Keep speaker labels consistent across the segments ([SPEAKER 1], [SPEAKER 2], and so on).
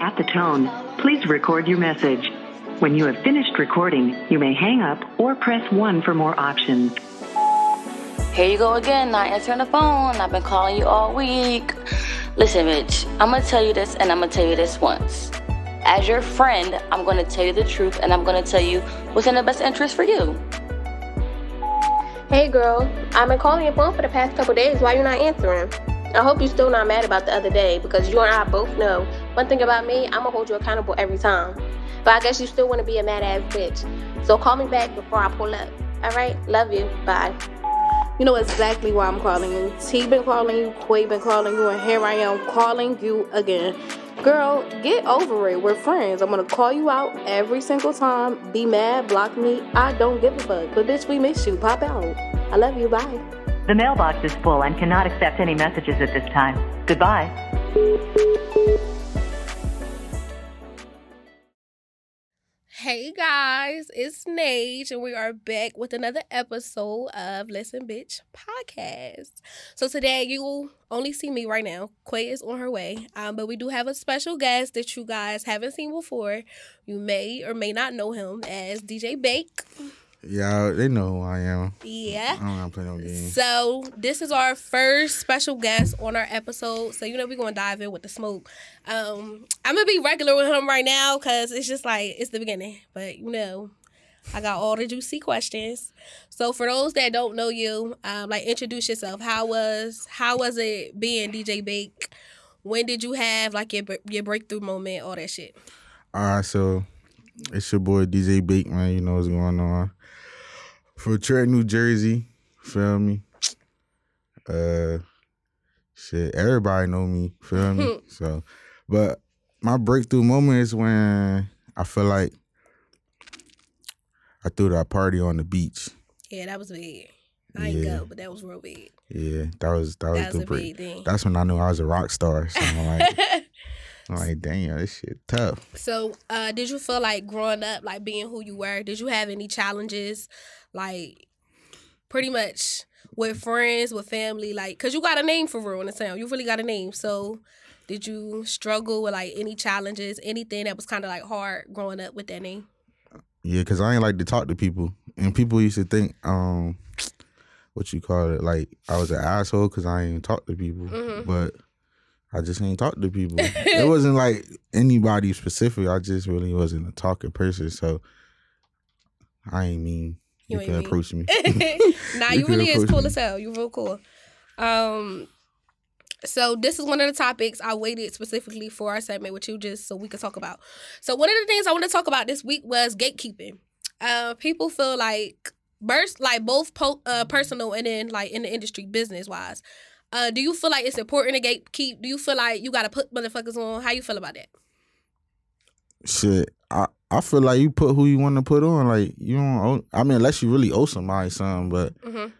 [SPEAKER 1] At the tone, please record your message. When you have finished recording, you may hang up or press 1 for more options.
[SPEAKER 2] Here you go again, not answering the phone. I've been calling you all week. Listen, bitch, I'm gonna tell you this and I'm gonna tell you this once. As your friend, I'm gonna tell you the truth and I'm gonna tell you what's in the best interest for you.
[SPEAKER 3] Hey girl, I've been calling your phone for the past couple days. Why you not answering? I hope you're still not mad about the other day because you and I both know one thing about me, I'm gonna hold you accountable every time. But I guess you still wanna be a mad ass bitch. So call me back before I pull up. Alright? Love you. Bye.
[SPEAKER 4] You know exactly why I'm calling you. T been calling you, Quay been calling you, and here I am calling you again. Girl, get over it. We're friends. I'm gonna call you out every single time. Be mad, block me. I don't give a fuck. But bitch, we miss you. Pop out. I love you. Bye.
[SPEAKER 5] The mailbox is full and cannot accept any messages at this time. Goodbye.
[SPEAKER 6] Hey guys, it's Nage, and we are back with another episode of Listen Bitch Podcast. So today you will only see me right now. Quay is on her way, um, but we do have a special guest that you guys haven't seen before. You may or may not know him as DJ Bake.
[SPEAKER 7] Y'all, they know who I am. I
[SPEAKER 6] Yeah.
[SPEAKER 7] don't gotta play no games.
[SPEAKER 6] So this is our first special guest on our episode. So you know we're gonna dive in with the smoke. Um, I'm gonna be regular with him right now because it's just like it's the beginning. But you know, I got all the juicy questions. So for those that don't know you, um, like introduce yourself. How was how was it being DJ Bake? When did you have like your br- your breakthrough moment? All that shit.
[SPEAKER 7] All right, so it's your boy DJ Bake, man. You know what's going on. From Trenton, New Jersey, feel me? Uh, shit, everybody know me, feel me? so, but my breakthrough moment is when I feel like I threw that party on the beach.
[SPEAKER 6] Yeah, that was big. I ain't
[SPEAKER 7] Yeah.
[SPEAKER 6] go, but that was real big.
[SPEAKER 7] Yeah, that was that was
[SPEAKER 6] That was
[SPEAKER 7] the
[SPEAKER 6] a big
[SPEAKER 7] break.
[SPEAKER 6] thing.
[SPEAKER 7] That's when I knew I was a rock star. So I'm like, I'm like, damn, this shit tough.
[SPEAKER 6] So, uh, did you feel like growing up, like being who you were? Did you have any challenges, like pretty much with friends, with family, like because you got a name for real in the town. You really got a name. So, did you struggle with like any challenges, anything that was kind of like hard growing up with that name?
[SPEAKER 7] Yeah, cause I ain't like to talk to people, and people used to think, um, what you call it, like I was an asshole because I ain't talk to people,
[SPEAKER 6] Mhm.
[SPEAKER 7] but I just ain't talk to people. it wasn't like anybody specific. I just really wasn't a talking person, so I ain't mean you,
[SPEAKER 6] You ain't
[SPEAKER 7] can
[SPEAKER 6] mean.
[SPEAKER 7] approach me.
[SPEAKER 6] nah,
[SPEAKER 7] You
[SPEAKER 6] you
[SPEAKER 7] can
[SPEAKER 6] really is
[SPEAKER 7] approach
[SPEAKER 6] cool
[SPEAKER 7] me.
[SPEAKER 6] as hell. You real cool. Um, so this is one of the topics I waited specifically for our segment with you, just so we could talk about. So one of the things I want to talk about this week was gatekeeping. Uh, people feel like burst, like both po- uh, personal and then like in the industry, business wise. Uh, do you feel like it's important to gatekeep? Do you feel like you gotta put motherfuckers on? How you feel about that?
[SPEAKER 7] Shit, I I feel like you put who you want to put on. Like you don't. Owe, I mean, unless you really owe somebody something, but
[SPEAKER 6] Mm-hmm.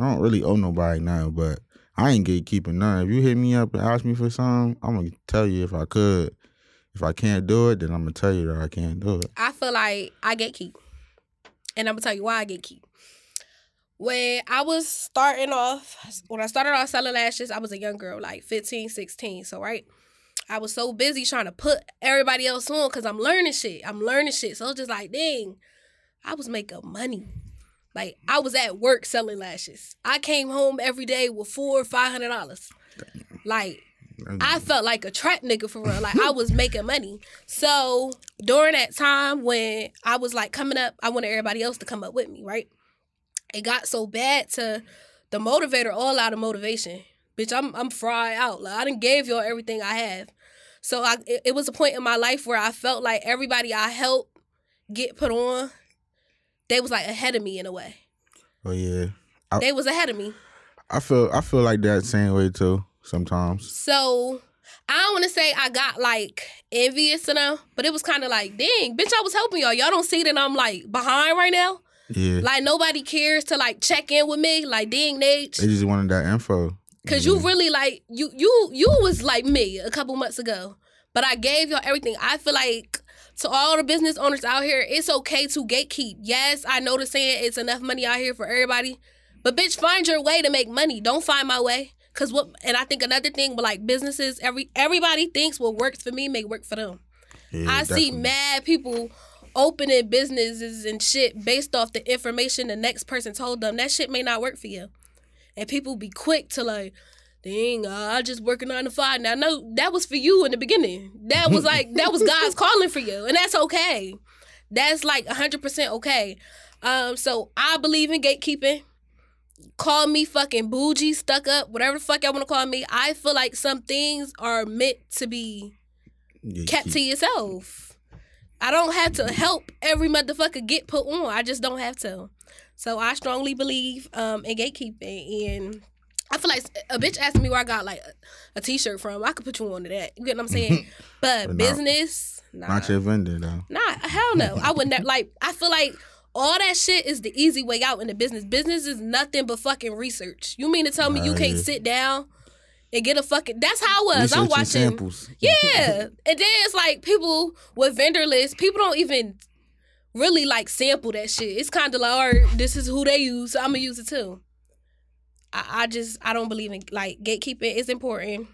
[SPEAKER 7] I don't really owe nobody nothing, but I ain't gatekeeping none. If you hit me up and ask me for something, I'm gonna tell you if I could. If I can't do it, then I'm gonna tell you that I can't do it.
[SPEAKER 6] I feel like I gatekeep. And I'm gonna tell you why I gatekeep. When I was starting off, when I started off selling lashes, I was a young girl, like 15, 16. So, right? I was so busy trying to put everybody else on because I'm learning shit. I'm learning shit. So, it's just like, dang, I was making money. Like, I was at work selling lashes. I came home every day with four or $500. Like, I felt like a trap nigga for real. Like I was making money. So during that time when I was like coming up, I wanted everybody else to come up with me, right? It got so bad to the motivator all out of motivation. Bitch, I'm I'm fried out. Like I didn't gave y'all everything I have. So I it, it was a point in my life where I felt like everybody I helped get put on, they was like ahead of me in a way.
[SPEAKER 7] Oh yeah,
[SPEAKER 6] They was ahead of me.
[SPEAKER 7] I feel I feel like that same way too sometimes.
[SPEAKER 6] So I don't want to say I got like envious and all, but it was kind of like, dang, bitch, I was helping y'all. Y'all don't see that I'm like behind right now.
[SPEAKER 7] Yeah,
[SPEAKER 6] Like nobody cares to like check in with me. Like, dang, Nate,
[SPEAKER 7] they just wanted that info.
[SPEAKER 6] because
[SPEAKER 7] Mm-hmm.
[SPEAKER 6] you really like you you you was like me a couple months ago, but I gave y'all everything. I feel like. To all the business owners out here, it's okay to gatekeep. Yes, I know the saying it's enough money out here for everybody, but bitch, find your way to make money. Don't find my way. Cause what and I think another thing with like businesses, every everybody thinks what works for me may work for them.
[SPEAKER 7] Yeah,
[SPEAKER 6] I see
[SPEAKER 7] definitely.
[SPEAKER 6] mad people opening businesses and shit based off the information the next person told them. That shit may not work for you. And people be quick to like, dang, uh, I just work a nine to five. Now, no, that was for you in the beginning. That was like, that was God's calling for you. And that's okay. That's like 100% okay. Um, so I believe in gatekeeping. Call me fucking bougie, stuck up, whatever the fuck y'all want to call me. I feel like some things are meant to be
[SPEAKER 7] Yeah,
[SPEAKER 6] kept
[SPEAKER 7] keep-
[SPEAKER 6] to yourself. I don't have to help every motherfucker get put on. I just don't have to. So I strongly believe um, in gatekeeping, and I feel like a bitch asked me where I got like a t t-shirt from. I could put you on to that. You get what I'm saying? But
[SPEAKER 7] But not-
[SPEAKER 6] business, nah.
[SPEAKER 7] Not your vendor though.
[SPEAKER 6] Nah, hell no. I would never like. I feel like all that shit is the easy way out in the business. Business is nothing but fucking research. You mean to tell me you
[SPEAKER 7] Right.
[SPEAKER 6] can't sit down and get a fucking? That's how I was.
[SPEAKER 7] Research
[SPEAKER 6] I'm
[SPEAKER 7] and
[SPEAKER 6] watching.
[SPEAKER 7] samples.
[SPEAKER 6] Yeah. and then it's like people with vendor lists, people don't even really like sample that shit. It's kind of like, all right, this is who they use, so I'm gonna use it too. I, I just I don't believe in like gatekeeping is important.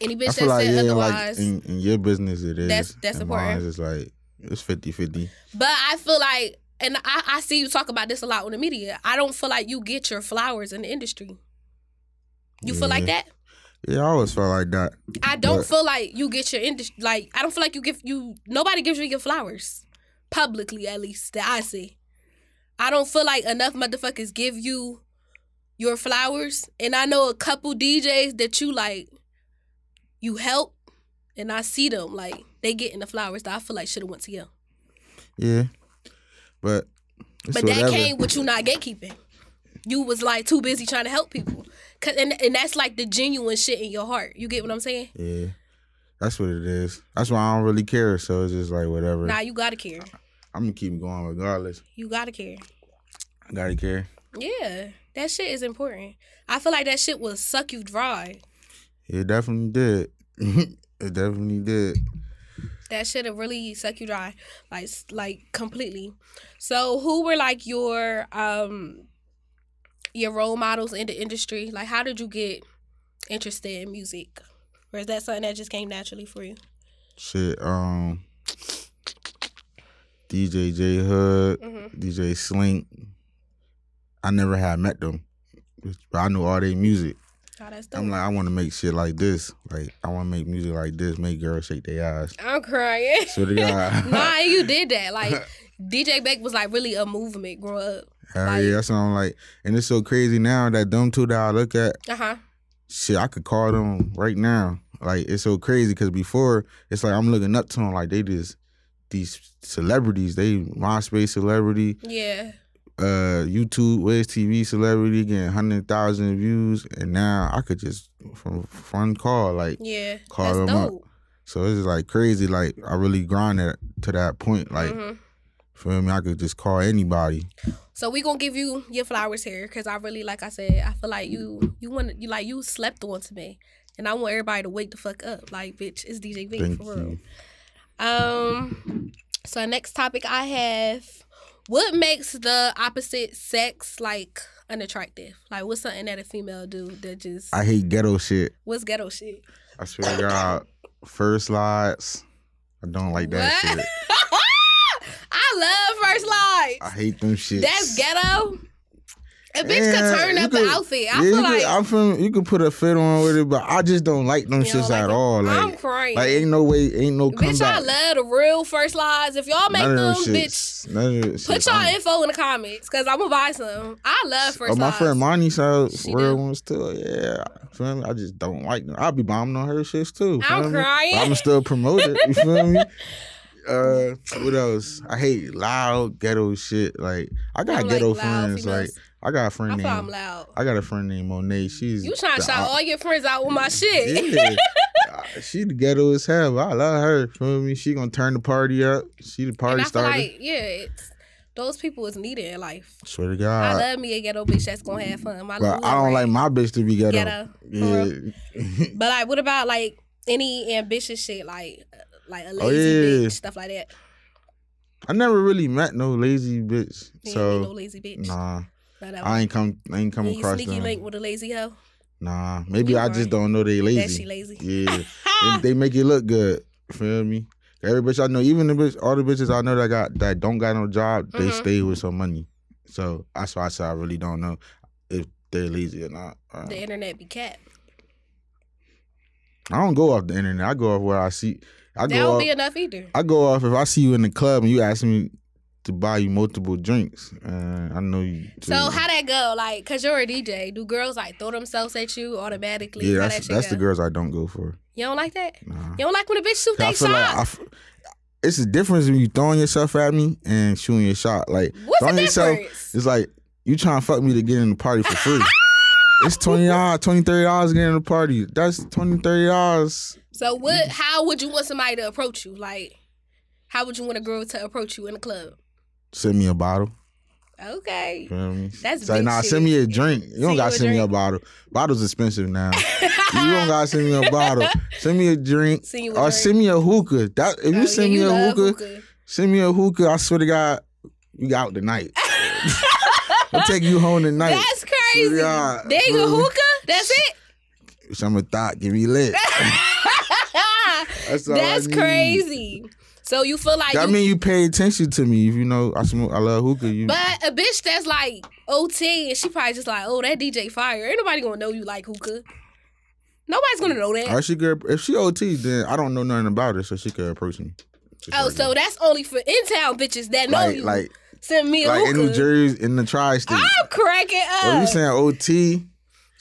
[SPEAKER 6] Any bitch
[SPEAKER 7] I
[SPEAKER 6] that said
[SPEAKER 7] feel like yeah, like
[SPEAKER 6] otherwise,
[SPEAKER 7] in, in your business it is.
[SPEAKER 6] That's- that's
[SPEAKER 7] In
[SPEAKER 6] important.
[SPEAKER 7] Mine's is like it's 50-50.
[SPEAKER 6] but I feel like, and I, I see you talk about this a lot on the media. I don't feel like you get your flowers in the industry. You feel like
[SPEAKER 7] Yeah.
[SPEAKER 6] that?
[SPEAKER 7] Yeah, I always felt like that.
[SPEAKER 6] I don't
[SPEAKER 7] But-
[SPEAKER 6] feel like you get your industry. Like I don't feel like you give you. Nobody gives you your flowers, publicly at least that I see. I don't feel like enough motherfuckers give you your flowers, and I know a couple DJs that you like. You help, and I see them like they getting the flowers that I feel like should have went to you.
[SPEAKER 7] Yeah. But it's
[SPEAKER 6] But that
[SPEAKER 7] whatever.
[SPEAKER 6] came with you not gatekeeping. You was like too busy trying to help people, 'Cause- and and that's like the genuine shit in your heart. You get what I'm saying?
[SPEAKER 7] Yeah. That's what it is. That's why I don't really care. So it's just like whatever.
[SPEAKER 6] Nah, you gotta care.
[SPEAKER 7] I'm gonna keep going regardless.
[SPEAKER 6] You gotta care.
[SPEAKER 7] I gotta care.
[SPEAKER 6] Yeah, that shit is important. I feel like that shit will suck you dry.
[SPEAKER 7] It definitely did. it definitely did.
[SPEAKER 6] That shit will really suck you dry, like s- like completely. So, who were like your um your role models in the industry? Like, how did you get interested in music, or is that something that just came naturally for you?
[SPEAKER 7] Shit. Um. DJ J Hood,
[SPEAKER 6] Mhm.
[SPEAKER 7] DJ Slink. I never had met them, but I knew all their music.
[SPEAKER 6] Oh, that's dope.
[SPEAKER 7] I'm like, I want to make shit like this. Like, I want to make music like this. Make girls shake their eyes.
[SPEAKER 6] I'm crying.
[SPEAKER 7] So they got.
[SPEAKER 6] nah, you did that. Like, DJ Beck was like really a movement growing up.
[SPEAKER 7] Hell yeah, that's what I'm like. And it's so crazy now that them two that I look at,
[SPEAKER 6] Uh huh.
[SPEAKER 7] shit, I could call them right now. Like it's so crazy because before it's like I'm looking up to them like they just these celebrities. They MySpace celebrity,
[SPEAKER 6] Yeah.
[SPEAKER 7] uh, YouTube, Wiz TV celebrity, getting hundred thousand views, and now I could just from one call like
[SPEAKER 6] Yeah.
[SPEAKER 7] Call
[SPEAKER 6] that's
[SPEAKER 7] them up.
[SPEAKER 6] dope.
[SPEAKER 7] so it's just like crazy. Like I really grinded to that point. Like
[SPEAKER 6] Mhm.
[SPEAKER 7] feel me, I could just call anybody.
[SPEAKER 6] So we gonna give you your flowers here, cause I really, like I said, I feel like you, you want, you like you slept on to me, and I want everybody to wake the fuck up. Like, bitch, it's DJ V
[SPEAKER 7] Thank
[SPEAKER 6] for real.
[SPEAKER 7] you.
[SPEAKER 6] Um, so next topic I have, what makes the opposite sex like unattractive? Like, what's something that a female do that just
[SPEAKER 7] I hate ghetto shit.
[SPEAKER 6] what's ghetto shit?
[SPEAKER 7] I swear to God, first lights. I don't like that
[SPEAKER 6] What?
[SPEAKER 7] shit.
[SPEAKER 6] I love first lights.
[SPEAKER 7] I hate them shit.
[SPEAKER 6] That's ghetto. A bitch could turn up an outfit. I feel like
[SPEAKER 7] I'm from. You could put a fit on with it, but I just don't like them
[SPEAKER 6] You don't
[SPEAKER 7] shits
[SPEAKER 6] like it?
[SPEAKER 7] at all. Like,
[SPEAKER 6] I'm crying.
[SPEAKER 7] like ain't no way, ain't no comeback.
[SPEAKER 6] Bitch, I love the real first lies. If y'all make
[SPEAKER 7] None of
[SPEAKER 6] them,
[SPEAKER 7] them
[SPEAKER 6] bitch,
[SPEAKER 7] shits. None of them
[SPEAKER 6] put
[SPEAKER 7] shits.
[SPEAKER 6] y'all
[SPEAKER 7] I'm-
[SPEAKER 6] info in the comments because I'm gonna buy some. I love first
[SPEAKER 7] Oh, my
[SPEAKER 6] lies.
[SPEAKER 7] friend Monty's house,
[SPEAKER 6] She
[SPEAKER 7] real
[SPEAKER 6] do.
[SPEAKER 7] ones too. Yeah, feel me? I just don't like them. I'll be bombing on her shits too.
[SPEAKER 6] I'm
[SPEAKER 7] feel me?
[SPEAKER 6] crying.
[SPEAKER 7] But I'm still promoted. You feel me? Uh, what else? I hate loud ghetto shit. Like I got
[SPEAKER 6] don't like
[SPEAKER 7] ghetto
[SPEAKER 6] loud
[SPEAKER 7] friends. Like
[SPEAKER 6] females.
[SPEAKER 7] I got a friend
[SPEAKER 6] I
[SPEAKER 7] named
[SPEAKER 6] thought I'm loud.
[SPEAKER 7] I got a friend named Monet. She's
[SPEAKER 6] You trying to
[SPEAKER 7] the
[SPEAKER 6] shout all your friends out with my shit.
[SPEAKER 7] yeah. Uh, she the ghetto as hell. but I love her. Feel me? She gonna turn the party up. She the
[SPEAKER 6] and
[SPEAKER 7] party
[SPEAKER 6] I feel
[SPEAKER 7] starter.
[SPEAKER 6] like, yeah, it's, those people is needed in life.
[SPEAKER 7] Swear to
[SPEAKER 6] I
[SPEAKER 7] God.
[SPEAKER 6] love me a ghetto bitch that's gonna have fun. My
[SPEAKER 7] But
[SPEAKER 6] little
[SPEAKER 7] Uh, I don't
[SPEAKER 6] Lorraine.
[SPEAKER 7] like my bitch to be ghetto.
[SPEAKER 6] Ghetto, for real.
[SPEAKER 7] Yeah.
[SPEAKER 6] But like, what about like any ambitious shit, like uh, like a lazy
[SPEAKER 7] Oh, yeah.
[SPEAKER 6] bitch, stuff like that?
[SPEAKER 7] I never really met no lazy bitch.
[SPEAKER 6] You ain't
[SPEAKER 7] so
[SPEAKER 6] no lazy bitch.
[SPEAKER 7] nah,
[SPEAKER 6] Not that one.
[SPEAKER 7] I ain't come. I ain't come
[SPEAKER 6] And you
[SPEAKER 7] across
[SPEAKER 6] sneaky
[SPEAKER 7] them.
[SPEAKER 6] link with a lazy hoe.
[SPEAKER 7] Nah, maybe
[SPEAKER 6] You
[SPEAKER 7] I just
[SPEAKER 6] right.
[SPEAKER 7] don't know they
[SPEAKER 6] That she
[SPEAKER 7] lazy.
[SPEAKER 6] lazy.
[SPEAKER 7] Yeah, they, they make it look good. Feel me? Every bitch I know, even the bitch, all the bitches I know that got that don't got no job, they
[SPEAKER 6] Mhm.
[SPEAKER 7] stay with some money. So that's why I said I really don't know if they're lazy or not. Uh,
[SPEAKER 6] The internet be cat.
[SPEAKER 7] I don't go off the internet. I go off what I see. I
[SPEAKER 6] That
[SPEAKER 7] go
[SPEAKER 6] don't
[SPEAKER 7] off,
[SPEAKER 6] be enough either.
[SPEAKER 7] I go off if I see you in the club and you ask me to buy you multiple drinks. Uh, I know you.
[SPEAKER 6] So how that go? Like, cause you're a DJ. Do girls like throw themselves at you automatically?
[SPEAKER 7] Yeah,
[SPEAKER 6] how
[SPEAKER 7] that's
[SPEAKER 6] that shit
[SPEAKER 7] that's the
[SPEAKER 6] go?
[SPEAKER 7] girls I don't go for.
[SPEAKER 6] You don't like that?
[SPEAKER 7] Nah.
[SPEAKER 6] You don't like when a bitch shoot
[SPEAKER 7] I
[SPEAKER 6] they
[SPEAKER 7] feel
[SPEAKER 6] shot?
[SPEAKER 7] like I f- it's a difference when you throwing yourself at me and shooting your shot. Like
[SPEAKER 6] What's the
[SPEAKER 7] throwing yourself,
[SPEAKER 6] difference?
[SPEAKER 7] it's like you trying to fuck me to get in the party for free. it's twenty dollars, twenty thirty dollars getting in the party. That's twenty thirty dollars.
[SPEAKER 6] so what? How would you want somebody to approach you? Like, how would you want a girl to approach you in the club?
[SPEAKER 7] Send me a bottle.
[SPEAKER 6] Okay.
[SPEAKER 7] Feel me?
[SPEAKER 6] That's
[SPEAKER 7] It's like
[SPEAKER 6] big
[SPEAKER 7] nah.
[SPEAKER 6] shit.
[SPEAKER 7] Send me a drink. You don't
[SPEAKER 6] Send
[SPEAKER 7] gotta
[SPEAKER 6] you a
[SPEAKER 7] send me a
[SPEAKER 6] drink.
[SPEAKER 7] bottle. Bottle's expensive now. you don't gotta send me a bottle. Send me a drink.
[SPEAKER 6] Send you a
[SPEAKER 7] or
[SPEAKER 6] drink.
[SPEAKER 7] send me a hookah. That if
[SPEAKER 6] Oh,
[SPEAKER 7] you
[SPEAKER 6] yeah,
[SPEAKER 7] send
[SPEAKER 6] you
[SPEAKER 7] me a
[SPEAKER 6] love
[SPEAKER 7] hookah,
[SPEAKER 6] hookah.
[SPEAKER 7] send me a hookah. I swear to God, you got out tonight. I'll take you home tonight.
[SPEAKER 6] That's crazy.
[SPEAKER 7] Yeah,
[SPEAKER 6] There you go,
[SPEAKER 7] really.
[SPEAKER 6] hookah. That's it.
[SPEAKER 7] Bitch, I'm a thought. Give me lit. That's, all I
[SPEAKER 6] That's
[SPEAKER 7] need.
[SPEAKER 6] crazy. So you feel like
[SPEAKER 7] That
[SPEAKER 6] you
[SPEAKER 7] mean you pay attention to me. If you know I smoke, I love hookah. You
[SPEAKER 6] But a bitch that's like OT and she probably just like, oh, that DJ fire. Ain't nobody gonna know you like hookah. Nobody's gonna know that.
[SPEAKER 7] or she could if she OT, then I don't know nothing about her, so she could approach me. Just
[SPEAKER 6] Oh,
[SPEAKER 7] like
[SPEAKER 6] so that's only for in town bitches that
[SPEAKER 7] that.
[SPEAKER 6] know
[SPEAKER 7] like
[SPEAKER 6] you.
[SPEAKER 7] like
[SPEAKER 6] Send me a
[SPEAKER 7] like in
[SPEAKER 6] hookah.
[SPEAKER 7] New Jersey in the tri-state.
[SPEAKER 6] I'm cracking up.
[SPEAKER 7] Well, you saying OT?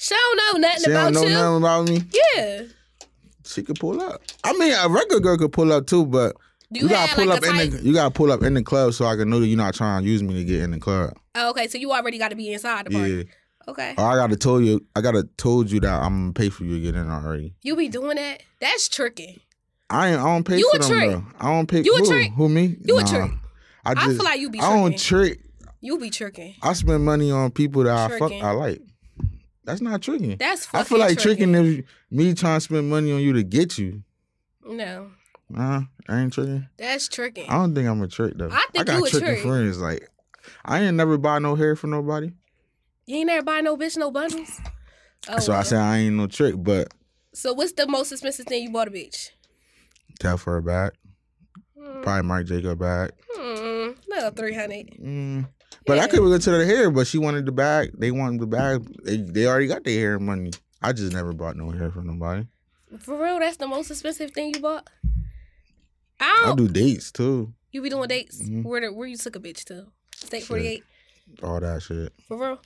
[SPEAKER 6] she don't know nothing
[SPEAKER 7] She
[SPEAKER 6] about
[SPEAKER 7] don't know
[SPEAKER 6] you.
[SPEAKER 7] nothing about me.
[SPEAKER 6] Yeah.
[SPEAKER 7] She could pull up. I mean, a regular girl could pull up too, but
[SPEAKER 6] Do
[SPEAKER 7] you,
[SPEAKER 6] you,
[SPEAKER 7] gotta
[SPEAKER 6] have
[SPEAKER 7] pull
[SPEAKER 6] like
[SPEAKER 7] up
[SPEAKER 6] a type?
[SPEAKER 7] in the you gotta pull up in the club so I can know that you're not trying to use me to get in the club.
[SPEAKER 6] oh, okay, so you already gotta be inside the party.
[SPEAKER 7] Yeah.
[SPEAKER 6] Okay.
[SPEAKER 7] Or I gotta told you, I gotta told you that I'm gonna pay for you to get in already.
[SPEAKER 6] You be doing that? That's tricking.
[SPEAKER 7] I ain't, I don't pay
[SPEAKER 6] You
[SPEAKER 7] for
[SPEAKER 6] a
[SPEAKER 7] them
[SPEAKER 6] trick.
[SPEAKER 7] though. I don't pay
[SPEAKER 6] You a
[SPEAKER 7] who?
[SPEAKER 6] trick.
[SPEAKER 7] Who me?
[SPEAKER 6] You a
[SPEAKER 7] Nah.
[SPEAKER 6] trick.
[SPEAKER 7] I,
[SPEAKER 6] I
[SPEAKER 7] just,
[SPEAKER 6] feel like you be
[SPEAKER 7] I don't
[SPEAKER 6] tricking.
[SPEAKER 7] trick.
[SPEAKER 6] You be tricking.
[SPEAKER 7] I spend money on people that I
[SPEAKER 6] Tricking.
[SPEAKER 7] fuck. I like. That's not tricking.
[SPEAKER 6] That's
[SPEAKER 7] I
[SPEAKER 6] fucking
[SPEAKER 7] feel like tricking,
[SPEAKER 6] tricking.
[SPEAKER 7] is me trying to spend money on you to get you.
[SPEAKER 6] No.
[SPEAKER 7] Nah, I ain't tricking.
[SPEAKER 6] That's tricking.
[SPEAKER 7] I don't think I'm a trick though.
[SPEAKER 6] I think
[SPEAKER 7] got
[SPEAKER 6] you a
[SPEAKER 7] tricking
[SPEAKER 6] trick.
[SPEAKER 7] friends. Like I ain't never buy no hair for nobody.
[SPEAKER 6] You ain't never buy no bitch no bundles. Oh,
[SPEAKER 7] so I
[SPEAKER 6] well.
[SPEAKER 7] said I ain't no trick, but
[SPEAKER 6] So what's the most expensive thing you bought a bitch?
[SPEAKER 7] tell for a bag. Probably Mark Jacob bag.
[SPEAKER 6] Hmm,
[SPEAKER 7] Mm-hmm.
[SPEAKER 6] little three hundred.
[SPEAKER 7] Mm. But I could go to the hair, but she wanted the bag. They wanted the bag. They, they already got their hair money. I just never bought no hair from nobody.
[SPEAKER 6] For real, that's the most expensive thing you bought. I
[SPEAKER 7] I
[SPEAKER 6] don't.
[SPEAKER 7] do dates too.
[SPEAKER 6] You be doing dates.
[SPEAKER 7] Mhm.
[SPEAKER 6] Where the, where you took a bitch to? State forty eight.
[SPEAKER 7] All that shit.
[SPEAKER 6] For real.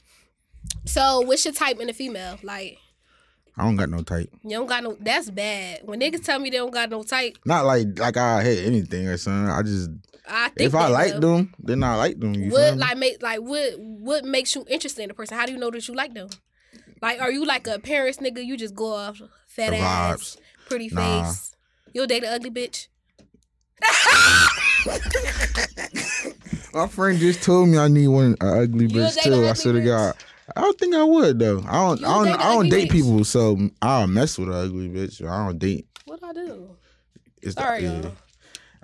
[SPEAKER 6] So what's your type in a female? Like
[SPEAKER 7] I don't got no type.
[SPEAKER 6] you don't got no. That's bad. When niggas tell me they don't got no type,
[SPEAKER 7] Not like like I hate anything or something. I just
[SPEAKER 6] I think
[SPEAKER 7] if I
[SPEAKER 6] that,
[SPEAKER 7] like
[SPEAKER 6] though.
[SPEAKER 7] them, then I like them. You feel
[SPEAKER 6] What
[SPEAKER 7] me?
[SPEAKER 6] like make like what what makes you interested in the person? How do you know that you like them? Like, are you like a Paris nigga? You just go off fat
[SPEAKER 7] The
[SPEAKER 6] ass, pretty
[SPEAKER 7] Nah.
[SPEAKER 6] face. You'll date an ugly bitch.
[SPEAKER 7] My friend just told me I need one an ugly
[SPEAKER 6] You'll
[SPEAKER 7] bitch
[SPEAKER 6] date
[SPEAKER 7] too.
[SPEAKER 6] an
[SPEAKER 7] I
[SPEAKER 6] ugly
[SPEAKER 7] swear to
[SPEAKER 6] bitch?
[SPEAKER 7] God. I don't think I would though. I don't.
[SPEAKER 6] You'll
[SPEAKER 7] I don't.
[SPEAKER 6] date an
[SPEAKER 7] I don't
[SPEAKER 6] ugly
[SPEAKER 7] date
[SPEAKER 6] bitch?
[SPEAKER 7] people, so I'll mess with an ugly bitch. I don't date.
[SPEAKER 6] What I do?
[SPEAKER 7] It's
[SPEAKER 6] Sorry,
[SPEAKER 7] yeah.
[SPEAKER 6] y'all.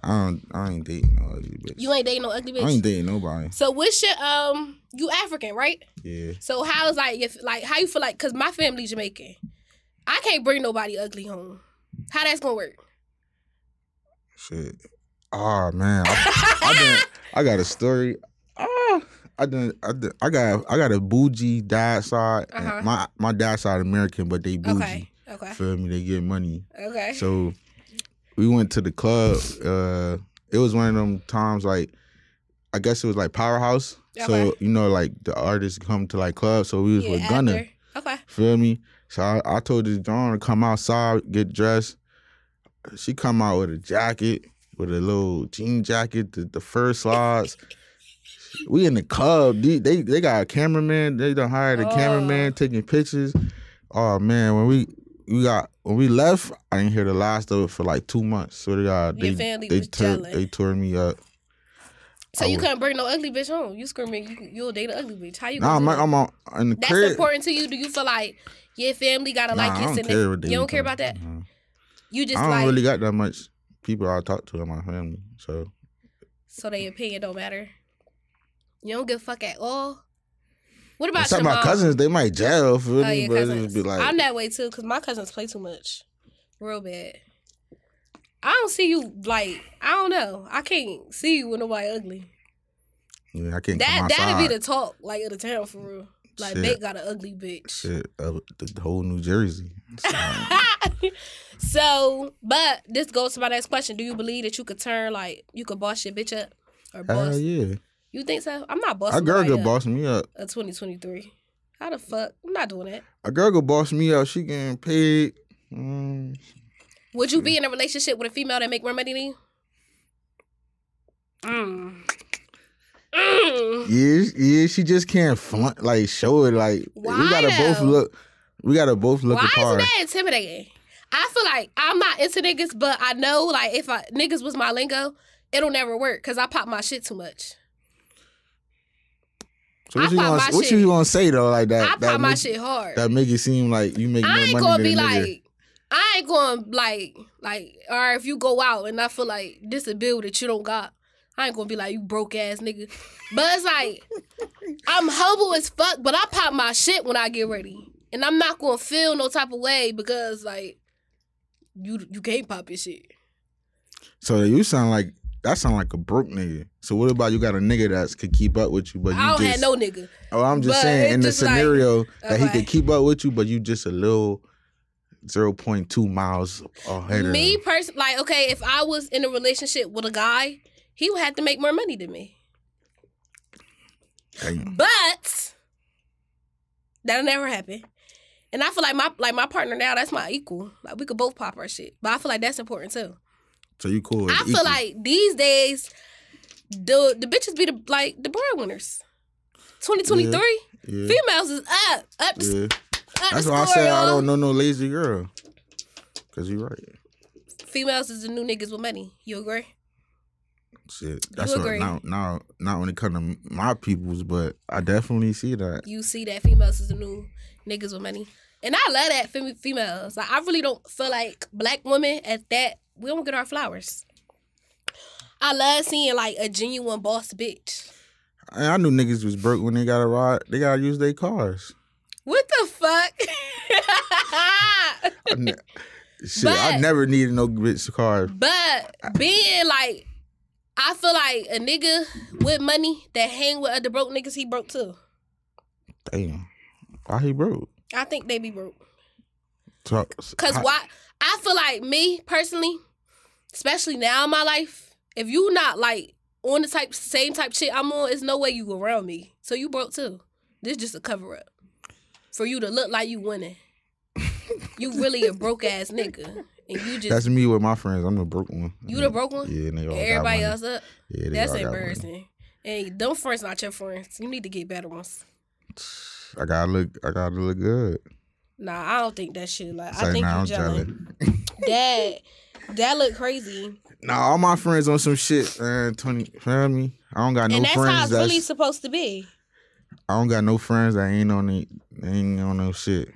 [SPEAKER 7] I don't. I ain't dating no ugly bitch.
[SPEAKER 6] You ain't dating no ugly bitch.
[SPEAKER 7] I ain't dating nobody.
[SPEAKER 6] so what's your um? You African, right?
[SPEAKER 7] Yeah.
[SPEAKER 6] So how's like if like how you feel like? Cause my family Jamaican. I can't bring nobody ugly home. How that's gonna work?
[SPEAKER 7] Shit. Oh man. I, I, done, I got a story. Ah, I done, I done, I got I got a bougie dad side. and
[SPEAKER 6] Uh-huh.
[SPEAKER 7] My my dad side American, but they bougie.
[SPEAKER 6] Okay. Okay.
[SPEAKER 7] Feel me? They get money.
[SPEAKER 6] Okay.
[SPEAKER 7] So we went to the club. Uh, it was one of them times like I guess it was like Powerhouse. So
[SPEAKER 6] Okay.
[SPEAKER 7] you know, like the artists come to like clubs. So we was
[SPEAKER 6] Yeah,
[SPEAKER 7] with Gunner.
[SPEAKER 6] after. Okay.
[SPEAKER 7] Feel me? So I, I told this Dawn to come outside, get dressed. She come out with a jacket, with a little jean jacket, the, the fur slides. we in the club. They, they they got a cameraman. They done hired a cameraman taking pictures. Oh man, when we we got when we left, I didn't hear the last of it for like two months. So they got
[SPEAKER 6] Your
[SPEAKER 7] they
[SPEAKER 6] family
[SPEAKER 7] they
[SPEAKER 6] was
[SPEAKER 7] tore
[SPEAKER 6] jealous.
[SPEAKER 7] they tore me up.
[SPEAKER 6] So
[SPEAKER 7] I
[SPEAKER 6] you
[SPEAKER 7] would-
[SPEAKER 6] couldn't bring no ugly bitch home. You screaming, you, you'll date an ugly bitch. How you? gonna
[SPEAKER 7] Nah, I'm
[SPEAKER 6] do that?
[SPEAKER 7] I'm on in the
[SPEAKER 6] That's
[SPEAKER 7] crib.
[SPEAKER 6] important to you. Do you feel like your family gotta
[SPEAKER 7] Nah,
[SPEAKER 6] like
[SPEAKER 7] I
[SPEAKER 6] you?
[SPEAKER 7] don't
[SPEAKER 6] and
[SPEAKER 7] care
[SPEAKER 6] they-
[SPEAKER 7] what they Mm-hmm.
[SPEAKER 6] you don't
[SPEAKER 7] look
[SPEAKER 6] care
[SPEAKER 7] like.
[SPEAKER 6] about that.
[SPEAKER 7] Nah.
[SPEAKER 6] You just
[SPEAKER 7] I don't
[SPEAKER 6] like
[SPEAKER 7] really got that much people I talk to in my family. So
[SPEAKER 6] so their opinion don't matter. You don't give a fuck at all. What about
[SPEAKER 7] Some
[SPEAKER 6] your
[SPEAKER 7] of my
[SPEAKER 6] mom?
[SPEAKER 7] cousins, they might jail for
[SPEAKER 6] Oh,
[SPEAKER 7] me,
[SPEAKER 6] yeah,
[SPEAKER 7] but it just
[SPEAKER 6] cousins.
[SPEAKER 7] be like,
[SPEAKER 6] I'm that way too, cause my cousins play too much, real bad. I don't see you like I don't know. I can't see you with nobody ugly.
[SPEAKER 7] yeah, I can't
[SPEAKER 6] That
[SPEAKER 7] come outside.
[SPEAKER 6] that'd be the talk like of the town for real. Like
[SPEAKER 7] Shit.
[SPEAKER 6] Bake got an ugly bitch.
[SPEAKER 7] Shit, uh, the whole New Jersey.
[SPEAKER 6] so, but this goes to my next question: Do you believe that you could turn like you could boss your bitch up or boss?
[SPEAKER 7] Hell yeah.
[SPEAKER 6] You think so? I'm not bossing.
[SPEAKER 7] A girl
[SPEAKER 6] nobody
[SPEAKER 7] could
[SPEAKER 6] up
[SPEAKER 7] boss me up.
[SPEAKER 6] A 2023. How the fuck? I'm not doing that.
[SPEAKER 7] A girl could boss me up. She getting paid. Mm,
[SPEAKER 6] Would you be in a relationship with a female that make more money than you? Mm. Mm.
[SPEAKER 7] yeah, sh- yeah, she just can't flaunt, like show it. Like
[SPEAKER 6] Why
[SPEAKER 7] we gotta both
[SPEAKER 6] though?
[SPEAKER 7] look. We gotta both look
[SPEAKER 6] Why isn't
[SPEAKER 7] apart.
[SPEAKER 6] that intimidating? I feel like I'm not into niggas, but I know like if I niggas was my lingo, it'll never work because I pop my shit too much.
[SPEAKER 7] so what
[SPEAKER 6] I
[SPEAKER 7] you
[SPEAKER 6] pop
[SPEAKER 7] gonna
[SPEAKER 6] my
[SPEAKER 7] what
[SPEAKER 6] shit.
[SPEAKER 7] you gonna say though? Like that?
[SPEAKER 6] I pop
[SPEAKER 7] that
[SPEAKER 6] my
[SPEAKER 7] make,
[SPEAKER 6] shit hard.
[SPEAKER 7] That make it seem like you make more
[SPEAKER 6] I
[SPEAKER 7] money
[SPEAKER 6] ain't gonna
[SPEAKER 7] than
[SPEAKER 6] be
[SPEAKER 7] a nigga.
[SPEAKER 6] like, I ain't gonna like, like, or if you go out and I feel like this a bill that you don't got, I ain't gonna be like you broke ass nigga. But it's like, I'm humble as fuck, but I pop my shit when I get ready, and I'm not gonna feel no type of way because like, you you can't pop your shit.
[SPEAKER 7] So you sound like that sound like a broke nigga. So what about you got a nigga that could keep up with you, but you
[SPEAKER 6] I don't
[SPEAKER 7] just
[SPEAKER 6] have no nigga.
[SPEAKER 7] Oh, I'm just
[SPEAKER 6] But
[SPEAKER 7] saying
[SPEAKER 6] it's
[SPEAKER 7] in the
[SPEAKER 6] just like-
[SPEAKER 7] scenario that he
[SPEAKER 6] Okay.
[SPEAKER 7] could keep up with you, but you just a little zero point two miles ahead of
[SPEAKER 6] Me
[SPEAKER 7] him.
[SPEAKER 6] person, like, okay, if I was in a relationship with a guy, he would have to make more money than me.
[SPEAKER 7] Damn.
[SPEAKER 6] But that'll never happen. And I feel like my like my partner now, that's my equal. Like we could both pop our shit. But I feel like that's important too.
[SPEAKER 7] So you cool? with
[SPEAKER 6] I
[SPEAKER 7] equal.
[SPEAKER 6] feel like these days the the bitches be the like the breadwinners. 2023,
[SPEAKER 7] yeah,
[SPEAKER 6] females is up. Up to
[SPEAKER 7] yeah.
[SPEAKER 6] up
[SPEAKER 7] That's
[SPEAKER 6] to
[SPEAKER 7] why
[SPEAKER 6] score,
[SPEAKER 7] I say I
[SPEAKER 6] y'all.
[SPEAKER 7] don't know no lazy girl. Cause you right.
[SPEAKER 6] Females is the new niggas with money. You agree?
[SPEAKER 7] Shit. That's what
[SPEAKER 6] agree.
[SPEAKER 7] now now not when it comes to my peoples, but I definitely see that.
[SPEAKER 6] you see that females is the new niggas with money. And I love that fem- females. Like I really don't feel like black women at that we don't get our flowers. I love seeing like a genuine boss bitch.
[SPEAKER 7] And I knew niggas was broke when they got to ride. They gotta use their cars.
[SPEAKER 6] What the fuck?
[SPEAKER 7] I ne- Shit, I
[SPEAKER 6] But-
[SPEAKER 7] never needed no bitch car.
[SPEAKER 6] but being like, I feel like a nigga with money that hang with other broke niggas, he broke too.
[SPEAKER 7] Damn, why he broke?
[SPEAKER 6] I think they be broke.
[SPEAKER 7] So-
[SPEAKER 6] Cause
[SPEAKER 7] I-
[SPEAKER 6] why? I feel like me personally, especially now in my life, if you not like on the type same type shit I'm on, it's no way you around me. So you broke too. This just a cover up for you to look like you winning. you really a broke ass nigga, and you just
[SPEAKER 7] That's me with my friends. I'm the broke one.
[SPEAKER 6] you the broke one.
[SPEAKER 7] Yeah, and they all got
[SPEAKER 6] Everybody
[SPEAKER 7] money.
[SPEAKER 6] else up.
[SPEAKER 7] Yeah, they
[SPEAKER 6] That's
[SPEAKER 7] all got money.
[SPEAKER 6] embarrassing. Hey, them friends not your friends. You need to get better ones.
[SPEAKER 7] I gotta look. I gotta look good.
[SPEAKER 6] Nah, I don't think that shit. Like
[SPEAKER 7] It's
[SPEAKER 6] I
[SPEAKER 7] like,
[SPEAKER 6] think
[SPEAKER 7] nah,
[SPEAKER 6] you're
[SPEAKER 7] I'm
[SPEAKER 6] jealous.
[SPEAKER 7] jealous.
[SPEAKER 6] That that look crazy.
[SPEAKER 7] Nah, all my friends on some shit. Uh, Tony, feel me? I don't got no
[SPEAKER 6] and that's
[SPEAKER 7] friends.
[SPEAKER 6] how it's
[SPEAKER 7] that's,
[SPEAKER 6] really supposed to be.
[SPEAKER 7] I don't got no friends that ain't on it. Ain't on no shit.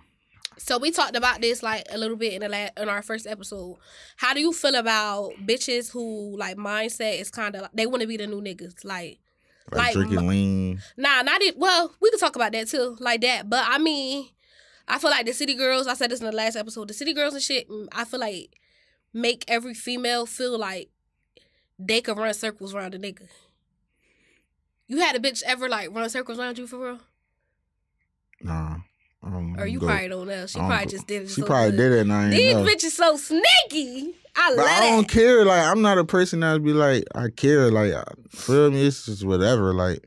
[SPEAKER 6] So we talked about this like a little bit in the la- in our first episode. How do you feel about bitches who like mindset is kind of like, they want to be the new niggas? Like,
[SPEAKER 7] Like,
[SPEAKER 6] Like,
[SPEAKER 7] drinking
[SPEAKER 6] my-
[SPEAKER 7] lean.
[SPEAKER 6] nah, not it. Well, we could talk about that too, like that. But I mean, I feel like the city girls. I said this in the last episode. The city girls and shit. mm, I feel like make every female feel like they could run circles around a nigga. You had a bitch ever like run circles around you for real?
[SPEAKER 7] Nah. I don't
[SPEAKER 6] Or you
[SPEAKER 7] go-
[SPEAKER 6] probably don't know. She
[SPEAKER 7] I don't
[SPEAKER 6] probably
[SPEAKER 7] go-
[SPEAKER 6] just did it.
[SPEAKER 7] She
[SPEAKER 6] so
[SPEAKER 7] probably
[SPEAKER 6] good.
[SPEAKER 7] did it. And I ain't
[SPEAKER 6] These
[SPEAKER 7] know.
[SPEAKER 6] bitches so sneaky. I
[SPEAKER 7] But
[SPEAKER 6] love
[SPEAKER 7] I don't
[SPEAKER 6] it.
[SPEAKER 7] care. Like I'm not a person that would be like I care. Like I- feel me? It's just whatever. Like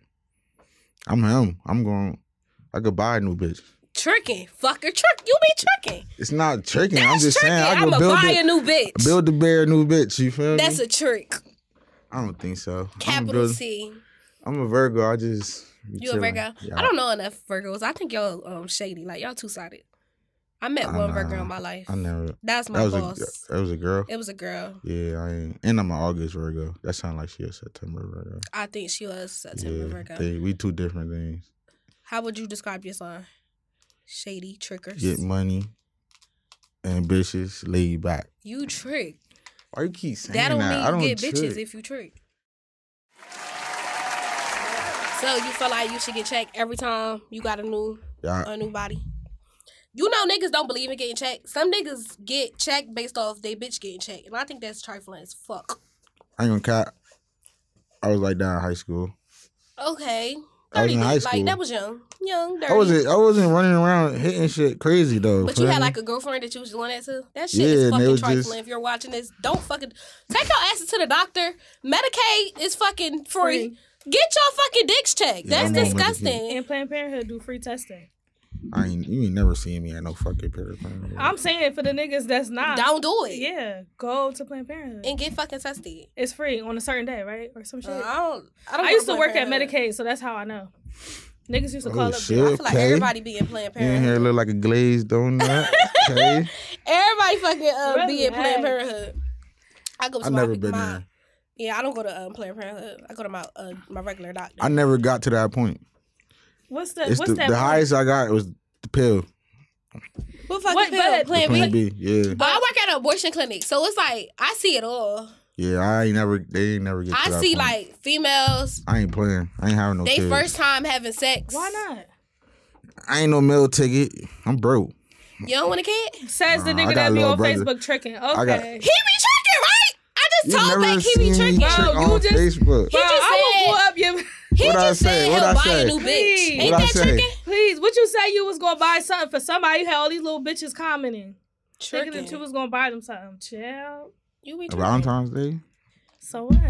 [SPEAKER 7] I'm him. I'm going. I could buy a new bitch.
[SPEAKER 6] Tricking. Fucker trick. You be tricking.
[SPEAKER 7] It's not tricking.
[SPEAKER 6] That's
[SPEAKER 7] I'm just
[SPEAKER 6] tricking.
[SPEAKER 7] saying I
[SPEAKER 6] I'm
[SPEAKER 7] could
[SPEAKER 6] going to
[SPEAKER 7] build
[SPEAKER 6] buy
[SPEAKER 7] it.
[SPEAKER 6] a new bitch.
[SPEAKER 7] Build the bear new bitch. You feel
[SPEAKER 6] That's
[SPEAKER 7] me?
[SPEAKER 6] a trick.
[SPEAKER 7] I I don't think so. I'm a,
[SPEAKER 6] Capital
[SPEAKER 7] build-
[SPEAKER 6] C.
[SPEAKER 7] I'm a Virgo. I just be
[SPEAKER 6] You a
[SPEAKER 7] chilling.
[SPEAKER 6] Virgo?
[SPEAKER 7] Yeah.
[SPEAKER 6] I don't know enough Virgos. I think y'all um shady. Like y'all two sided. I met
[SPEAKER 7] I
[SPEAKER 6] one
[SPEAKER 7] know.
[SPEAKER 6] Virgo in my life.
[SPEAKER 7] I never.
[SPEAKER 6] That's
[SPEAKER 7] That
[SPEAKER 6] my
[SPEAKER 7] was
[SPEAKER 6] boss.
[SPEAKER 7] a that was a girl.
[SPEAKER 6] it was a girl.
[SPEAKER 7] Yeah, I ain't. And I'm an August Virgo. That sound like she a September Virgo.
[SPEAKER 6] I think she was September
[SPEAKER 7] yeah,
[SPEAKER 6] Virgo.
[SPEAKER 7] They, we two different things.
[SPEAKER 6] How would you describe your sign? Shady trickers.
[SPEAKER 7] Get money, ambitious, laid back.
[SPEAKER 6] You trick.
[SPEAKER 7] Why you keep saying
[SPEAKER 6] That
[SPEAKER 7] that?
[SPEAKER 6] don't mean
[SPEAKER 7] I don't
[SPEAKER 6] you get
[SPEAKER 7] trick.
[SPEAKER 6] bitches if you trick. So you feel like you should get checked every time you got a new
[SPEAKER 7] Yeah,
[SPEAKER 6] a new body. You know niggas don't believe in getting checked. Some niggas get checked based off they bitch getting checked. And I think that's trifling as fuck.
[SPEAKER 7] I ain't gonna cap. I was like down in high school.
[SPEAKER 6] Okay.
[SPEAKER 7] I was in
[SPEAKER 6] 30
[SPEAKER 7] high
[SPEAKER 6] dick,
[SPEAKER 7] school.
[SPEAKER 6] Like that was young. Young, dirty.
[SPEAKER 7] I wasn't. I wasn't running around hitting shit crazy though.
[SPEAKER 6] But you had
[SPEAKER 7] feel me?
[SPEAKER 6] like a girlfriend that you was doing that to. That shit
[SPEAKER 7] Yeah,
[SPEAKER 6] is
[SPEAKER 7] and they
[SPEAKER 6] fucking
[SPEAKER 7] was
[SPEAKER 6] trifling.
[SPEAKER 7] just-
[SPEAKER 6] If you're watching this, don't fucking take your asses to the doctor. Medicaid is fucking free. Get your fucking dicks checked.
[SPEAKER 7] Yeah,
[SPEAKER 6] That's
[SPEAKER 7] I'm on
[SPEAKER 6] disgusting.
[SPEAKER 8] And Planned Parenthood do free testing.
[SPEAKER 7] I ain't. You ain't never seen me at no fucking period.
[SPEAKER 8] I'm saying for the niggas that's not.
[SPEAKER 6] Don't do it.
[SPEAKER 8] Yeah, go to Planned Parenthood.
[SPEAKER 6] And get fucking tested.
[SPEAKER 8] it's free on a certain day, right, or some shit.
[SPEAKER 6] Uh, I don't. I, don't
[SPEAKER 8] I used
[SPEAKER 6] go
[SPEAKER 8] to work at
[SPEAKER 6] Planned Parenthood.
[SPEAKER 8] Medicaid, so that's how I know. Niggas used to
[SPEAKER 7] Oh,
[SPEAKER 8] call up.
[SPEAKER 7] shit.
[SPEAKER 6] I feel like
[SPEAKER 7] Okay. Mm-hmm.
[SPEAKER 6] everybody be in Planned
[SPEAKER 7] You in
[SPEAKER 6] Parenthood.
[SPEAKER 7] here look like a glazed donut. Okay.
[SPEAKER 6] Everybody fucking uh, be in Planned
[SPEAKER 8] Relax.
[SPEAKER 6] Parenthood. I go. To
[SPEAKER 7] I
[SPEAKER 6] my-
[SPEAKER 7] never been
[SPEAKER 6] my-
[SPEAKER 7] there.
[SPEAKER 6] Yeah, I don't go to um, Planned Parenthood. I go to my uh, my regular doctor.
[SPEAKER 7] I never got to that point.
[SPEAKER 8] What's that?
[SPEAKER 7] It's
[SPEAKER 8] what's
[SPEAKER 7] the,
[SPEAKER 8] that?
[SPEAKER 7] the
[SPEAKER 8] one?
[SPEAKER 7] highest I got was the pill,
[SPEAKER 6] what fucking
[SPEAKER 8] What
[SPEAKER 6] pill?
[SPEAKER 8] bed?
[SPEAKER 7] the
[SPEAKER 6] Plan B.
[SPEAKER 7] Plan B. Yeah,
[SPEAKER 6] But I work at an abortion clinic, so it's like I see it all.
[SPEAKER 7] yeah. I ain't never. They ain't never get. To
[SPEAKER 6] I
[SPEAKER 7] that
[SPEAKER 6] see
[SPEAKER 7] point.
[SPEAKER 6] like females,
[SPEAKER 7] I ain't playing. I ain't having no.
[SPEAKER 6] they
[SPEAKER 7] kids.
[SPEAKER 6] first time having sex.
[SPEAKER 8] Why not?
[SPEAKER 7] I ain't no meal ticket. I'm broke.
[SPEAKER 6] You don't want a kid? He be
[SPEAKER 8] Says the
[SPEAKER 7] Nah, I
[SPEAKER 8] nigga
[SPEAKER 7] got a
[SPEAKER 8] that be
[SPEAKER 7] little
[SPEAKER 8] on
[SPEAKER 7] brother.
[SPEAKER 8] Facebook tricking. Okay.
[SPEAKER 7] got-
[SPEAKER 6] tricking, right? I just
[SPEAKER 7] You
[SPEAKER 6] told
[SPEAKER 7] never
[SPEAKER 6] Beck he
[SPEAKER 7] seen
[SPEAKER 6] be tricking.
[SPEAKER 7] me trick
[SPEAKER 8] Bro,
[SPEAKER 7] on
[SPEAKER 8] you just-
[SPEAKER 7] Facebook.
[SPEAKER 8] Bro,
[SPEAKER 6] just
[SPEAKER 8] I
[SPEAKER 6] said-
[SPEAKER 8] will pull up your.
[SPEAKER 6] He
[SPEAKER 7] What I
[SPEAKER 6] just
[SPEAKER 7] say?
[SPEAKER 6] said
[SPEAKER 7] What
[SPEAKER 6] he'll
[SPEAKER 7] I
[SPEAKER 6] buy
[SPEAKER 7] say?
[SPEAKER 6] a new bitch.
[SPEAKER 8] Please.
[SPEAKER 6] Ain't
[SPEAKER 7] What I
[SPEAKER 6] that
[SPEAKER 7] say?
[SPEAKER 6] tricking?
[SPEAKER 8] Please, what you say you was gonna buy something for somebody? You had all these little bitches commenting, thinking that you
[SPEAKER 6] Tricking.
[SPEAKER 8] was gonna buy them something. Chill.
[SPEAKER 6] You be tricking.
[SPEAKER 7] Valentine's Day.
[SPEAKER 8] So what?
[SPEAKER 6] And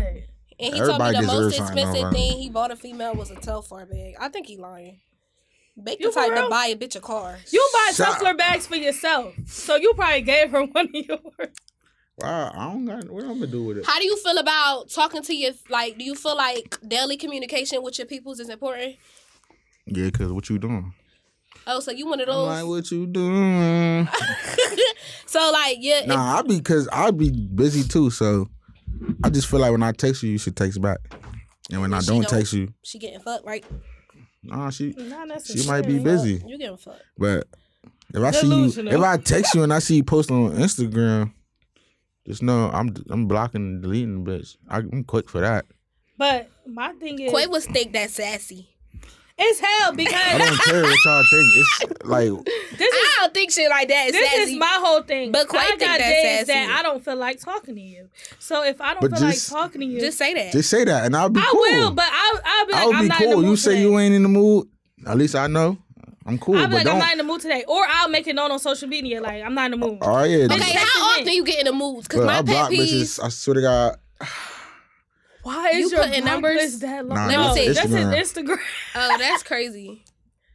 [SPEAKER 6] he
[SPEAKER 7] Everybody
[SPEAKER 6] told me the
[SPEAKER 7] deserves
[SPEAKER 6] most
[SPEAKER 7] something, don't
[SPEAKER 6] expensive
[SPEAKER 7] they?
[SPEAKER 6] thing he bought a female was a Telfar bag. I think he lying. Beck the
[SPEAKER 8] You for
[SPEAKER 6] type to
[SPEAKER 8] real?
[SPEAKER 6] buy a bitch a car.
[SPEAKER 8] You buy
[SPEAKER 7] Shut up.
[SPEAKER 8] Tupperware bags for yourself, so you probably gave her one of yours.
[SPEAKER 7] Wow, I don't got what I'm gonna do with it.
[SPEAKER 6] How do you feel about talking to your like? Do you feel like daily communication with your peoples is important?
[SPEAKER 7] Yeah, cause what you doing?
[SPEAKER 6] Oh, so you one of
[SPEAKER 7] I'm
[SPEAKER 6] those?
[SPEAKER 7] like, what you doing?
[SPEAKER 6] so like, yeah, if-
[SPEAKER 7] Nah, I be cause I be busy too. So I just feel like when I text you, you should text back. And when I
[SPEAKER 6] She
[SPEAKER 7] don't,
[SPEAKER 6] don't.
[SPEAKER 7] text you,
[SPEAKER 6] she getting fucked, right?
[SPEAKER 7] nah, she
[SPEAKER 8] Not necessarily.
[SPEAKER 7] she might be busy.
[SPEAKER 6] You getting fucked.
[SPEAKER 7] But if I see you,
[SPEAKER 8] Delusional.
[SPEAKER 7] if I text you and I see you posting on Instagram, just know I'm I'm blocking and deleting, bitch. I, I'm quick for that.
[SPEAKER 8] But my thing is,
[SPEAKER 6] Quay was think that sassy.
[SPEAKER 8] it's hell
[SPEAKER 7] I
[SPEAKER 8] because
[SPEAKER 7] don't care what y'all think. It's like
[SPEAKER 8] this is
[SPEAKER 6] I don't think shit like that is
[SPEAKER 8] this
[SPEAKER 6] sassy.
[SPEAKER 8] is my whole thing.
[SPEAKER 6] But Quay
[SPEAKER 8] I
[SPEAKER 6] think
[SPEAKER 8] got
[SPEAKER 6] that's
[SPEAKER 8] days
[SPEAKER 6] sassy.
[SPEAKER 8] that I don't feel like talking to you. So if I don't
[SPEAKER 7] But
[SPEAKER 8] feel
[SPEAKER 7] just-
[SPEAKER 8] like talking to you,
[SPEAKER 6] Just say that.
[SPEAKER 7] just say that, and I'll be
[SPEAKER 8] I
[SPEAKER 7] cool.
[SPEAKER 8] will. But I'll, I'll be like,
[SPEAKER 7] I'll
[SPEAKER 8] I'm
[SPEAKER 7] be
[SPEAKER 8] not in
[SPEAKER 7] cool.
[SPEAKER 8] the mood
[SPEAKER 7] You say
[SPEAKER 8] today.
[SPEAKER 7] you ain't in the mood. At least I know I'm cool.
[SPEAKER 8] I'll
[SPEAKER 7] but
[SPEAKER 8] be like,
[SPEAKER 7] don't.
[SPEAKER 8] I'm not in the mood today, or I'll make it known on social media, like I'm not in the mood.
[SPEAKER 7] oh yeah.
[SPEAKER 6] okay,
[SPEAKER 8] Just
[SPEAKER 6] how
[SPEAKER 8] text it
[SPEAKER 6] often you get in the moods? Because
[SPEAKER 7] but I
[SPEAKER 6] my
[SPEAKER 7] block
[SPEAKER 6] pet peeves.
[SPEAKER 7] bitches. I swear to God.
[SPEAKER 8] Why is
[SPEAKER 6] You
[SPEAKER 8] your
[SPEAKER 6] putting
[SPEAKER 8] block
[SPEAKER 6] numbers?
[SPEAKER 8] list that long?
[SPEAKER 7] Nah,
[SPEAKER 6] Let me that's see.
[SPEAKER 8] that's his
[SPEAKER 7] Instagram.
[SPEAKER 8] Instagram.
[SPEAKER 6] Oh, that's crazy.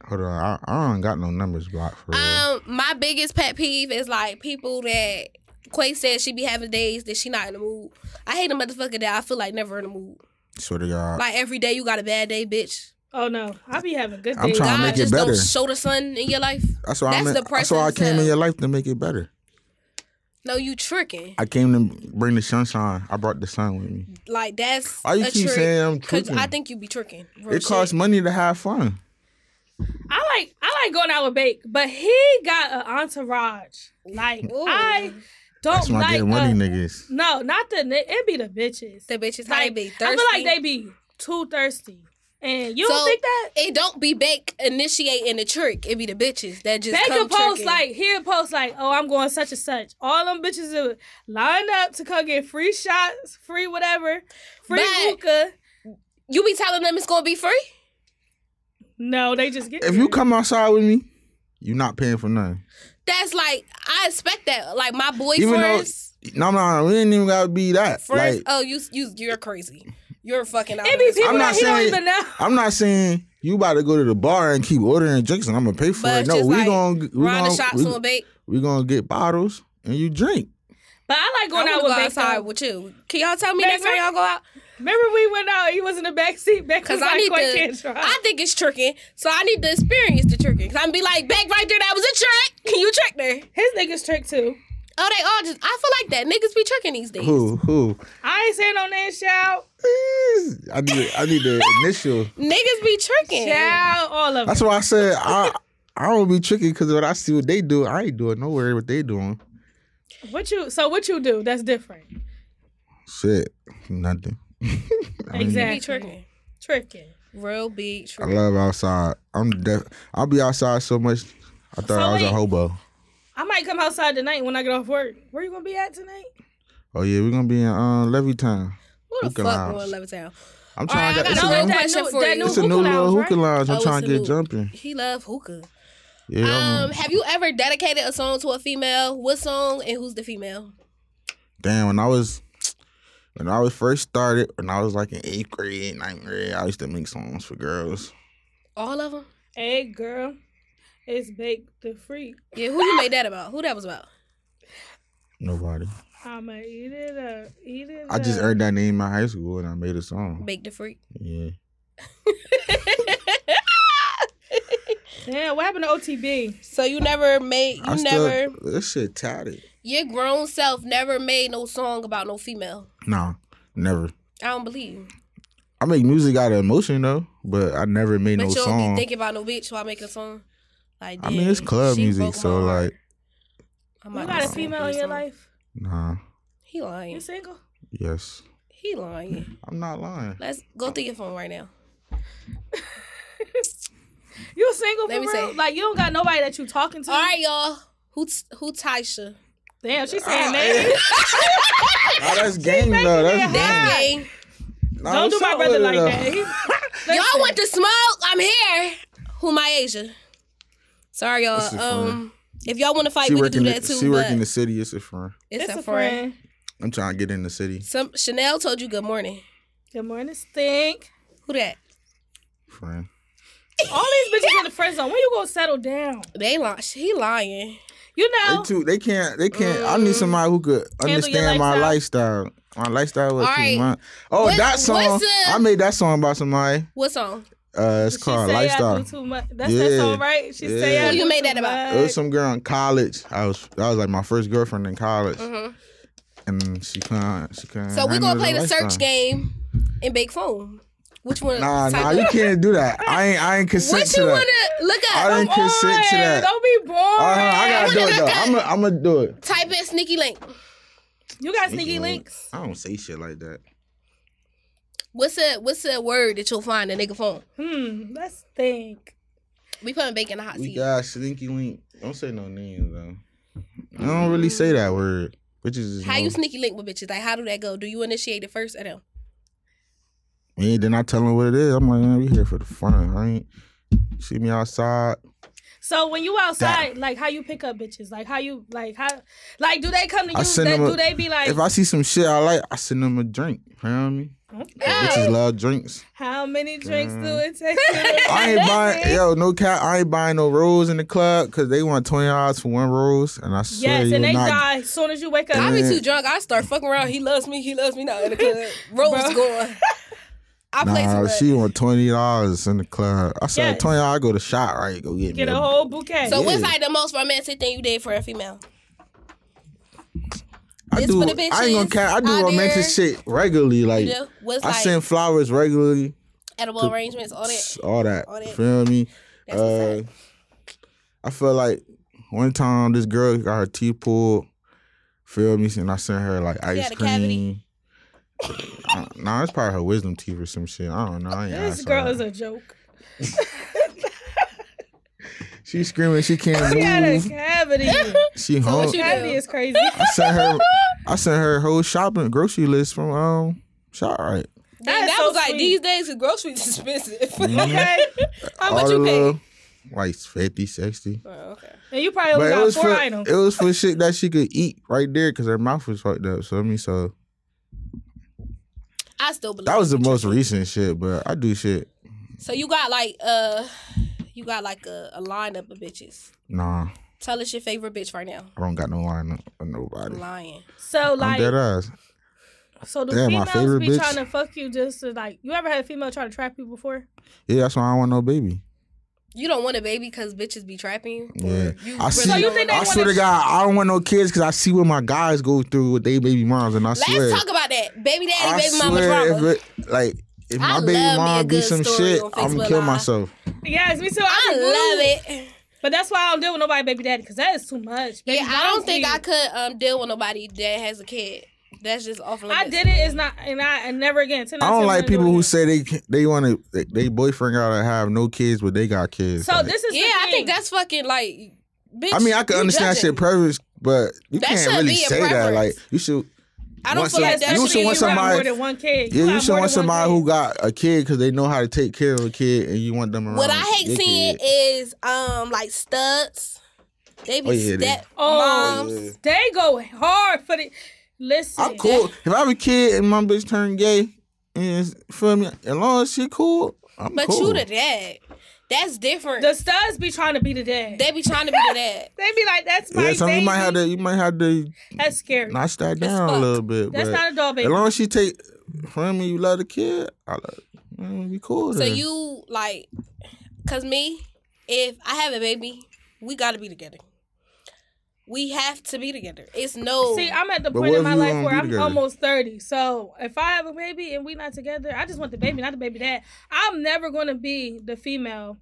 [SPEAKER 7] Hold on. I, I don't got no numbers blocked for real.
[SPEAKER 6] Um, my biggest pet peeve is like people that Quay said she be having days that she not in the mood. I hate a motherfucker that I feel like never in the mood.
[SPEAKER 7] swear to God.
[SPEAKER 6] Like every day you got a bad day, bitch.
[SPEAKER 8] Oh no, I be having good
[SPEAKER 7] I'm
[SPEAKER 8] days.
[SPEAKER 7] trying
[SPEAKER 6] God
[SPEAKER 7] to make it
[SPEAKER 6] just
[SPEAKER 7] better.
[SPEAKER 6] don't show the sun in your life.
[SPEAKER 7] That's why I'm.
[SPEAKER 6] that's
[SPEAKER 7] in-
[SPEAKER 6] the
[SPEAKER 7] That's why I
[SPEAKER 6] person's
[SPEAKER 7] came in
[SPEAKER 6] self.
[SPEAKER 7] your life to make it better.
[SPEAKER 6] No, you tricking.
[SPEAKER 7] I came to bring the sunshine. I brought the sun with me.
[SPEAKER 6] Like that's
[SPEAKER 7] Why you
[SPEAKER 6] a
[SPEAKER 7] keep
[SPEAKER 6] trick.
[SPEAKER 7] saying I'm
[SPEAKER 6] 'Cause
[SPEAKER 7] tricking?
[SPEAKER 6] I think you be tricking. Real
[SPEAKER 7] It costs
[SPEAKER 6] shit.
[SPEAKER 7] money to have fun.
[SPEAKER 8] I like I like going out with Bake, but he got an entourage. Like
[SPEAKER 6] Ooh.
[SPEAKER 8] I don't
[SPEAKER 7] That's when I
[SPEAKER 8] like.
[SPEAKER 7] get money,
[SPEAKER 8] a-
[SPEAKER 7] niggas.
[SPEAKER 8] No, not the ni- it be the bitches.
[SPEAKER 6] the bitches how they
[SPEAKER 8] Like,
[SPEAKER 6] be thirsty.
[SPEAKER 8] I feel like they be too thirsty, and you
[SPEAKER 6] So,
[SPEAKER 8] don't think that?
[SPEAKER 6] it don't be Beck initiating the trick. It be the bitches that just
[SPEAKER 8] They
[SPEAKER 6] come
[SPEAKER 8] can post
[SPEAKER 6] tricking.
[SPEAKER 8] like he'll post like, oh, I'm going such and such. All them bitches will line up to come get free shots, free whatever, free
[SPEAKER 6] But-
[SPEAKER 8] hookah.
[SPEAKER 6] you be telling them it's gonna be free.
[SPEAKER 8] No, they just get.
[SPEAKER 7] If you
[SPEAKER 8] there.
[SPEAKER 7] come outside with me, you not paying for nothing.
[SPEAKER 6] That's like I expect that. Like my boy
[SPEAKER 7] Even though-
[SPEAKER 6] friends,
[SPEAKER 7] No, no, we ain't even gotta be that.
[SPEAKER 6] friends.
[SPEAKER 7] Like,
[SPEAKER 6] oh, you you you're crazy. You're fucking. Out
[SPEAKER 8] it be people
[SPEAKER 7] I'm not
[SPEAKER 8] that he don't
[SPEAKER 7] saying-
[SPEAKER 8] even know.
[SPEAKER 7] I'm not saying you about to go to the bar and keep ordering drinks and I'm gonna pay for
[SPEAKER 6] But
[SPEAKER 7] it. No,
[SPEAKER 6] just
[SPEAKER 7] we
[SPEAKER 6] like,
[SPEAKER 7] gonna we
[SPEAKER 6] Ron the
[SPEAKER 7] gonna
[SPEAKER 6] shops
[SPEAKER 7] we,
[SPEAKER 6] on Beck.
[SPEAKER 7] we gonna get bottles and you drink.
[SPEAKER 8] But I like going
[SPEAKER 6] I wanna
[SPEAKER 8] out with
[SPEAKER 6] go
[SPEAKER 8] Bake.
[SPEAKER 6] outside
[SPEAKER 8] though.
[SPEAKER 6] with you. Can y'all tell me
[SPEAKER 8] Babe,
[SPEAKER 6] next time y'all go out?
[SPEAKER 8] Remember we went out. He was in the back seat. Back
[SPEAKER 6] Cause
[SPEAKER 8] was
[SPEAKER 6] I
[SPEAKER 8] like,
[SPEAKER 6] need
[SPEAKER 8] "Quite can't
[SPEAKER 6] to.
[SPEAKER 8] drive."
[SPEAKER 6] I think it's tricking, so I need to experience the tricking. Cause I'm be like, back right there, that was a trick. Can you trick there?
[SPEAKER 8] His niggas trick too.
[SPEAKER 6] Oh, they all just. I feel like that niggas be tricking these days.
[SPEAKER 7] Who who?
[SPEAKER 8] I ain't saying no name. Shout,
[SPEAKER 7] I need I need the initial.
[SPEAKER 6] Niggas be tricking.
[SPEAKER 8] shout, all of them.
[SPEAKER 7] That's why I said I I don't be tricky because when I see what they do, I ain't doing nowhere what they doing.
[SPEAKER 8] What you? So what you do? That's different.
[SPEAKER 7] Shit, nothing. I mean,
[SPEAKER 8] Exactly.
[SPEAKER 6] Be tricking.
[SPEAKER 8] Tricking.
[SPEAKER 6] Real big. True.
[SPEAKER 7] I love outside. I'm def- I'll be outside so much. I thought
[SPEAKER 8] So
[SPEAKER 7] I was a
[SPEAKER 8] wait.
[SPEAKER 7] hobo.
[SPEAKER 8] I might come outside tonight when I get off work. Where you gonna be at tonight?
[SPEAKER 7] Oh yeah, we're gonna be in uh, Levittown.
[SPEAKER 6] Who the
[SPEAKER 7] Hookah
[SPEAKER 6] fuck
[SPEAKER 7] lounge.
[SPEAKER 6] going Levittown?
[SPEAKER 7] I'm
[SPEAKER 6] All right,
[SPEAKER 7] trying
[SPEAKER 6] I
[SPEAKER 7] to.
[SPEAKER 6] got
[SPEAKER 7] It's
[SPEAKER 6] another
[SPEAKER 7] a new,
[SPEAKER 6] question
[SPEAKER 8] new-
[SPEAKER 6] for
[SPEAKER 8] that
[SPEAKER 6] you.
[SPEAKER 7] it's a
[SPEAKER 8] hookah
[SPEAKER 7] new
[SPEAKER 8] lounge,
[SPEAKER 7] little hookah
[SPEAKER 8] right?
[SPEAKER 7] lounge.
[SPEAKER 6] Oh,
[SPEAKER 7] I'm
[SPEAKER 6] it's
[SPEAKER 7] trying
[SPEAKER 6] a
[SPEAKER 7] to get
[SPEAKER 6] new-
[SPEAKER 7] jumping.
[SPEAKER 6] He love hookah.
[SPEAKER 7] Yeah. I'm-
[SPEAKER 6] Um, have you ever dedicated a song to a female? What song and who's the female?
[SPEAKER 7] Damn, when I was when I was first started, when I was like in eighth grade, ninth grade, I used to make songs for girls.
[SPEAKER 6] All of them?
[SPEAKER 8] Hey girl, it's Bake the Freak.
[SPEAKER 6] Yeah, who you made that about? Who that was about?
[SPEAKER 7] Nobody.
[SPEAKER 8] I'ma eat it up, eat it
[SPEAKER 7] I just
[SPEAKER 8] up.
[SPEAKER 7] earned that name in high school and I made a song.
[SPEAKER 6] Bake the freak.
[SPEAKER 7] Yeah.
[SPEAKER 8] Damn, what happened to OTB?
[SPEAKER 6] So you never made you
[SPEAKER 7] I
[SPEAKER 6] never
[SPEAKER 7] still this shit tatted.
[SPEAKER 6] your grown self never made no song about no female.
[SPEAKER 7] Nah, never.
[SPEAKER 6] I don't believe. you.
[SPEAKER 7] I make music out of emotion though, but I never made
[SPEAKER 6] But
[SPEAKER 7] no
[SPEAKER 6] you don't be
[SPEAKER 7] song.
[SPEAKER 6] thinking about no bitch while making a song. Like
[SPEAKER 7] I mean, it's
[SPEAKER 6] damn,
[SPEAKER 7] club
[SPEAKER 6] she
[SPEAKER 7] music,
[SPEAKER 6] broke my
[SPEAKER 7] so
[SPEAKER 6] heart.
[SPEAKER 7] like,
[SPEAKER 6] I'm
[SPEAKER 8] You
[SPEAKER 6] not
[SPEAKER 8] got a
[SPEAKER 6] gonna sing
[SPEAKER 8] female
[SPEAKER 6] for
[SPEAKER 8] in
[SPEAKER 6] you
[SPEAKER 8] your
[SPEAKER 6] song.
[SPEAKER 8] life?
[SPEAKER 7] nah.
[SPEAKER 6] He
[SPEAKER 8] You
[SPEAKER 6] lying.
[SPEAKER 8] single?
[SPEAKER 7] Yes,
[SPEAKER 6] He lying.
[SPEAKER 7] I'm not lying.
[SPEAKER 6] Let's go through your phone right now.
[SPEAKER 8] You single for
[SPEAKER 6] Let me
[SPEAKER 8] real?
[SPEAKER 6] see.
[SPEAKER 8] Like you don't got nobody that you talking to?
[SPEAKER 6] All right, y'all. Who who Tysha?
[SPEAKER 8] Damn, she's saying that.
[SPEAKER 7] Nah, that's game though. That's game.
[SPEAKER 6] That's gang.
[SPEAKER 7] Nah,
[SPEAKER 8] Don't
[SPEAKER 7] what's
[SPEAKER 8] do my
[SPEAKER 7] up
[SPEAKER 8] brother
[SPEAKER 7] with it,
[SPEAKER 8] like
[SPEAKER 7] though?
[SPEAKER 8] that. He-
[SPEAKER 6] Y'all want the smoke? I'm here. Who my Asia? Sorry, y'all.
[SPEAKER 7] This is
[SPEAKER 6] Um, if y'all want to fight,
[SPEAKER 7] She
[SPEAKER 6] we can
[SPEAKER 7] work
[SPEAKER 6] do
[SPEAKER 7] in
[SPEAKER 6] that
[SPEAKER 7] the,
[SPEAKER 6] too.
[SPEAKER 7] she
[SPEAKER 6] but
[SPEAKER 7] work in the city. It's a friend.
[SPEAKER 6] it's, a, friend.
[SPEAKER 7] I'm trying to get in the city.
[SPEAKER 6] Some Chanel told you good morning.
[SPEAKER 8] Good morning, stink.
[SPEAKER 6] Who that?
[SPEAKER 7] Friend.
[SPEAKER 8] All these bitches in the friend zone. When you gonna settle down?
[SPEAKER 6] They lying. He lying.
[SPEAKER 8] You
[SPEAKER 7] They
[SPEAKER 8] know.
[SPEAKER 7] too. They can't. They can't. I
[SPEAKER 6] Mm.
[SPEAKER 7] need somebody who could
[SPEAKER 8] your
[SPEAKER 7] understand my lifestyle. My lifestyle was
[SPEAKER 6] All
[SPEAKER 7] too
[SPEAKER 6] right.
[SPEAKER 7] much. Oh,
[SPEAKER 6] What's-
[SPEAKER 7] that song.
[SPEAKER 6] what's the-
[SPEAKER 7] I made that song by somebody.
[SPEAKER 6] What song?
[SPEAKER 7] Uh, it's
[SPEAKER 8] She
[SPEAKER 7] called
[SPEAKER 8] say I
[SPEAKER 7] Lifestyle.
[SPEAKER 8] do too much. That's
[SPEAKER 7] Yeah.
[SPEAKER 8] that song, right? She say
[SPEAKER 7] Yeah.
[SPEAKER 8] I
[SPEAKER 7] Who
[SPEAKER 6] you
[SPEAKER 8] do
[SPEAKER 6] made
[SPEAKER 8] too
[SPEAKER 6] that about?
[SPEAKER 7] It was
[SPEAKER 8] much.
[SPEAKER 7] some girl in college. I was that was like my first girlfriend in college, and she couldn't. She couldn't.
[SPEAKER 6] Uh-huh. So we're
[SPEAKER 7] handle
[SPEAKER 6] gonna play the search
[SPEAKER 7] lifestyle.
[SPEAKER 6] game and bake phone. Which one?
[SPEAKER 7] Nah,
[SPEAKER 6] type
[SPEAKER 7] nah,
[SPEAKER 6] of-
[SPEAKER 7] you can't do that. I ain't. I ain't consent
[SPEAKER 6] What
[SPEAKER 7] to
[SPEAKER 6] you
[SPEAKER 7] that.
[SPEAKER 6] wanna look Oh,
[SPEAKER 7] I
[SPEAKER 6] up?
[SPEAKER 7] didn't consent to
[SPEAKER 8] Boring.
[SPEAKER 7] that.
[SPEAKER 8] Don't be boring.
[SPEAKER 7] Uh-huh, I gotta do it though. I'm gonna I'm gonna do it.
[SPEAKER 6] Type in sneaky link.
[SPEAKER 8] you got sneaky links.
[SPEAKER 7] I don't say shit like that.
[SPEAKER 6] What's a what's a word that you'll find in nigga phone?
[SPEAKER 8] Hmm. Let's think.
[SPEAKER 6] We putting bake in the hot
[SPEAKER 7] We
[SPEAKER 6] seat.
[SPEAKER 7] got slinky link. Don't say no names though. I don't really say that word. Bitches is
[SPEAKER 6] how
[SPEAKER 7] know
[SPEAKER 6] you sneaky link with bitches? Like how do that go? Do you initiate it first or no?
[SPEAKER 7] me. Then I tell them what it is. I'm like, man, we here for the fun. I ain't see me outside.
[SPEAKER 8] So when you outside, like how you pick up bitches, like how you like how like do they come to
[SPEAKER 7] I
[SPEAKER 8] you?
[SPEAKER 7] send
[SPEAKER 8] That,
[SPEAKER 7] them. A,
[SPEAKER 8] do they be like
[SPEAKER 7] if I see some shit I like, I send them a drink. You know what I mean? Bitches love drinks.
[SPEAKER 8] how many drinks do it take? to-
[SPEAKER 7] Mm. I ain't buying yo no cat. I ain't buying no rolls in the club because they want twenty dollars for one rolls, and I swear
[SPEAKER 8] yes,
[SPEAKER 7] you're
[SPEAKER 8] and they
[SPEAKER 7] not.
[SPEAKER 8] die as soon as you wake
[SPEAKER 6] I
[SPEAKER 8] up.
[SPEAKER 6] be too drunk. I start fucking around. He loves me. He loves me now in the club. Rose going. I play too
[SPEAKER 7] Nah,
[SPEAKER 6] much.
[SPEAKER 7] she want twenty dollars in the club. I said
[SPEAKER 8] Yes.
[SPEAKER 7] twenty dollars. I go to shop. Right, go get,
[SPEAKER 8] Get
[SPEAKER 7] me
[SPEAKER 8] a whole bouquet.
[SPEAKER 6] so what's
[SPEAKER 7] yeah.
[SPEAKER 6] like the most romantic thing you did for a female?
[SPEAKER 7] I
[SPEAKER 6] It's
[SPEAKER 7] do.
[SPEAKER 6] for the
[SPEAKER 7] I ain't gonna
[SPEAKER 6] bitches
[SPEAKER 7] cap. I do
[SPEAKER 6] out
[SPEAKER 7] romantic
[SPEAKER 6] there.
[SPEAKER 7] shit regularly. Like
[SPEAKER 6] do? What's
[SPEAKER 7] I
[SPEAKER 6] like-
[SPEAKER 7] send flowers regularly.
[SPEAKER 6] Edible arrangements, all that.
[SPEAKER 7] All that.
[SPEAKER 6] All that.
[SPEAKER 7] Feel me?
[SPEAKER 6] That's what's
[SPEAKER 7] Uh, I feel like one time this girl got her teeth pulled. Feel me? And I sent her like ice
[SPEAKER 6] had a
[SPEAKER 7] cream. Uh, nah, it's probably her wisdom teeth or some shit. I don't know. I ain't
[SPEAKER 8] This
[SPEAKER 7] asked
[SPEAKER 8] girl
[SPEAKER 7] her.
[SPEAKER 8] is a joke.
[SPEAKER 7] She screaming. She can't
[SPEAKER 8] She got a
[SPEAKER 7] move.
[SPEAKER 8] cavity.
[SPEAKER 7] She home.
[SPEAKER 6] you
[SPEAKER 8] cavity
[SPEAKER 6] do?
[SPEAKER 8] is crazy.
[SPEAKER 7] I sent her. I sent her whole shopping grocery list from um. Shoprite.
[SPEAKER 6] And
[SPEAKER 8] is
[SPEAKER 6] that
[SPEAKER 8] so
[SPEAKER 6] was like
[SPEAKER 8] sweet.
[SPEAKER 6] these days, the groceries expensive.
[SPEAKER 7] Mm-hmm.
[SPEAKER 8] okay.
[SPEAKER 6] How
[SPEAKER 7] All
[SPEAKER 6] much
[SPEAKER 7] the
[SPEAKER 6] you pay?
[SPEAKER 7] little, like 50, 60.
[SPEAKER 8] And you probably only
[SPEAKER 7] But it
[SPEAKER 8] got
[SPEAKER 7] was
[SPEAKER 8] four
[SPEAKER 7] for
[SPEAKER 8] items.
[SPEAKER 7] it was for shit that she could eat right there because her mouth was fucked up. So I mean, so
[SPEAKER 6] I still believe.
[SPEAKER 7] that was the
[SPEAKER 6] you.
[SPEAKER 7] most recent shit. But I do shit.
[SPEAKER 6] So you got like uh, you got like a, a lineup of bitches.
[SPEAKER 7] Nah,
[SPEAKER 6] Tell us your favorite bitch right now.
[SPEAKER 7] I don't got no line up with nobody.
[SPEAKER 6] Lying.
[SPEAKER 8] so
[SPEAKER 7] I'm dead
[SPEAKER 8] like,
[SPEAKER 7] ass.
[SPEAKER 8] so do
[SPEAKER 7] Damn, my
[SPEAKER 8] females
[SPEAKER 7] favorite
[SPEAKER 8] be
[SPEAKER 7] bitch.
[SPEAKER 8] trying to fuck you just to like? You ever had a female try to trap you before?
[SPEAKER 7] Yeah, that's why I don't want no baby.
[SPEAKER 6] You don't want a baby because bitches be trapping you.
[SPEAKER 7] Yeah, I see.
[SPEAKER 8] So you think they
[SPEAKER 7] I
[SPEAKER 8] wanna-
[SPEAKER 7] swear to God, I don't want no kids because I see what my guys go through with their baby moms, and I
[SPEAKER 6] Let's
[SPEAKER 7] swear,
[SPEAKER 6] talk about that. Baby daddy,
[SPEAKER 7] I
[SPEAKER 6] baby mama
[SPEAKER 7] swear,
[SPEAKER 6] drama.
[SPEAKER 7] if it like if
[SPEAKER 6] I
[SPEAKER 7] my
[SPEAKER 6] love
[SPEAKER 7] baby
[SPEAKER 6] me a
[SPEAKER 7] mom do
[SPEAKER 6] good
[SPEAKER 7] some
[SPEAKER 6] story
[SPEAKER 7] shit,
[SPEAKER 6] on
[SPEAKER 7] I'm
[SPEAKER 6] Facebook
[SPEAKER 7] gonna kill
[SPEAKER 6] Live.
[SPEAKER 7] myself.
[SPEAKER 8] Yes, me too.
[SPEAKER 6] I love it.
[SPEAKER 8] But that's why I don't deal with nobody baby daddy because that is too much. Baby
[SPEAKER 6] Yeah, I don't
[SPEAKER 8] daddy.
[SPEAKER 6] think I could um deal with nobody that has a kid. That's just off limits.
[SPEAKER 8] I did it. It's not, and I and never again. Ten out
[SPEAKER 7] I
[SPEAKER 8] of
[SPEAKER 7] don't
[SPEAKER 8] ten,
[SPEAKER 7] like
[SPEAKER 8] wouldn't do
[SPEAKER 7] people
[SPEAKER 8] it
[SPEAKER 7] who
[SPEAKER 8] again.
[SPEAKER 7] say they can- they want to they boyfriend gotta have no kids, but they got kids.
[SPEAKER 8] So
[SPEAKER 7] Like,
[SPEAKER 8] this is the
[SPEAKER 6] Yeah, I
[SPEAKER 8] thing.
[SPEAKER 6] think that's fucking like. Bitch,
[SPEAKER 7] I mean, I can
[SPEAKER 6] you
[SPEAKER 7] understand
[SPEAKER 6] judging.
[SPEAKER 7] shit preference, but you
[SPEAKER 6] That
[SPEAKER 7] can't
[SPEAKER 6] shouldn't
[SPEAKER 7] really
[SPEAKER 6] be a
[SPEAKER 7] say that.
[SPEAKER 6] preference.
[SPEAKER 7] Like you should.
[SPEAKER 6] I don't
[SPEAKER 7] want
[SPEAKER 6] feel like
[SPEAKER 7] some-
[SPEAKER 6] that
[SPEAKER 7] you
[SPEAKER 6] should
[SPEAKER 7] should
[SPEAKER 6] be
[SPEAKER 7] want
[SPEAKER 8] you got
[SPEAKER 7] somebody.
[SPEAKER 8] more than one kid.
[SPEAKER 7] yeah, you
[SPEAKER 8] got
[SPEAKER 7] should
[SPEAKER 8] more
[SPEAKER 7] want
[SPEAKER 8] than one
[SPEAKER 7] somebody
[SPEAKER 8] kid.
[SPEAKER 7] who got a kid because they know how to take care of a kid, and you want them around.
[SPEAKER 6] What I hate
[SPEAKER 7] your
[SPEAKER 6] seeing
[SPEAKER 7] kid.
[SPEAKER 6] is um like studs. They be
[SPEAKER 7] Oh, yeah, they-
[SPEAKER 6] step
[SPEAKER 8] Oh,
[SPEAKER 6] moms.
[SPEAKER 8] They go hard for the. Listen,
[SPEAKER 7] I'm cool. If I have a kid and my bitch turned gay, and feel me, as long as she cool, I'm
[SPEAKER 6] But
[SPEAKER 7] cool.
[SPEAKER 6] you the dad. That's different.
[SPEAKER 8] The studs be trying to be the dad. They,
[SPEAKER 6] they be trying to be the dad.
[SPEAKER 8] be like, "That's my
[SPEAKER 7] yeah, so
[SPEAKER 8] baby."
[SPEAKER 7] you might have to you might have to
[SPEAKER 8] That's scary.
[SPEAKER 7] notch that down a
[SPEAKER 6] fuck.
[SPEAKER 7] little bit.
[SPEAKER 8] That's
[SPEAKER 7] but
[SPEAKER 8] not a dog baby.
[SPEAKER 7] As long as she take from me, you love the kid. I love. Mm, we cool.
[SPEAKER 6] So
[SPEAKER 7] then.
[SPEAKER 6] you like, cause me, if I have a baby, we gotta be together. We have to be together. It's no.
[SPEAKER 8] See, I'm at the
[SPEAKER 7] But
[SPEAKER 8] point
[SPEAKER 7] what
[SPEAKER 8] in
[SPEAKER 7] if
[SPEAKER 8] my
[SPEAKER 7] you
[SPEAKER 8] life
[SPEAKER 7] don't
[SPEAKER 8] where
[SPEAKER 7] be
[SPEAKER 8] I'm
[SPEAKER 7] together?
[SPEAKER 8] almost 30. So if I have a baby and we not together, I just want the baby, not the baby dad. I'm never going to be the female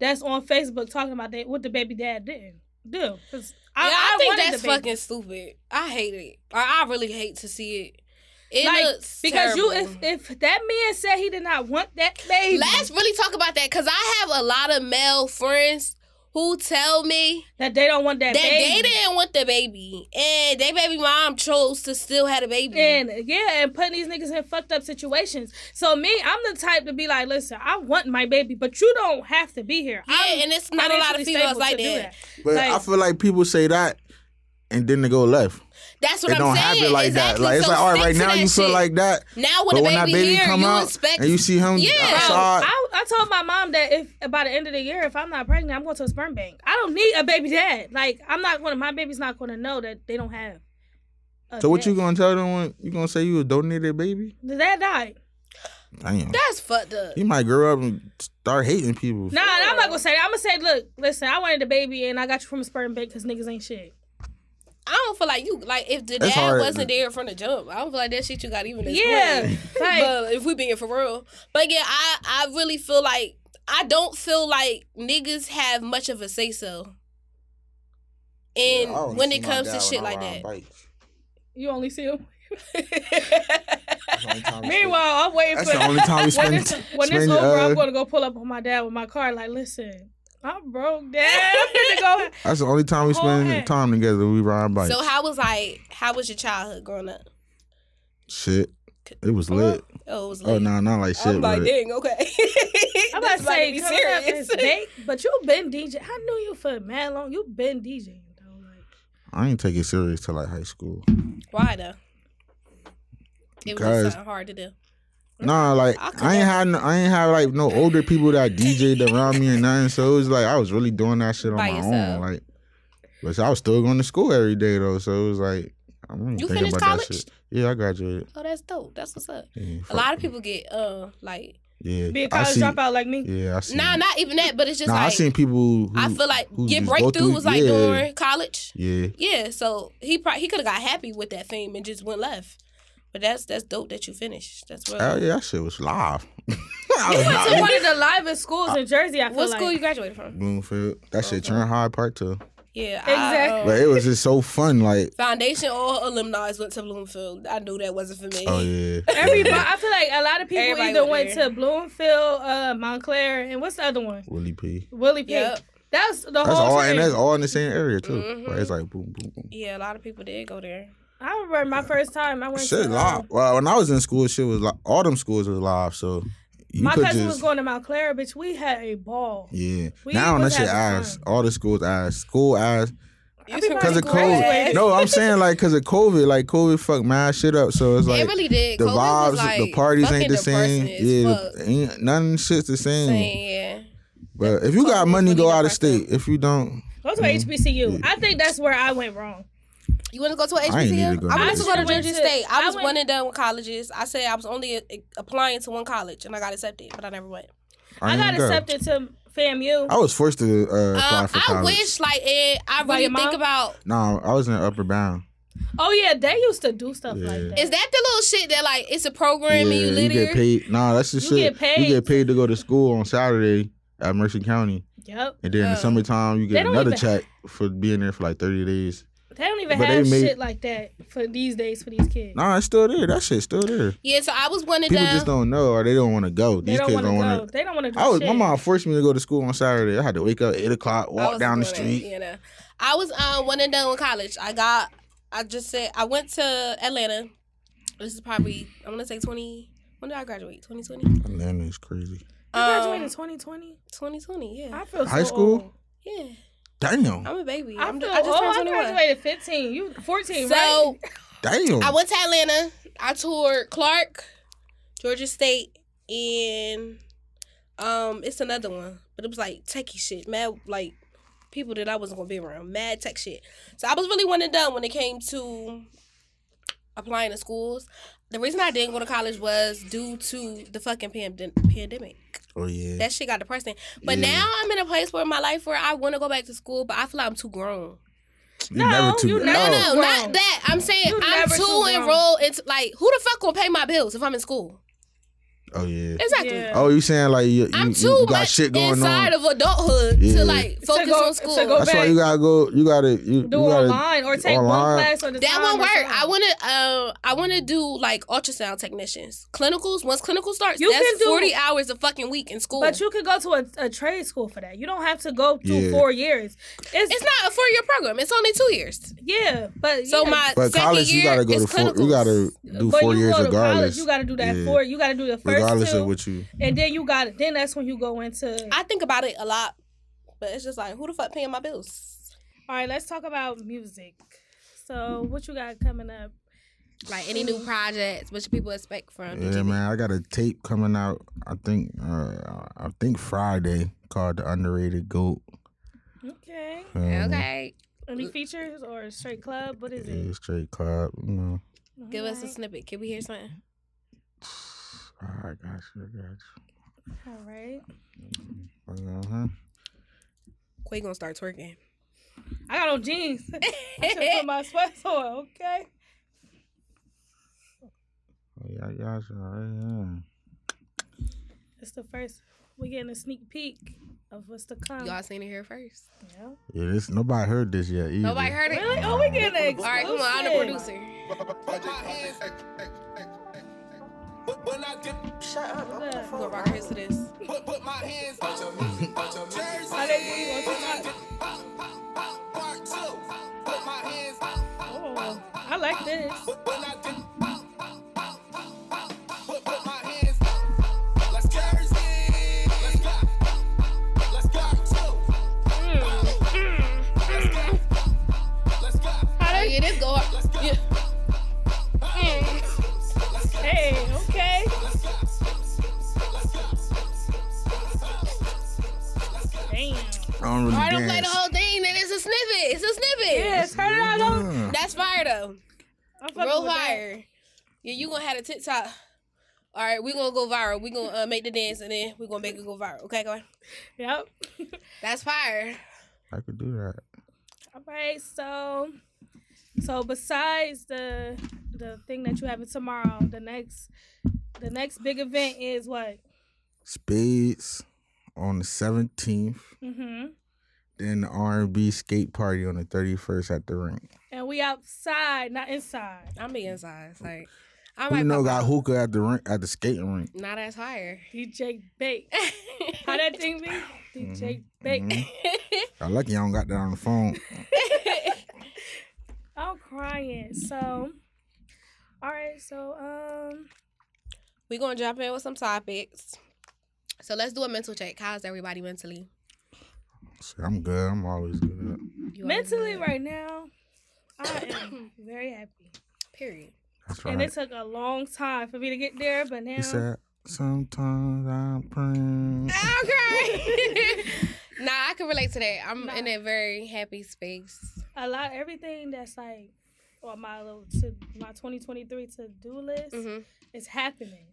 [SPEAKER 8] that's on Facebook talking about they, what the baby dad did. Do. 'Cause I,
[SPEAKER 6] Yeah, I,
[SPEAKER 8] I
[SPEAKER 6] think
[SPEAKER 8] wanted the
[SPEAKER 6] that's
[SPEAKER 8] baby.
[SPEAKER 6] fucking stupid. I hate it. I, I really hate to see it. It
[SPEAKER 8] Like,
[SPEAKER 6] looks
[SPEAKER 8] because you,
[SPEAKER 6] terrible.
[SPEAKER 8] if, if that man said he did not want that baby,
[SPEAKER 6] Let's really talk about that because I have a lot of male friends who tell me
[SPEAKER 8] that they don't want that,
[SPEAKER 6] that
[SPEAKER 8] baby.
[SPEAKER 6] they didn't want the baby and they baby mom chose to still have a baby.
[SPEAKER 8] And yeah, and putting these niggas in fucked up situations. So me, I'm the type to be like, listen, I want my baby, but you don't have to be here.
[SPEAKER 6] yeah,
[SPEAKER 8] I'm
[SPEAKER 6] and it's not a lot of
[SPEAKER 8] financially
[SPEAKER 6] females
[SPEAKER 8] stable
[SPEAKER 6] like
[SPEAKER 8] to do
[SPEAKER 6] that.
[SPEAKER 7] but
[SPEAKER 8] like-
[SPEAKER 7] I feel like people say that, and then they go left.
[SPEAKER 6] That's
[SPEAKER 7] It
[SPEAKER 6] what I'm
[SPEAKER 7] don't
[SPEAKER 6] saying.
[SPEAKER 7] happen like
[SPEAKER 6] exactly.
[SPEAKER 7] that. Like it's
[SPEAKER 6] So
[SPEAKER 7] like all right,
[SPEAKER 6] stick
[SPEAKER 7] right
[SPEAKER 6] to
[SPEAKER 7] now
[SPEAKER 6] that
[SPEAKER 7] you feel
[SPEAKER 6] shit.
[SPEAKER 7] like that.
[SPEAKER 6] now when
[SPEAKER 7] but
[SPEAKER 6] the
[SPEAKER 7] when
[SPEAKER 6] baby,
[SPEAKER 7] that baby
[SPEAKER 6] here,
[SPEAKER 7] come
[SPEAKER 6] you
[SPEAKER 7] out
[SPEAKER 6] expect
[SPEAKER 7] and you see him
[SPEAKER 6] Yeah.
[SPEAKER 7] outside,
[SPEAKER 8] I, I told my mom that if by the end of the year, if I'm not pregnant, I'm going to a sperm bank. I don't need a baby dad. Like I'm not going to. My baby's not going to know that they don't have. a
[SPEAKER 7] so what
[SPEAKER 8] dad.
[SPEAKER 7] you gonna tell them? When you gonna say you a donated baby?
[SPEAKER 8] The dad died.
[SPEAKER 7] Damn,
[SPEAKER 6] that's fucked up.
[SPEAKER 7] you might grow up and start hating people.
[SPEAKER 8] Nah, I'm not gonna say that. I'm gonna say, look, listen, I wanted a baby and I got you from a sperm bank because niggas ain't shit.
[SPEAKER 6] I don't feel like you like if the
[SPEAKER 7] That's
[SPEAKER 6] dad
[SPEAKER 7] hard.
[SPEAKER 6] wasn't there from the jump. I don't feel like that shit you got even. Explained.
[SPEAKER 8] Yeah, like-
[SPEAKER 6] but if we being for real, but yeah, I I really feel like I don't feel like niggas have much of a say so. And when it comes to shit like that,
[SPEAKER 8] You only see him. Meanwhile, I'm waiting
[SPEAKER 7] that's
[SPEAKER 8] for
[SPEAKER 7] the only time we
[SPEAKER 8] when
[SPEAKER 7] spend.
[SPEAKER 8] it's when it's
[SPEAKER 7] spend,
[SPEAKER 8] over, I'm
[SPEAKER 7] uh,
[SPEAKER 8] gonna go pull up on my dad with my car. Like, listen, I'm broke, dad. I'm gonna go.
[SPEAKER 7] That's the only time we
[SPEAKER 8] Whole ass.
[SPEAKER 7] spend time together. We ride bikes.
[SPEAKER 6] so how was like how was your childhood growing up?
[SPEAKER 7] shit, it was lit.
[SPEAKER 6] Oh, it was
[SPEAKER 7] Oh
[SPEAKER 6] lit.
[SPEAKER 7] no, not like shit.
[SPEAKER 6] I'm like,
[SPEAKER 7] but-
[SPEAKER 6] dang, okay.
[SPEAKER 8] I'm
[SPEAKER 6] This about
[SPEAKER 8] about to say,
[SPEAKER 6] be
[SPEAKER 8] coming up is big, but you been DJ. I knew you for mad long. You been DJing though. Like,
[SPEAKER 7] I ain't take it serious till like high school.
[SPEAKER 6] Why though? It was just
[SPEAKER 7] Because-
[SPEAKER 6] something hard to do.
[SPEAKER 7] Nah, like
[SPEAKER 6] I
[SPEAKER 7] I, ain't had no, I ain't had like no older people that DJ'd around me and nothing. So it was like I was really doing that shit on
[SPEAKER 6] By
[SPEAKER 7] my
[SPEAKER 6] yourself.
[SPEAKER 7] own. Like, but I was still going to school every day though. So it was like I don't even
[SPEAKER 6] You
[SPEAKER 7] think
[SPEAKER 6] finished
[SPEAKER 7] about that
[SPEAKER 6] college?
[SPEAKER 7] shit. Yeah, I graduated.
[SPEAKER 6] Oh, that's dope. That's what's up.
[SPEAKER 7] Yeah,
[SPEAKER 6] A lot of people get uh like
[SPEAKER 7] yeah,
[SPEAKER 8] be a
[SPEAKER 7] I
[SPEAKER 8] college
[SPEAKER 7] see,
[SPEAKER 8] dropout like me.
[SPEAKER 7] Yeah, I see.
[SPEAKER 6] nah, not even that, but it's just
[SPEAKER 7] nah, I
[SPEAKER 6] like
[SPEAKER 7] seen people. Who,
[SPEAKER 6] I feel like
[SPEAKER 7] who
[SPEAKER 6] your
[SPEAKER 7] just go
[SPEAKER 6] breakthrough
[SPEAKER 7] through-
[SPEAKER 6] was like
[SPEAKER 7] yeah,
[SPEAKER 6] during college.
[SPEAKER 7] Yeah,
[SPEAKER 6] Yeah, so he probably he could have got happy with that fame and just went left. But that's that's dope that you finished. That's real.
[SPEAKER 7] oh yeah, that shit was live. I was
[SPEAKER 8] To
[SPEAKER 7] not
[SPEAKER 8] one of the livest schools in Jersey. I feel
[SPEAKER 6] what
[SPEAKER 8] like.
[SPEAKER 6] school you graduated from?
[SPEAKER 7] Bloomfield. That shit turned hard part two.
[SPEAKER 6] Yeah,
[SPEAKER 8] Exactly.
[SPEAKER 6] I, uh,
[SPEAKER 7] But it was just so fun. Like,
[SPEAKER 6] foundation all alumni went to Bloomfield. I knew that wasn't for me.
[SPEAKER 7] oh yeah.
[SPEAKER 8] Everybody, I feel like a lot of people
[SPEAKER 6] Everybody
[SPEAKER 8] either
[SPEAKER 6] went
[SPEAKER 8] went
[SPEAKER 6] there.
[SPEAKER 8] to Bloomfield, uh, Montclair, and what's the other one?
[SPEAKER 7] Willie P.
[SPEAKER 8] Willie P.
[SPEAKER 6] Yep.
[SPEAKER 8] That's the
[SPEAKER 7] That's
[SPEAKER 8] whole
[SPEAKER 7] all,
[SPEAKER 8] thing.
[SPEAKER 7] and that's all in the same area too. Like, it's like boom, boom, boom.
[SPEAKER 6] Yeah, a lot of people did go there.
[SPEAKER 8] I remember my first time. I went
[SPEAKER 7] Shit,
[SPEAKER 8] to
[SPEAKER 7] live.
[SPEAKER 8] um,
[SPEAKER 7] Well, when I was in school, shit was like all them schools was live. So you
[SPEAKER 8] My
[SPEAKER 7] could
[SPEAKER 8] cousin
[SPEAKER 7] just
[SPEAKER 8] was going to Montclair, bitch. We had a ball.
[SPEAKER 7] yeah.
[SPEAKER 8] We
[SPEAKER 7] now that
[SPEAKER 8] was
[SPEAKER 7] shit
[SPEAKER 8] having
[SPEAKER 7] ass.
[SPEAKER 8] fun.
[SPEAKER 7] All the schools ass. School ass.
[SPEAKER 6] You
[SPEAKER 7] Cause of
[SPEAKER 6] probably graduated.
[SPEAKER 7] COVID. No, I'm saying like cause of COVID. Like COVID fucked mad shit up. So it's like
[SPEAKER 6] it really did.
[SPEAKER 7] the
[SPEAKER 6] COVID
[SPEAKER 7] vibes,
[SPEAKER 6] was like
[SPEAKER 7] the parties ain't
[SPEAKER 6] fucking
[SPEAKER 7] the same.
[SPEAKER 6] depressing as
[SPEAKER 7] Yeah,
[SPEAKER 6] fuck.
[SPEAKER 7] the- ain't, none shit's the same.
[SPEAKER 6] Saying, yeah.
[SPEAKER 7] But if you got
[SPEAKER 6] COVID
[SPEAKER 7] money,
[SPEAKER 6] really
[SPEAKER 7] go out of
[SPEAKER 6] depressing.
[SPEAKER 7] state. If you don't,
[SPEAKER 8] Go to HBCU. I think that's where I went wrong.
[SPEAKER 6] You want to go to an
[SPEAKER 7] I ain't need to
[SPEAKER 6] HBCU?
[SPEAKER 7] go
[SPEAKER 6] I,
[SPEAKER 7] to
[SPEAKER 6] wanted to go to
[SPEAKER 8] HBCU.
[SPEAKER 6] Georgia State. I
[SPEAKER 8] I
[SPEAKER 6] was
[SPEAKER 8] went-
[SPEAKER 6] one and done with colleges. I said I was only uh, applying to one college, and I got accepted, but I never went.
[SPEAKER 8] I,
[SPEAKER 7] ain't
[SPEAKER 8] got
[SPEAKER 7] go.
[SPEAKER 8] accepted to FAMU.
[SPEAKER 7] I was forced to uh, apply
[SPEAKER 6] Um,
[SPEAKER 7] for
[SPEAKER 6] I
[SPEAKER 7] college.
[SPEAKER 6] wish, like, eh, I
[SPEAKER 8] By
[SPEAKER 6] really
[SPEAKER 8] your
[SPEAKER 6] think
[SPEAKER 8] mom?
[SPEAKER 6] about.
[SPEAKER 7] No, I was in Upper Bound.
[SPEAKER 8] Oh yeah, they used to do stuff
[SPEAKER 7] Yeah.
[SPEAKER 8] like that.
[SPEAKER 6] Is that the little shit that like it's a program and you
[SPEAKER 7] you
[SPEAKER 6] live
[SPEAKER 7] get
[SPEAKER 6] here?
[SPEAKER 7] paid. Nah, that's the
[SPEAKER 8] You
[SPEAKER 7] shit.
[SPEAKER 8] get paid.
[SPEAKER 7] You get paid to go to school on Saturday at Mercer County,
[SPEAKER 8] Yep.
[SPEAKER 7] and then in the summertime you
[SPEAKER 8] They
[SPEAKER 7] get
[SPEAKER 8] don't
[SPEAKER 7] another
[SPEAKER 8] even-
[SPEAKER 7] check for being there for like thirty days.
[SPEAKER 8] They don't even
[SPEAKER 7] But they
[SPEAKER 8] have
[SPEAKER 7] made-
[SPEAKER 8] shit like that for these days for these kids.
[SPEAKER 7] Nah, it's still there. That shit's still there.
[SPEAKER 6] Yeah, so I was one of
[SPEAKER 7] People
[SPEAKER 6] them.
[SPEAKER 7] just don't know or they don't want to go.
[SPEAKER 8] They
[SPEAKER 7] These
[SPEAKER 8] don't
[SPEAKER 7] kids
[SPEAKER 8] want to
[SPEAKER 7] don't
[SPEAKER 8] go.
[SPEAKER 7] want to.
[SPEAKER 8] They don't want to do
[SPEAKER 7] I was
[SPEAKER 8] shit.
[SPEAKER 7] my mom forced me to go to school on Saturday. I had to wake up eight o'clock,
[SPEAKER 6] I
[SPEAKER 7] walk
[SPEAKER 6] was
[SPEAKER 7] down the
[SPEAKER 6] doing that,
[SPEAKER 7] street.
[SPEAKER 6] you know. I was um one and done with college. I got I just said I went to Atlanta. This is probably I wanna say twenty when did I graduate? Twenty twenty?
[SPEAKER 7] And then it's crazy.
[SPEAKER 8] You graduated in
[SPEAKER 6] Um,
[SPEAKER 8] 2020.
[SPEAKER 6] twenty twenty, yeah.
[SPEAKER 8] Uh, I feel so
[SPEAKER 7] High school?
[SPEAKER 8] Old.
[SPEAKER 6] Yeah.
[SPEAKER 7] Damn,
[SPEAKER 6] I'm a baby.
[SPEAKER 8] I
[SPEAKER 6] I'm
[SPEAKER 8] feel
[SPEAKER 6] I just
[SPEAKER 8] old.
[SPEAKER 6] turned
[SPEAKER 8] I
[SPEAKER 6] twenty one.
[SPEAKER 8] graduated 15. You 14,
[SPEAKER 6] So
[SPEAKER 8] right?
[SPEAKER 7] damn.
[SPEAKER 6] I went to Atlanta. I toured Clark, Georgia State, and um, it's another one, but it was like techie shit, mad like people that I wasn't gonna be around, mad tech shit. So I was really one and done when it came to applying to schools. The reason I didn't go to college was due to the fucking pand- pandemic.
[SPEAKER 7] oh yeah.
[SPEAKER 6] That shit got depressing. But
[SPEAKER 7] Yeah.
[SPEAKER 6] now I'm in a place where my life where I want to go back to school, but I feel like I'm too grown.
[SPEAKER 7] you
[SPEAKER 8] No,
[SPEAKER 7] never too.
[SPEAKER 8] you
[SPEAKER 7] no.
[SPEAKER 8] never-
[SPEAKER 6] No,
[SPEAKER 8] Grown.
[SPEAKER 6] not that. I'm saying
[SPEAKER 8] You
[SPEAKER 6] I'm
[SPEAKER 8] never
[SPEAKER 6] too,
[SPEAKER 8] too grown.
[SPEAKER 6] enrolled. It's like who the fuck gonna pay my bills if I'm in school?
[SPEAKER 7] Oh yeah.
[SPEAKER 6] Exactly.
[SPEAKER 8] Yeah.
[SPEAKER 7] Oh, you saying like you, you,
[SPEAKER 6] I'm
[SPEAKER 7] you-
[SPEAKER 6] too
[SPEAKER 7] you got
[SPEAKER 6] much
[SPEAKER 7] shit going
[SPEAKER 6] inside
[SPEAKER 7] on?
[SPEAKER 6] of adulthood
[SPEAKER 7] Yeah.
[SPEAKER 6] to like focus
[SPEAKER 8] go-
[SPEAKER 6] on
[SPEAKER 8] to
[SPEAKER 6] school.
[SPEAKER 8] go-
[SPEAKER 7] That's why you gotta go. You gotta you,
[SPEAKER 8] Do
[SPEAKER 7] you gotta,
[SPEAKER 8] online or take
[SPEAKER 7] online.
[SPEAKER 8] one class at a
[SPEAKER 6] that
[SPEAKER 8] time
[SPEAKER 6] won't
[SPEAKER 8] or
[SPEAKER 6] work.
[SPEAKER 8] something.
[SPEAKER 6] I wanna uh, I wanna do like ultrasound technicians, clinicals. Once clinical starts,
[SPEAKER 8] You
[SPEAKER 6] that's
[SPEAKER 8] can do-
[SPEAKER 6] forty hours a fucking week in school.
[SPEAKER 8] But you could go to a, a trade school for that. You don't have to go through
[SPEAKER 7] Yeah.
[SPEAKER 8] four years. It's,
[SPEAKER 6] it's not a four year program. It's only two years.
[SPEAKER 8] yeah, but
[SPEAKER 6] So
[SPEAKER 8] yeah.
[SPEAKER 6] my
[SPEAKER 7] But
[SPEAKER 6] second
[SPEAKER 7] college,
[SPEAKER 6] year
[SPEAKER 7] you gotta go
[SPEAKER 6] is
[SPEAKER 7] to four. You
[SPEAKER 6] clinicals.
[SPEAKER 7] gotta do
[SPEAKER 8] but
[SPEAKER 7] four
[SPEAKER 8] you
[SPEAKER 7] years
[SPEAKER 8] go to
[SPEAKER 7] regardless.
[SPEAKER 8] college, you got to do that
[SPEAKER 7] Yeah.
[SPEAKER 8] four. You got to do the first
[SPEAKER 7] regardless
[SPEAKER 8] two,
[SPEAKER 7] of what you.
[SPEAKER 8] and then you got it. Then that's when you go into.
[SPEAKER 6] I think about it a lot, but it's just like who the fuck paying my bills?
[SPEAKER 8] all right, let's talk about music. So what you got coming up?
[SPEAKER 6] Like any new projects, what should people expect from?
[SPEAKER 7] Yeah,
[SPEAKER 6] DGB?
[SPEAKER 7] man, I got a tape coming out. I think uh I think Friday called the underrated goat.
[SPEAKER 8] Okay.
[SPEAKER 7] Um,
[SPEAKER 6] Okay,
[SPEAKER 8] Any features or straight club? What is
[SPEAKER 7] Yeah,
[SPEAKER 8] it?
[SPEAKER 7] straight club. You know.
[SPEAKER 6] give us a
[SPEAKER 8] Alright,
[SPEAKER 6] snippet. Can we hear something?
[SPEAKER 7] All right, gotcha, gotcha.
[SPEAKER 8] All right.
[SPEAKER 7] Uh-huh.
[SPEAKER 6] Quay gonna start twerking.
[SPEAKER 8] I got on jeans. I should put my sweats on. Okay.
[SPEAKER 7] Oh, yeah, I gotcha. All right,
[SPEAKER 8] It's the first. We're getting a sneak peek of what's to come.
[SPEAKER 6] Y'all seen it here first.
[SPEAKER 8] Yeah.
[SPEAKER 7] yeah. yeah, this nobody heard this yet. Either.
[SPEAKER 6] Nobody heard it.
[SPEAKER 8] Really? Oh, we getting an
[SPEAKER 6] All right, come on. I'm the
[SPEAKER 8] exclusive.
[SPEAKER 6] producer. I'm gonna rock his to this.
[SPEAKER 8] I think we gonna see my- Oh, I like this.
[SPEAKER 6] Oh, yeah, this go up. Yeah.
[SPEAKER 8] Hey, okay. Damn.
[SPEAKER 7] I don't really
[SPEAKER 6] I don't play
[SPEAKER 7] dance.
[SPEAKER 6] the whole thing. Then it's a snippet. It's a snippet.
[SPEAKER 8] Yeah, turn it out on.
[SPEAKER 7] Yeah.
[SPEAKER 6] That's fire though.
[SPEAKER 8] I'm fucking
[SPEAKER 6] Real
[SPEAKER 8] with that.
[SPEAKER 6] fire. Yeah, you gonna have a TikTok. All right, we gonna go viral. We gonna uh, make the dance and then we gonna make it go viral. Okay, go on.
[SPEAKER 8] Yep.
[SPEAKER 6] That's fire.
[SPEAKER 7] I could do that.
[SPEAKER 8] All right. So, so besides the the thing that you having tomorrow, the next the next big event is what?
[SPEAKER 7] Spades on the seventeenth.
[SPEAKER 8] Mm-hmm.
[SPEAKER 7] Then the R and B skate party on the thirty first at the rink.
[SPEAKER 8] And we outside, not inside.
[SPEAKER 6] I'm being size. Like I
[SPEAKER 7] Who
[SPEAKER 6] might
[SPEAKER 7] you know
[SPEAKER 6] pop
[SPEAKER 7] got
[SPEAKER 6] out.
[SPEAKER 7] hookah at the rink at the skating rink?
[SPEAKER 6] Not as higher.
[SPEAKER 8] DJ Bake. How that thing be? DJ Bake.
[SPEAKER 7] Mhm. I'm lucky I don't got that on the phone.
[SPEAKER 8] I'm crying. So, all right. So, um,
[SPEAKER 6] we gonna jump in with some topics. So let's do a mental check. How's everybody mentally?
[SPEAKER 7] So I'm good. I'm always good.
[SPEAKER 6] You all
[SPEAKER 8] mentally
[SPEAKER 6] good?
[SPEAKER 8] right now, I am very happy.
[SPEAKER 6] Period.
[SPEAKER 7] That's
[SPEAKER 8] And
[SPEAKER 7] right.
[SPEAKER 8] it took a long time for me to get there, but now
[SPEAKER 7] He said, "Sometimes I'm praying."
[SPEAKER 8] Ah,
[SPEAKER 6] Okay. nah, I can relate to that. I'm in a very happy space.
[SPEAKER 8] a lot everything that's like on my little to my 2023 to do list
[SPEAKER 6] Mhm.
[SPEAKER 8] is happening.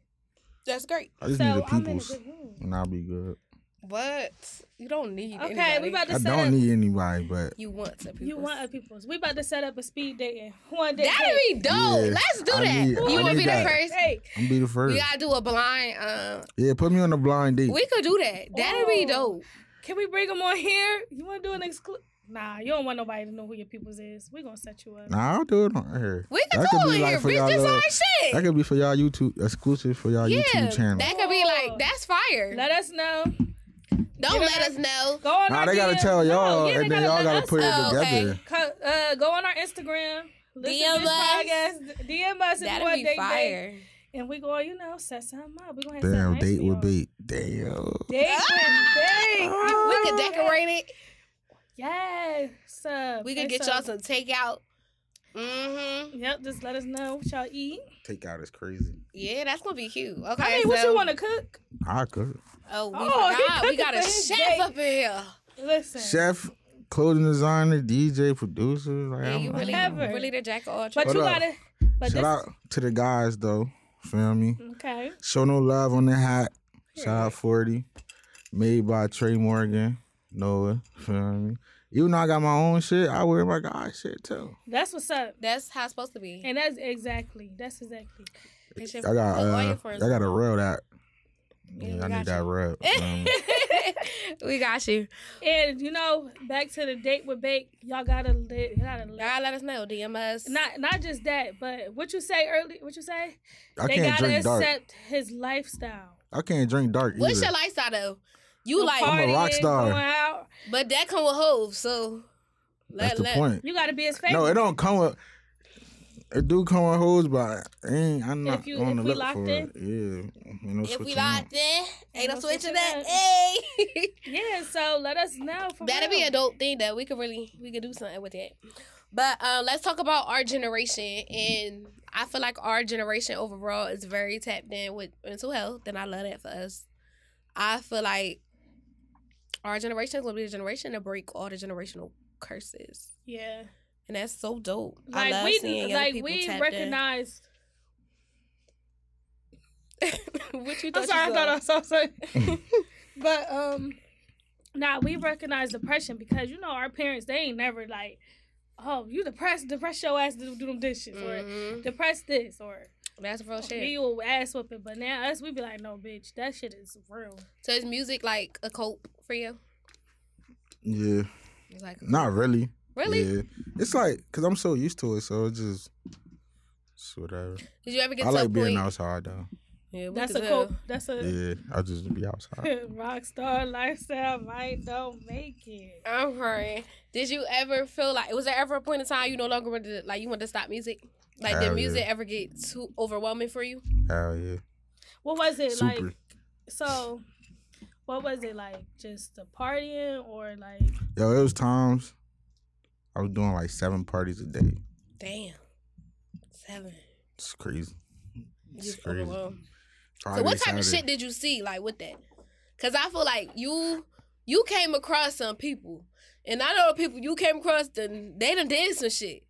[SPEAKER 6] That's great.
[SPEAKER 7] I just
[SPEAKER 8] so
[SPEAKER 7] need the
[SPEAKER 8] I'm in a
[SPEAKER 7] peoples,
[SPEAKER 8] good mood.
[SPEAKER 7] and I'll be good.
[SPEAKER 6] What? You don't need.
[SPEAKER 8] Okay,
[SPEAKER 6] anybody.
[SPEAKER 8] we about to
[SPEAKER 7] I
[SPEAKER 8] set
[SPEAKER 7] don't
[SPEAKER 8] up.
[SPEAKER 7] need anybody, but
[SPEAKER 6] You want to people.
[SPEAKER 8] you want a people's? We about to set up a speed dating one day.
[SPEAKER 6] That'd be dope.
[SPEAKER 7] Yeah,
[SPEAKER 6] Let's do
[SPEAKER 7] I
[SPEAKER 6] that.
[SPEAKER 7] need- I
[SPEAKER 6] you want to
[SPEAKER 7] need
[SPEAKER 6] be the
[SPEAKER 7] that.
[SPEAKER 6] first?
[SPEAKER 8] Hey,
[SPEAKER 7] I'm be the first.
[SPEAKER 6] We gotta do a blind. Uh,
[SPEAKER 7] yeah, put me on the blind date.
[SPEAKER 6] we could do that. That'd be
[SPEAKER 8] Oh.
[SPEAKER 6] dope.
[SPEAKER 8] can we bring them on here? You want to do an exclusive? Nah, you don't want nobody to know who your peoples is. We gonna set you up.
[SPEAKER 7] Nah, I'll do it on here.
[SPEAKER 6] We can
[SPEAKER 7] That
[SPEAKER 6] do
[SPEAKER 7] could
[SPEAKER 6] it
[SPEAKER 7] be
[SPEAKER 6] in
[SPEAKER 7] like
[SPEAKER 6] here,
[SPEAKER 7] for
[SPEAKER 6] bitch.
[SPEAKER 7] y'all
[SPEAKER 6] That's
[SPEAKER 7] little-
[SPEAKER 6] our shit.
[SPEAKER 7] That could be for y'all YouTube exclusive for y'all
[SPEAKER 6] yeah,
[SPEAKER 7] YouTube channel.
[SPEAKER 6] that could be like that's fire.
[SPEAKER 8] Let us know.
[SPEAKER 6] Don't
[SPEAKER 8] Oh. Get
[SPEAKER 6] let
[SPEAKER 8] her-
[SPEAKER 6] us know.
[SPEAKER 8] Go on.
[SPEAKER 7] Nah,
[SPEAKER 8] our
[SPEAKER 7] they gotta
[SPEAKER 8] DM.
[SPEAKER 7] tell
[SPEAKER 8] No,
[SPEAKER 7] y'all,
[SPEAKER 8] yeah, they
[SPEAKER 7] and then y'all
[SPEAKER 8] let
[SPEAKER 7] gotta
[SPEAKER 8] us
[SPEAKER 7] put it
[SPEAKER 6] know. Oh, okay.
[SPEAKER 7] together.
[SPEAKER 8] Co- uh, go on our Instagram. Listen
[SPEAKER 6] DM
[SPEAKER 8] to this
[SPEAKER 6] us.
[SPEAKER 8] podcast. DM us. and
[SPEAKER 6] That'd
[SPEAKER 8] what
[SPEAKER 6] be
[SPEAKER 8] they
[SPEAKER 6] fire.
[SPEAKER 8] think. And we go, "Oh, you know, set something up. We gonna have something
[SPEAKER 7] Damn,
[SPEAKER 8] nice
[SPEAKER 7] date
[SPEAKER 8] for
[SPEAKER 7] would
[SPEAKER 8] y'all.
[SPEAKER 7] be damn.
[SPEAKER 8] date with date.
[SPEAKER 6] We could decorate it.
[SPEAKER 8] Yes. Uh,
[SPEAKER 6] We could
[SPEAKER 8] and
[SPEAKER 6] get
[SPEAKER 8] so-
[SPEAKER 6] y'all some takeout. Mm-hmm.
[SPEAKER 8] Yep. Just let us know what y'all eat.
[SPEAKER 7] Takeout is crazy.
[SPEAKER 6] Yeah, that's gonna be cute. Okay.
[SPEAKER 8] I mean, what
[SPEAKER 6] so-
[SPEAKER 8] you want to cook?
[SPEAKER 7] I could.
[SPEAKER 6] Oh, we
[SPEAKER 8] Oh, he
[SPEAKER 6] forgot. We
[SPEAKER 8] cooking
[SPEAKER 6] got a
[SPEAKER 8] for his
[SPEAKER 6] chef
[SPEAKER 8] date.
[SPEAKER 6] up in here.
[SPEAKER 8] Listen.
[SPEAKER 7] Chef, clothing designer, DJ, producer. Like,
[SPEAKER 6] Yeah,
[SPEAKER 7] I'm-
[SPEAKER 6] you really,
[SPEAKER 8] Whatever.
[SPEAKER 6] really the jack of all
[SPEAKER 8] But
[SPEAKER 6] trades.
[SPEAKER 7] Hold
[SPEAKER 8] you
[SPEAKER 7] up.
[SPEAKER 8] gotta. But
[SPEAKER 7] Shout
[SPEAKER 8] this,
[SPEAKER 7] out to the guys though. Feel me?
[SPEAKER 6] Mm-hmm.
[SPEAKER 8] Okay.
[SPEAKER 7] Show no love on the hat. Shout out 40. Made by Trey Morgan. Noah. Feel me? Even though I got my own shit, I wear my guy shit too.
[SPEAKER 8] That's what's up.
[SPEAKER 6] That's how it's supposed to be.
[SPEAKER 8] And that's exactly. That's exactly.
[SPEAKER 6] It's your-
[SPEAKER 7] I got
[SPEAKER 6] for all your
[SPEAKER 7] uh, I
[SPEAKER 6] friends.
[SPEAKER 7] got to rub that. Yeah,
[SPEAKER 6] we
[SPEAKER 7] I
[SPEAKER 6] got
[SPEAKER 7] need that Um, rub. feel me?
[SPEAKER 6] we got you.
[SPEAKER 8] And you know, back to the date with bake. Y'all gotta live. Y'all gotta live.
[SPEAKER 6] Y'all let us know. DM us.
[SPEAKER 8] Not not just that, but what you say early. What you say?
[SPEAKER 7] I
[SPEAKER 8] they
[SPEAKER 7] can't
[SPEAKER 8] gotta
[SPEAKER 7] drink dark.
[SPEAKER 8] accept his lifestyle.
[SPEAKER 7] I can't drink dark either.
[SPEAKER 6] What's your lifestyle though? You
[SPEAKER 8] You
[SPEAKER 6] like,
[SPEAKER 7] a party. rock star.
[SPEAKER 8] Going out.
[SPEAKER 6] but that come with hooves, so
[SPEAKER 7] That's
[SPEAKER 6] let
[SPEAKER 7] the
[SPEAKER 6] let.
[SPEAKER 7] point.
[SPEAKER 8] You gotta be his favorite.
[SPEAKER 7] No, it don't come with. It do come with hoes, but I ain't, I'm not
[SPEAKER 8] If you-
[SPEAKER 7] on
[SPEAKER 8] if
[SPEAKER 7] the
[SPEAKER 8] we
[SPEAKER 7] look
[SPEAKER 8] locked
[SPEAKER 7] for
[SPEAKER 8] in?
[SPEAKER 7] it. Yeah, you know,
[SPEAKER 6] If we
[SPEAKER 7] switching
[SPEAKER 6] locked
[SPEAKER 7] up.
[SPEAKER 6] in, ain't no
[SPEAKER 8] no
[SPEAKER 6] switching
[SPEAKER 8] switching
[SPEAKER 6] that.
[SPEAKER 8] up.
[SPEAKER 6] Hey,
[SPEAKER 8] yeah. So let us know. for
[SPEAKER 6] that'd be
[SPEAKER 8] real.
[SPEAKER 6] a dope thing that we could really we could do something with that. But uh, let's talk about our generation, and I feel like our generation overall is very tapped in with mental health, and I love that for us. I feel like our generation is gonna be the generation to break all the generational curses,
[SPEAKER 8] Yeah.
[SPEAKER 6] and that's so dope. I
[SPEAKER 8] Like
[SPEAKER 6] love
[SPEAKER 8] we
[SPEAKER 6] seeing young
[SPEAKER 8] like
[SPEAKER 6] people
[SPEAKER 8] we
[SPEAKER 6] tapped in.
[SPEAKER 8] recognize.
[SPEAKER 6] what you
[SPEAKER 8] I'm
[SPEAKER 6] thought?
[SPEAKER 8] sorry.
[SPEAKER 6] you
[SPEAKER 8] I thought
[SPEAKER 6] said?
[SPEAKER 8] I saw something. but um, nah, we recognize depression because you know our parents they ain't never like, oh you depressed, depress your ass to do them dishes
[SPEAKER 6] Mm-hmm.
[SPEAKER 8] or depress this or
[SPEAKER 6] That's real
[SPEAKER 8] give
[SPEAKER 6] shit.
[SPEAKER 8] you a ass whooping. But now us we be like, no bitch, that shit is real.
[SPEAKER 6] So is music like a cope for you?
[SPEAKER 7] Yeah,
[SPEAKER 6] It's like
[SPEAKER 7] not really.
[SPEAKER 6] really?
[SPEAKER 7] Yeah, it's like because I'm so used to it, so it's just it's whatever.
[SPEAKER 6] Did you ever get
[SPEAKER 7] I
[SPEAKER 6] to
[SPEAKER 7] like
[SPEAKER 6] a
[SPEAKER 7] being
[SPEAKER 6] point?
[SPEAKER 7] outside though.
[SPEAKER 6] Yeah, we
[SPEAKER 8] That's
[SPEAKER 6] could
[SPEAKER 8] a
[SPEAKER 6] tell.
[SPEAKER 8] cool. That's a
[SPEAKER 7] Yeah, I just be outside.
[SPEAKER 8] rock star lifestyle. Might don't make it.
[SPEAKER 6] I'm crying. Did you ever feel like was there ever a point in time you no longer wanted to, like you wanted to stop music? Like did
[SPEAKER 7] Hell yeah.
[SPEAKER 6] music ever get too overwhelming for you?
[SPEAKER 7] Hell yeah,
[SPEAKER 8] What was it
[SPEAKER 7] super.
[SPEAKER 8] like? So, what was it like? Just the partying or like?
[SPEAKER 7] Yo, it was times I was doing like seven parties a day.
[SPEAKER 6] Damn. Seven.
[SPEAKER 7] It's crazy.
[SPEAKER 6] You
[SPEAKER 7] It's
[SPEAKER 6] just
[SPEAKER 7] crazy.
[SPEAKER 6] overwhelmed.
[SPEAKER 7] Friday,
[SPEAKER 6] So what type of
[SPEAKER 7] Saturday.
[SPEAKER 6] shit did you see like with that? Cause I feel like you you came across some people. And I know the people you came across then they done did some shit.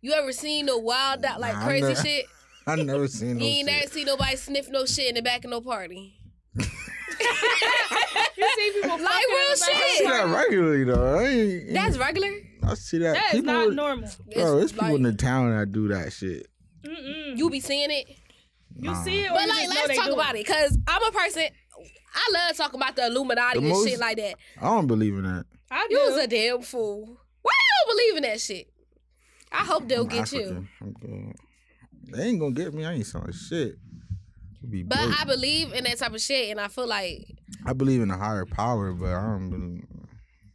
[SPEAKER 6] You ever seen the wild out like
[SPEAKER 7] Nah, I
[SPEAKER 6] crazy
[SPEAKER 7] never-
[SPEAKER 6] shit?
[SPEAKER 7] I never seen no
[SPEAKER 6] You ain't
[SPEAKER 7] shit.
[SPEAKER 6] never see nobody sniff no shit in the back of no party.
[SPEAKER 8] You see people
[SPEAKER 6] Like real
[SPEAKER 7] I see
[SPEAKER 6] shit.
[SPEAKER 7] that regularly though. I, ain't,
[SPEAKER 6] That's regular.
[SPEAKER 7] I see that.
[SPEAKER 8] That is
[SPEAKER 7] people,
[SPEAKER 8] not normal.
[SPEAKER 7] Bro,
[SPEAKER 6] It's
[SPEAKER 7] there's people
[SPEAKER 6] like-
[SPEAKER 7] in the town that do that shit.
[SPEAKER 8] Mm-mm.
[SPEAKER 6] You be seeing it.
[SPEAKER 8] You see it,
[SPEAKER 6] Mm.
[SPEAKER 8] or
[SPEAKER 6] But like,
[SPEAKER 8] you just know
[SPEAKER 6] let's
[SPEAKER 8] they
[SPEAKER 6] talk
[SPEAKER 8] do
[SPEAKER 6] about it, cause I'm a person. I love talking about the Illuminati
[SPEAKER 7] The
[SPEAKER 6] and
[SPEAKER 7] most-
[SPEAKER 6] shit like that.
[SPEAKER 7] I don't believe in that.
[SPEAKER 8] I do.
[SPEAKER 6] You was a damn fool. Why you don't believe in that shit? I hope they'll
[SPEAKER 7] I'm
[SPEAKER 6] get you.
[SPEAKER 7] African. I'm good. They ain't gonna get me. I ain't selling shit. You Be
[SPEAKER 6] But
[SPEAKER 7] broke.
[SPEAKER 6] I believe in that type of shit, and I feel like
[SPEAKER 7] I, believe in a higher power, but I don't believe.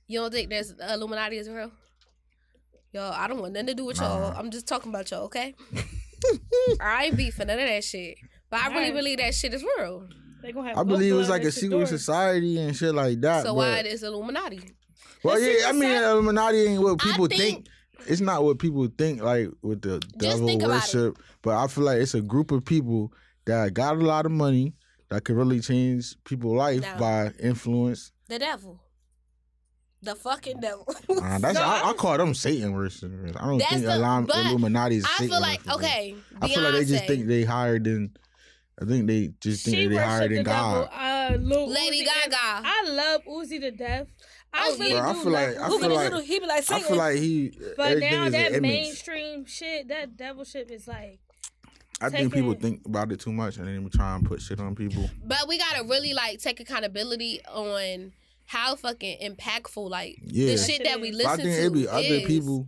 [SPEAKER 6] you don't think there's the Illuminati is real. Yo, I don't want nothing to do with y'all. I'm just talking about y'all, okay? I ain't beefing none of that shit. But I really
[SPEAKER 8] Alright.
[SPEAKER 6] believe that shit is real.
[SPEAKER 8] They gonna have
[SPEAKER 7] I believe it's
[SPEAKER 8] Oprah
[SPEAKER 7] like a
[SPEAKER 8] at your
[SPEAKER 7] secret
[SPEAKER 8] door.
[SPEAKER 7] society and shit like that.
[SPEAKER 6] So
[SPEAKER 7] but,
[SPEAKER 6] why it is Illuminati?
[SPEAKER 7] Well,
[SPEAKER 8] secret
[SPEAKER 7] yeah, I mean,
[SPEAKER 8] society-
[SPEAKER 7] Illuminati ain't what
[SPEAKER 6] I
[SPEAKER 7] people
[SPEAKER 6] think-
[SPEAKER 7] think, It's not what people think, like with the devil
[SPEAKER 6] think about
[SPEAKER 7] worship. But I feel like it's a group of people that got a lot of money that could really change people's life
[SPEAKER 6] No.
[SPEAKER 7] by influence.
[SPEAKER 6] The devil. The fucking devil.
[SPEAKER 7] Nah, Uh, that's I, I call them Satan worshipers. I don't
[SPEAKER 6] That's
[SPEAKER 7] think
[SPEAKER 6] the-
[SPEAKER 7] Illum-
[SPEAKER 6] but
[SPEAKER 7] Illuminati is
[SPEAKER 6] I
[SPEAKER 7] Satan
[SPEAKER 6] feel like
[SPEAKER 7] worshipers.
[SPEAKER 6] okay.
[SPEAKER 7] I feel like they just
[SPEAKER 6] Beyonce.
[SPEAKER 7] think they higher than. I think they just think
[SPEAKER 8] She
[SPEAKER 7] that they higher
[SPEAKER 8] worshipped the
[SPEAKER 7] than
[SPEAKER 8] devil.
[SPEAKER 7] God.
[SPEAKER 8] Uh, Lil
[SPEAKER 6] Lady
[SPEAKER 8] Uzi
[SPEAKER 6] Gaga.
[SPEAKER 8] and- I love Uzi to death. I
[SPEAKER 6] Oh,
[SPEAKER 8] really
[SPEAKER 6] bro,
[SPEAKER 7] I
[SPEAKER 8] do
[SPEAKER 7] feel
[SPEAKER 8] love
[SPEAKER 7] like- I
[SPEAKER 8] Uzi.
[SPEAKER 7] feel like-
[SPEAKER 6] he be like
[SPEAKER 7] I feel like he.
[SPEAKER 8] but
[SPEAKER 7] everything
[SPEAKER 8] now
[SPEAKER 7] is an
[SPEAKER 8] that
[SPEAKER 7] image.
[SPEAKER 8] mainstream shit, that devil shit is like
[SPEAKER 7] I think
[SPEAKER 8] taking-
[SPEAKER 7] people think about it too much and then they try and put shit on people.
[SPEAKER 6] But we gotta really like take accountability on how fucking impactful like
[SPEAKER 7] Yeah.
[SPEAKER 6] the shit that we
[SPEAKER 8] But
[SPEAKER 7] But
[SPEAKER 6] listen
[SPEAKER 7] I think
[SPEAKER 6] to
[SPEAKER 7] it be other
[SPEAKER 6] is.
[SPEAKER 7] people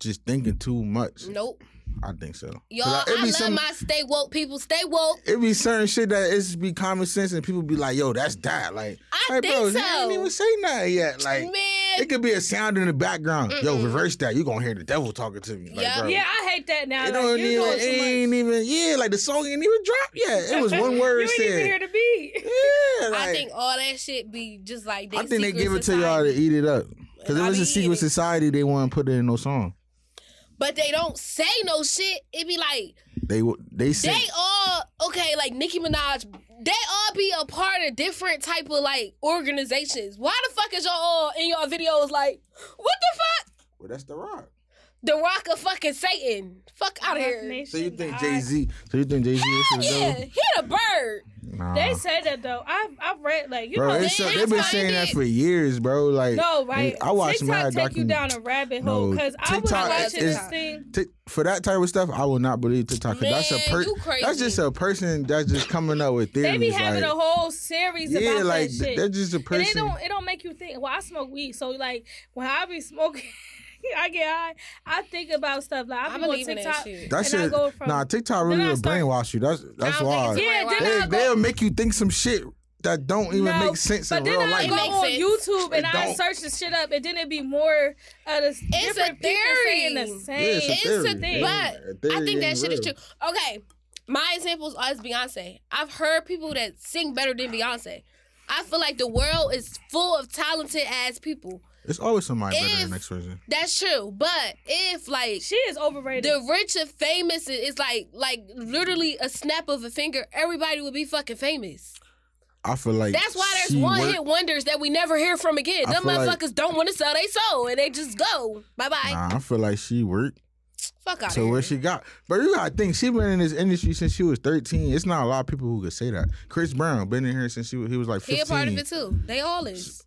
[SPEAKER 7] just thinking too much.
[SPEAKER 6] Nope,
[SPEAKER 7] I think so. 'Cause
[SPEAKER 6] y'all.
[SPEAKER 7] I- it
[SPEAKER 6] I
[SPEAKER 7] be
[SPEAKER 6] love
[SPEAKER 7] some-
[SPEAKER 6] my stay woke people. Stay woke.
[SPEAKER 7] It be certain shit that it's be common sense and people be like, yo, that's that. Like,
[SPEAKER 6] I
[SPEAKER 7] hey,
[SPEAKER 6] think
[SPEAKER 7] bro,
[SPEAKER 6] so.
[SPEAKER 7] you ain't even say nothing yet. Like,
[SPEAKER 6] Man.
[SPEAKER 7] it could be a sound in the background. Yo, reverse that. you going to hear the devil talking to me. Like,
[SPEAKER 6] Yeah.
[SPEAKER 7] bro.
[SPEAKER 8] Yeah, I hate that now.
[SPEAKER 7] It
[SPEAKER 8] Like,
[SPEAKER 7] don't
[SPEAKER 8] you
[SPEAKER 7] even,
[SPEAKER 8] doing
[SPEAKER 7] it
[SPEAKER 8] too much.
[SPEAKER 7] ain't even, yeah, like the song ain't even dropped yet. It was one
[SPEAKER 8] You
[SPEAKER 7] word
[SPEAKER 8] ain't even hear
[SPEAKER 7] said.
[SPEAKER 8] the beat.
[SPEAKER 7] Yeah, like,
[SPEAKER 6] I think all that shit be just like they
[SPEAKER 7] I think they
[SPEAKER 6] secret
[SPEAKER 7] give it to y'all
[SPEAKER 6] society.
[SPEAKER 7] to eat it up. Because if
[SPEAKER 6] I
[SPEAKER 7] it's a
[SPEAKER 6] be
[SPEAKER 7] secret
[SPEAKER 6] eating-
[SPEAKER 7] society, they want to put it in no song.
[SPEAKER 6] but they don't say no shit. It be like
[SPEAKER 7] They w- they say
[SPEAKER 6] they all okay, like Nicki Minaj. They all be a part of different type of like organizations. Why the fuck is y'all all in y'all videos like what the fuck?
[SPEAKER 7] well, that's the rock.
[SPEAKER 6] The Rock of fucking Satan. Fuck out of here.
[SPEAKER 7] So you think Jay Z? So you think Jay Z is the
[SPEAKER 6] Yeah,
[SPEAKER 7] devil?
[SPEAKER 6] he the bird.
[SPEAKER 7] Nah,
[SPEAKER 8] They say that though. I've I've read like you
[SPEAKER 7] Uh-huh. bro,
[SPEAKER 8] know
[SPEAKER 7] it's so,
[SPEAKER 6] they-
[SPEAKER 7] they've been
[SPEAKER 6] that's
[SPEAKER 7] saying
[SPEAKER 6] why
[SPEAKER 7] that
[SPEAKER 6] they-
[SPEAKER 7] for years, bro. Like,
[SPEAKER 8] no right.
[SPEAKER 7] I watched
[SPEAKER 8] TikTok
[SPEAKER 7] my
[SPEAKER 8] take you
[SPEAKER 7] docu-
[SPEAKER 8] down a rabbit
[SPEAKER 7] No,
[SPEAKER 8] hole because I was
[SPEAKER 7] TikTok
[SPEAKER 8] watching
[SPEAKER 7] is-
[SPEAKER 8] this thing.
[SPEAKER 7] Ti- for that type of stuff, I will not believe TikTok. 'cause that's
[SPEAKER 6] Man,
[SPEAKER 7] a per-
[SPEAKER 6] you crazy.
[SPEAKER 7] that's just a person that's just coming up with theories.
[SPEAKER 8] They be having
[SPEAKER 7] like,
[SPEAKER 8] a whole series
[SPEAKER 7] yeah,
[SPEAKER 8] about
[SPEAKER 7] like
[SPEAKER 8] that shit.
[SPEAKER 7] they're just a
[SPEAKER 8] and it
[SPEAKER 7] person.
[SPEAKER 8] don't it don't make you think. Well, I smoke weed, so like when I be smoking, I get high. I think about stuff like I,
[SPEAKER 6] I
[SPEAKER 8] be on
[SPEAKER 6] believe in that
[SPEAKER 8] TikTok.
[SPEAKER 6] shit.
[SPEAKER 7] That
[SPEAKER 8] and I
[SPEAKER 7] shit,
[SPEAKER 8] go from-
[SPEAKER 7] nah, TikTok really
[SPEAKER 8] Then I
[SPEAKER 7] will
[SPEAKER 8] start-
[SPEAKER 7] brainwash you. That's that's
[SPEAKER 6] I don't
[SPEAKER 7] why
[SPEAKER 6] think
[SPEAKER 8] Yeah,
[SPEAKER 6] it's
[SPEAKER 8] then
[SPEAKER 7] they,
[SPEAKER 8] I go-
[SPEAKER 7] they'll make you think some shit that don't even
[SPEAKER 8] No,
[SPEAKER 7] make sense
[SPEAKER 8] But
[SPEAKER 7] in
[SPEAKER 8] then
[SPEAKER 7] real
[SPEAKER 8] I
[SPEAKER 7] life.
[SPEAKER 8] go
[SPEAKER 6] makes
[SPEAKER 8] on
[SPEAKER 6] sense.
[SPEAKER 8] YouTube and
[SPEAKER 7] It
[SPEAKER 8] I
[SPEAKER 7] don't.
[SPEAKER 8] search the shit up, and then it be more of the it's different people
[SPEAKER 6] theory.
[SPEAKER 8] saying the
[SPEAKER 7] Yeah,
[SPEAKER 8] same.
[SPEAKER 7] a theory.
[SPEAKER 6] It's a thing,
[SPEAKER 7] Yeah, a
[SPEAKER 6] but I
[SPEAKER 7] theory
[SPEAKER 6] think that
[SPEAKER 7] ain't
[SPEAKER 6] shit is true.
[SPEAKER 7] real.
[SPEAKER 6] Okay, my example is always Beyonce. I've heard people that sing better than Beyonce. I feel like the world is full of talented ass people.
[SPEAKER 7] It's always somebody better than
[SPEAKER 6] If-
[SPEAKER 7] the next person.
[SPEAKER 6] That's true, but if like
[SPEAKER 8] she is overrated.
[SPEAKER 6] the rich and famous is is like like literally a snap of a finger, everybody would be fucking famous.
[SPEAKER 7] I feel like
[SPEAKER 6] That's why there's
[SPEAKER 7] she
[SPEAKER 6] one
[SPEAKER 7] work-
[SPEAKER 6] hit wonders that we never hear from again.
[SPEAKER 7] I
[SPEAKER 6] Them
[SPEAKER 7] feel like-
[SPEAKER 6] motherfuckers don't want to sell their soul and they just go bye bye.
[SPEAKER 7] Nah, I feel like she worked
[SPEAKER 6] Fuck out
[SPEAKER 7] to
[SPEAKER 6] here.
[SPEAKER 7] where she got. But you gotta think she been in this industry since she was thirteen. It's not a lot of people who could say that. Chris Brown been in here since she was, he was like
[SPEAKER 6] He
[SPEAKER 7] fifteen.
[SPEAKER 6] a part of it too. They all is.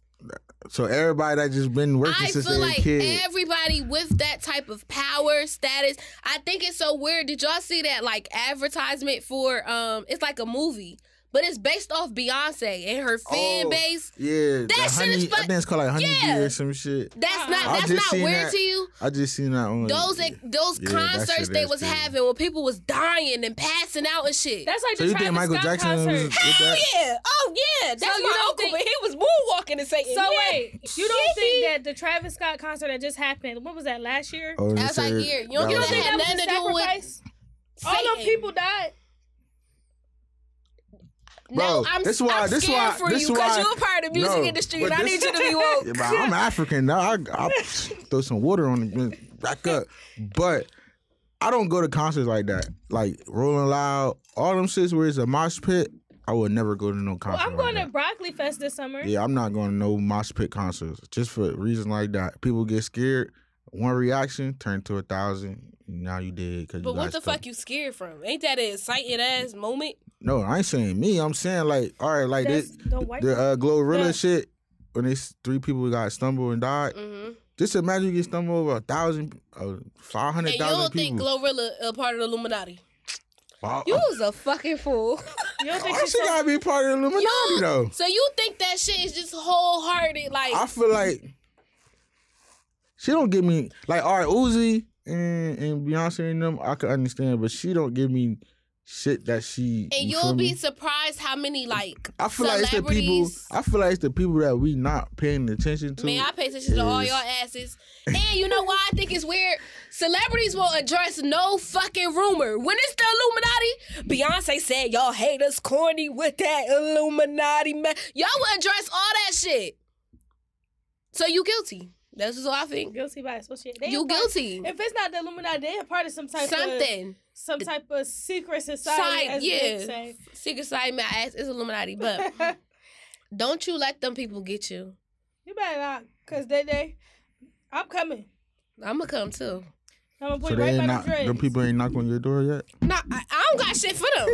[SPEAKER 7] So everybody that just been working
[SPEAKER 6] I
[SPEAKER 7] since
[SPEAKER 6] feel
[SPEAKER 7] they
[SPEAKER 6] like
[SPEAKER 7] a kid.
[SPEAKER 6] everybody with that type of power status. I think it's so weird. Did y'all see that like advertisement for um? It's like a movie, but it's based off Beyonce and her fan
[SPEAKER 7] Oh,
[SPEAKER 6] base.
[SPEAKER 7] yeah,
[SPEAKER 6] shit
[SPEAKER 7] the
[SPEAKER 6] is
[SPEAKER 7] honey.
[SPEAKER 6] fu-
[SPEAKER 7] I think it's called like honey
[SPEAKER 6] Yeah.
[SPEAKER 7] bee or some shit.
[SPEAKER 6] That's
[SPEAKER 8] I
[SPEAKER 6] not that's
[SPEAKER 7] just
[SPEAKER 6] not
[SPEAKER 7] seen
[SPEAKER 6] weird
[SPEAKER 7] that.
[SPEAKER 6] to you.
[SPEAKER 7] I just seen that on
[SPEAKER 6] Those those
[SPEAKER 7] Yeah, that
[SPEAKER 6] concerts
[SPEAKER 7] shit
[SPEAKER 6] they
[SPEAKER 7] is
[SPEAKER 6] was
[SPEAKER 7] crazy.
[SPEAKER 6] having when people was dying and passing out and shit.
[SPEAKER 8] That's like
[SPEAKER 7] So
[SPEAKER 8] the
[SPEAKER 7] you
[SPEAKER 8] Travis
[SPEAKER 7] think Michael
[SPEAKER 8] Scott
[SPEAKER 7] Jackson
[SPEAKER 8] concert.
[SPEAKER 7] was with that?
[SPEAKER 6] yeah, oh yeah, that's
[SPEAKER 8] So you don't think-
[SPEAKER 6] but he was moonwalking and saying.
[SPEAKER 8] So
[SPEAKER 6] yeah.
[SPEAKER 8] wait, you don't think that the Travis Scott concert that just happened? What was that last year?
[SPEAKER 7] Oh, they
[SPEAKER 6] That's like,
[SPEAKER 7] said
[SPEAKER 6] yeah, you don't
[SPEAKER 7] that
[SPEAKER 6] get
[SPEAKER 7] was-
[SPEAKER 8] you don't
[SPEAKER 6] that
[SPEAKER 8] think that was
[SPEAKER 6] had
[SPEAKER 8] a
[SPEAKER 6] nothing to do with
[SPEAKER 8] sacrifice? All them
[SPEAKER 6] Satan.
[SPEAKER 8] people died.
[SPEAKER 7] Bro,
[SPEAKER 6] no, I'm,
[SPEAKER 7] this why-
[SPEAKER 6] I'm
[SPEAKER 7] this
[SPEAKER 6] scared
[SPEAKER 7] why-
[SPEAKER 6] for
[SPEAKER 7] this
[SPEAKER 6] you because
[SPEAKER 7] why-
[SPEAKER 6] you're a part of the music
[SPEAKER 7] No,
[SPEAKER 6] industry
[SPEAKER 7] but
[SPEAKER 6] and I
[SPEAKER 7] this-
[SPEAKER 6] need you to be woke.
[SPEAKER 7] Yeah, but I'm African now. I, I throw some water on it, back up. But I don't go to concerts like that. Like Rolling Loud, all them shits where it's a mosh pit. I would never go to no concert.
[SPEAKER 8] I'm
[SPEAKER 7] like
[SPEAKER 8] going to
[SPEAKER 7] that.
[SPEAKER 8] Broccoli Fest this summer.
[SPEAKER 7] Yeah, I'm not going to no mosh pit concerts just for a reason like that. People get scared. One reaction turn to a thousand. Now you did. Cause
[SPEAKER 6] But
[SPEAKER 7] you
[SPEAKER 6] what
[SPEAKER 7] got
[SPEAKER 6] the
[SPEAKER 7] stuck.
[SPEAKER 6] fuck you scared from? Ain't that an exciting ass moment?
[SPEAKER 7] No, I ain't saying me. I'm saying like, all right, like
[SPEAKER 8] That's
[SPEAKER 7] this,
[SPEAKER 8] the white
[SPEAKER 7] the uh, Glorilla
[SPEAKER 8] Yeah.
[SPEAKER 7] shit. When these three people got stumbled and died,
[SPEAKER 6] Mm-hmm.
[SPEAKER 7] just imagine you get stumbled over a thousand, uh, five
[SPEAKER 6] And
[SPEAKER 7] hundred
[SPEAKER 6] you don't
[SPEAKER 7] thousand
[SPEAKER 6] think
[SPEAKER 7] people.
[SPEAKER 6] Glorilla a part of the Illuminati?
[SPEAKER 7] Wow.
[SPEAKER 6] You was a fucking fool.
[SPEAKER 8] You don't think
[SPEAKER 7] Why
[SPEAKER 8] she's
[SPEAKER 7] she
[SPEAKER 8] so-
[SPEAKER 7] gotta be part of the Illuminati
[SPEAKER 6] You-
[SPEAKER 7] though?
[SPEAKER 6] So you think that shit is just wholehearted? Like
[SPEAKER 7] Oh. I feel like she don't give me like all right, Uzi and, and Beyonce and them. I can understand, but she don't give me shit that she.
[SPEAKER 6] and
[SPEAKER 7] feel
[SPEAKER 6] you'll
[SPEAKER 7] me?
[SPEAKER 6] be surprised how many like
[SPEAKER 7] I feel like it's the people.
[SPEAKER 6] celebrities.
[SPEAKER 7] I feel like it's the people that we not paying attention to.
[SPEAKER 6] Man, I pay attention to all
[SPEAKER 7] is-
[SPEAKER 6] y'all asses. And you know why I think it's weird? Celebrities will address no fucking rumor. When it's the Illuminati, Beyonce said y'all hate us corny with that Illuminati man. Y'all will address all that shit. So you guilty. That's just what I think.
[SPEAKER 8] guilty by association? They
[SPEAKER 6] You
[SPEAKER 8] a part-
[SPEAKER 6] guilty.
[SPEAKER 8] If it's not the Illuminati, they're a part of some type of
[SPEAKER 6] Something.
[SPEAKER 8] some type of secret society.
[SPEAKER 6] Side,
[SPEAKER 8] as they
[SPEAKER 6] yeah.
[SPEAKER 8] say.
[SPEAKER 6] Secret side, my ass is Illuminati. But don't you let them people get you.
[SPEAKER 8] You better not, cause they they. I'm coming.
[SPEAKER 6] I'ma come too.
[SPEAKER 8] I'm gonna put
[SPEAKER 7] So
[SPEAKER 8] you
[SPEAKER 7] they
[SPEAKER 8] right
[SPEAKER 7] ain't
[SPEAKER 8] by the
[SPEAKER 7] not. Them
[SPEAKER 8] dreads.
[SPEAKER 7] people ain't knock on your door yet.
[SPEAKER 6] No, I, I don't got shit for them.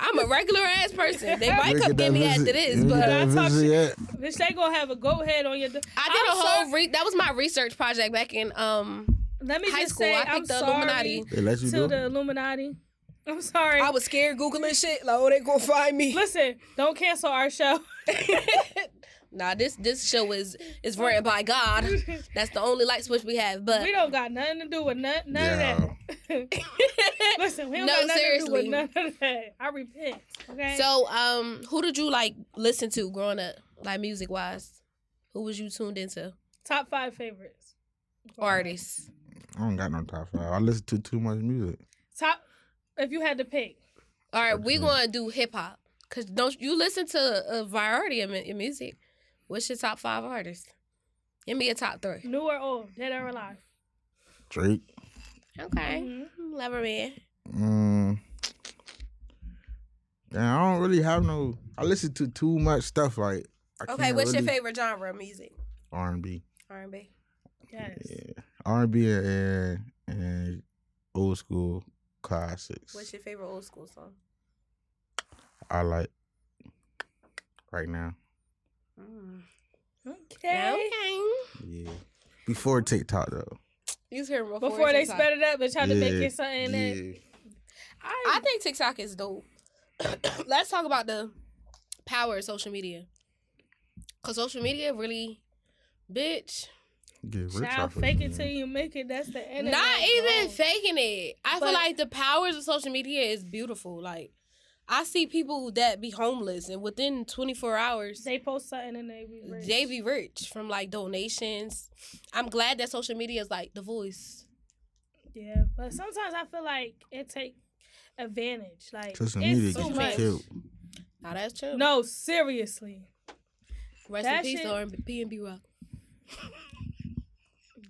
[SPEAKER 6] I'm a regular ass person. They might
[SPEAKER 7] Didn't
[SPEAKER 6] come get
[SPEAKER 7] get that
[SPEAKER 6] me
[SPEAKER 7] visit-
[SPEAKER 6] after this,
[SPEAKER 7] didn't get
[SPEAKER 6] but
[SPEAKER 7] that
[SPEAKER 8] I talk
[SPEAKER 7] visit
[SPEAKER 8] shit.
[SPEAKER 7] yet.
[SPEAKER 8] Bitch, they gonna have a goat head on
[SPEAKER 6] I
[SPEAKER 8] your.
[SPEAKER 6] did a whole re- that was my research project back in um
[SPEAKER 8] Let me
[SPEAKER 6] high
[SPEAKER 8] just
[SPEAKER 6] school.
[SPEAKER 8] say,
[SPEAKER 6] I think
[SPEAKER 8] I'm
[SPEAKER 6] the
[SPEAKER 8] sorry
[SPEAKER 6] Illuminati.
[SPEAKER 7] They let you
[SPEAKER 8] to
[SPEAKER 7] do.
[SPEAKER 8] the
[SPEAKER 7] it?
[SPEAKER 8] Illuminati. I'm sorry.
[SPEAKER 6] was scared googling shit like oh they gonna find me.
[SPEAKER 8] Listen, don't cancel our show.
[SPEAKER 6] Nah, this this show is is written by God. That's the only light switch we have. But
[SPEAKER 8] We don't got nothing to do with none, none of that. Listen, we don't
[SPEAKER 6] No,
[SPEAKER 8] got nothing to
[SPEAKER 6] seriously.
[SPEAKER 8] do with none of that. I repent. Okay.
[SPEAKER 6] so, um, who did you like listen to growing up, like music wise? Who was you tuned into?
[SPEAKER 8] top five favorites.
[SPEAKER 6] Artists.
[SPEAKER 7] I don't got no top five. I listen to too much music.
[SPEAKER 8] Top. If you had to pick,
[SPEAKER 6] All right, we gonna do hip hop. Cause don't you listen to a variety of mu- music? What's your top five artists? Give me a top three.
[SPEAKER 8] new or old, dead or alive.
[SPEAKER 7] Drake.
[SPEAKER 6] Okay, Mm-hmm. lover man.
[SPEAKER 7] Mm. Damn, I don't really have no. I listen to too much stuff. Like, I
[SPEAKER 6] Okay,
[SPEAKER 7] can't
[SPEAKER 6] what's your
[SPEAKER 7] really-
[SPEAKER 6] favorite genre of music?
[SPEAKER 7] R and B,
[SPEAKER 6] R and B.
[SPEAKER 8] Yes.
[SPEAKER 7] R and B, and and old school classics.
[SPEAKER 6] What's your favorite old school song?
[SPEAKER 7] I like right now.
[SPEAKER 8] Okay.
[SPEAKER 7] Yeah, before TikTok though.
[SPEAKER 6] You hear before,
[SPEAKER 8] Before, they
[SPEAKER 6] TikTok.
[SPEAKER 8] sped it up and tried to make
[SPEAKER 7] Yeah,
[SPEAKER 8] it something that
[SPEAKER 7] yeah.
[SPEAKER 6] I think TikTok is dope. Let's talk about the power of social media. Cause social media really, bitch,
[SPEAKER 7] Get rich
[SPEAKER 8] Child,
[SPEAKER 7] off of
[SPEAKER 8] fake
[SPEAKER 7] it,
[SPEAKER 8] it till you make it. That's the end.
[SPEAKER 6] not e- even faking it. I
[SPEAKER 8] But-
[SPEAKER 6] feel like the powers of social media is beautiful. Like, I see people that be homeless and within 24 hours
[SPEAKER 8] They post something and they be rich.
[SPEAKER 6] they be rich from like donations. I'm glad that social media is like the voice.
[SPEAKER 8] Yeah, but sometimes I feel like it take advantage. Like
[SPEAKER 7] Social media
[SPEAKER 8] it's too
[SPEAKER 7] gets you
[SPEAKER 8] much.
[SPEAKER 7] killed.
[SPEAKER 6] Now that's true.
[SPEAKER 8] No, seriously.
[SPEAKER 6] Rest in
[SPEAKER 8] that
[SPEAKER 6] peace,
[SPEAKER 8] shit-
[SPEAKER 6] R&B and B Rock.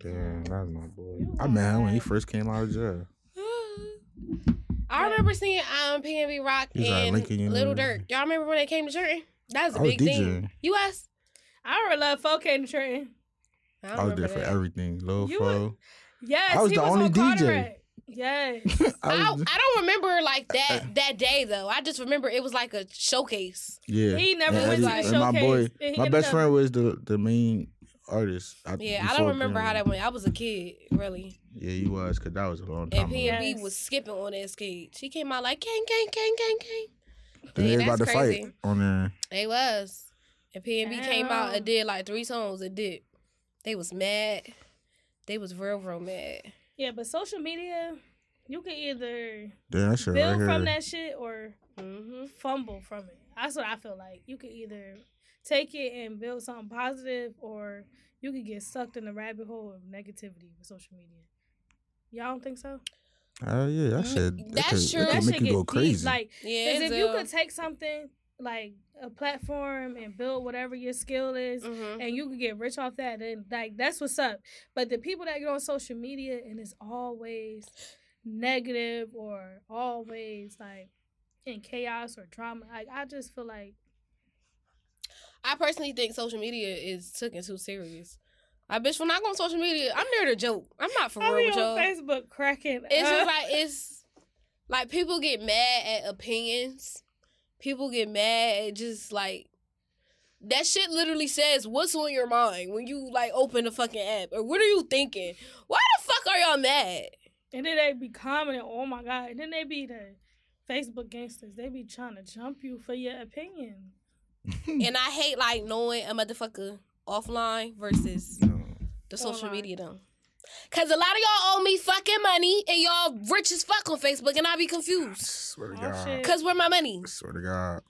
[SPEAKER 7] Damn, that's my boy. I met him when he first came out of jail.
[SPEAKER 6] I remember seeing um PNB Rock
[SPEAKER 7] He's like
[SPEAKER 6] and
[SPEAKER 7] Lincoln
[SPEAKER 6] Little
[SPEAKER 7] University.
[SPEAKER 6] Dirk. Y'all remember when they came to Trenton? That was a
[SPEAKER 7] I was
[SPEAKER 6] big thing.
[SPEAKER 7] DJing.
[SPEAKER 6] You asked?
[SPEAKER 8] I would love 4K and Trenton.
[SPEAKER 6] I, don't
[SPEAKER 7] I was
[SPEAKER 6] remember
[SPEAKER 7] there for
[SPEAKER 6] that.
[SPEAKER 7] everything. Lil
[SPEAKER 8] You
[SPEAKER 7] Fro.
[SPEAKER 8] Yes,
[SPEAKER 7] I was
[SPEAKER 8] he
[SPEAKER 7] the
[SPEAKER 8] was
[SPEAKER 7] only
[SPEAKER 8] on
[SPEAKER 7] DJ.
[SPEAKER 8] Carteret. Yes.
[SPEAKER 6] I, I don't remember like that that day though. I just remember it was like a showcase.
[SPEAKER 7] Yeah.
[SPEAKER 8] He never
[SPEAKER 7] and
[SPEAKER 8] went to
[SPEAKER 7] every-
[SPEAKER 8] the
[SPEAKER 7] and My boy,
[SPEAKER 8] showcase, and he
[SPEAKER 7] my
[SPEAKER 8] ended
[SPEAKER 7] best
[SPEAKER 8] up-
[SPEAKER 7] friend was the the main artist.
[SPEAKER 6] Yeah, I
[SPEAKER 7] before
[SPEAKER 6] don't remember how
[SPEAKER 7] Pee-wee.
[SPEAKER 6] that went. I was a kid, really.
[SPEAKER 7] Yeah, he was, cause that was a long time
[SPEAKER 6] And
[SPEAKER 7] ago.
[SPEAKER 6] PNB
[SPEAKER 8] Yes.
[SPEAKER 6] was skipping on that stage. She came out like gang, gang, gang, gang, gang.
[SPEAKER 7] And they
[SPEAKER 6] Yeah,
[SPEAKER 7] was about to
[SPEAKER 6] that's
[SPEAKER 7] fight
[SPEAKER 6] crazy.
[SPEAKER 7] on there.
[SPEAKER 6] They was. And PNB came out
[SPEAKER 8] Damn.
[SPEAKER 6] and did like three songs and did. They was mad. They was real, real mad.
[SPEAKER 8] yeah, but social media, you can either
[SPEAKER 7] Damn, that shit right
[SPEAKER 8] build
[SPEAKER 7] here.
[SPEAKER 8] from that shit or
[SPEAKER 6] Mm-hmm.
[SPEAKER 8] fumble from it. That's what I feel like. You can either take it and build something positive or you could get sucked in the rabbit hole of negativity with social media. Y'all don't think so?
[SPEAKER 7] Oh yeah, that shit. that
[SPEAKER 6] that's
[SPEAKER 7] could-
[SPEAKER 6] true.
[SPEAKER 7] That
[SPEAKER 8] Mm, that
[SPEAKER 7] could
[SPEAKER 8] shit
[SPEAKER 7] make you
[SPEAKER 8] get
[SPEAKER 7] go
[SPEAKER 8] deep.
[SPEAKER 7] crazy.
[SPEAKER 8] Like,
[SPEAKER 6] Yeah,
[SPEAKER 8] 'cause
[SPEAKER 6] it
[SPEAKER 8] if you
[SPEAKER 6] do.
[SPEAKER 8] could take something like a platform and build whatever your skill is,
[SPEAKER 6] Mm-hmm.
[SPEAKER 8] and you could get rich off that, and like that's what's up. But the people that get on social media and it's always negative or always like in chaos or drama, like I just feel like
[SPEAKER 6] I personally think social media is taken too serious. I bitch, when I go on social media, I'm there to joke. I'm not for
[SPEAKER 8] I
[SPEAKER 6] real
[SPEAKER 8] be
[SPEAKER 6] with
[SPEAKER 8] on
[SPEAKER 6] y'all.
[SPEAKER 8] Facebook cracking.
[SPEAKER 6] It's
[SPEAKER 8] up.
[SPEAKER 6] just like it's like people get mad at opinions. People get mad at just like that shit literally says what's on your mind when you like open the fucking app or what are you thinking? Why the fuck are y'all mad?
[SPEAKER 8] And then they be commenting, oh my God. And then they be the Facebook gangsters. They be trying to jump you for your opinion.
[SPEAKER 6] and I hate like knowing a motherfucker offline versus
[SPEAKER 8] oh,
[SPEAKER 6] the social
[SPEAKER 8] Online.
[SPEAKER 6] media though. Cause a lot of y'all owe me fucking money and y'all rich as fuck on Facebook and I be confused.
[SPEAKER 7] swear to
[SPEAKER 8] Oh,
[SPEAKER 7] God.
[SPEAKER 8] shit.
[SPEAKER 6] Cause where my money?
[SPEAKER 7] Swear to God.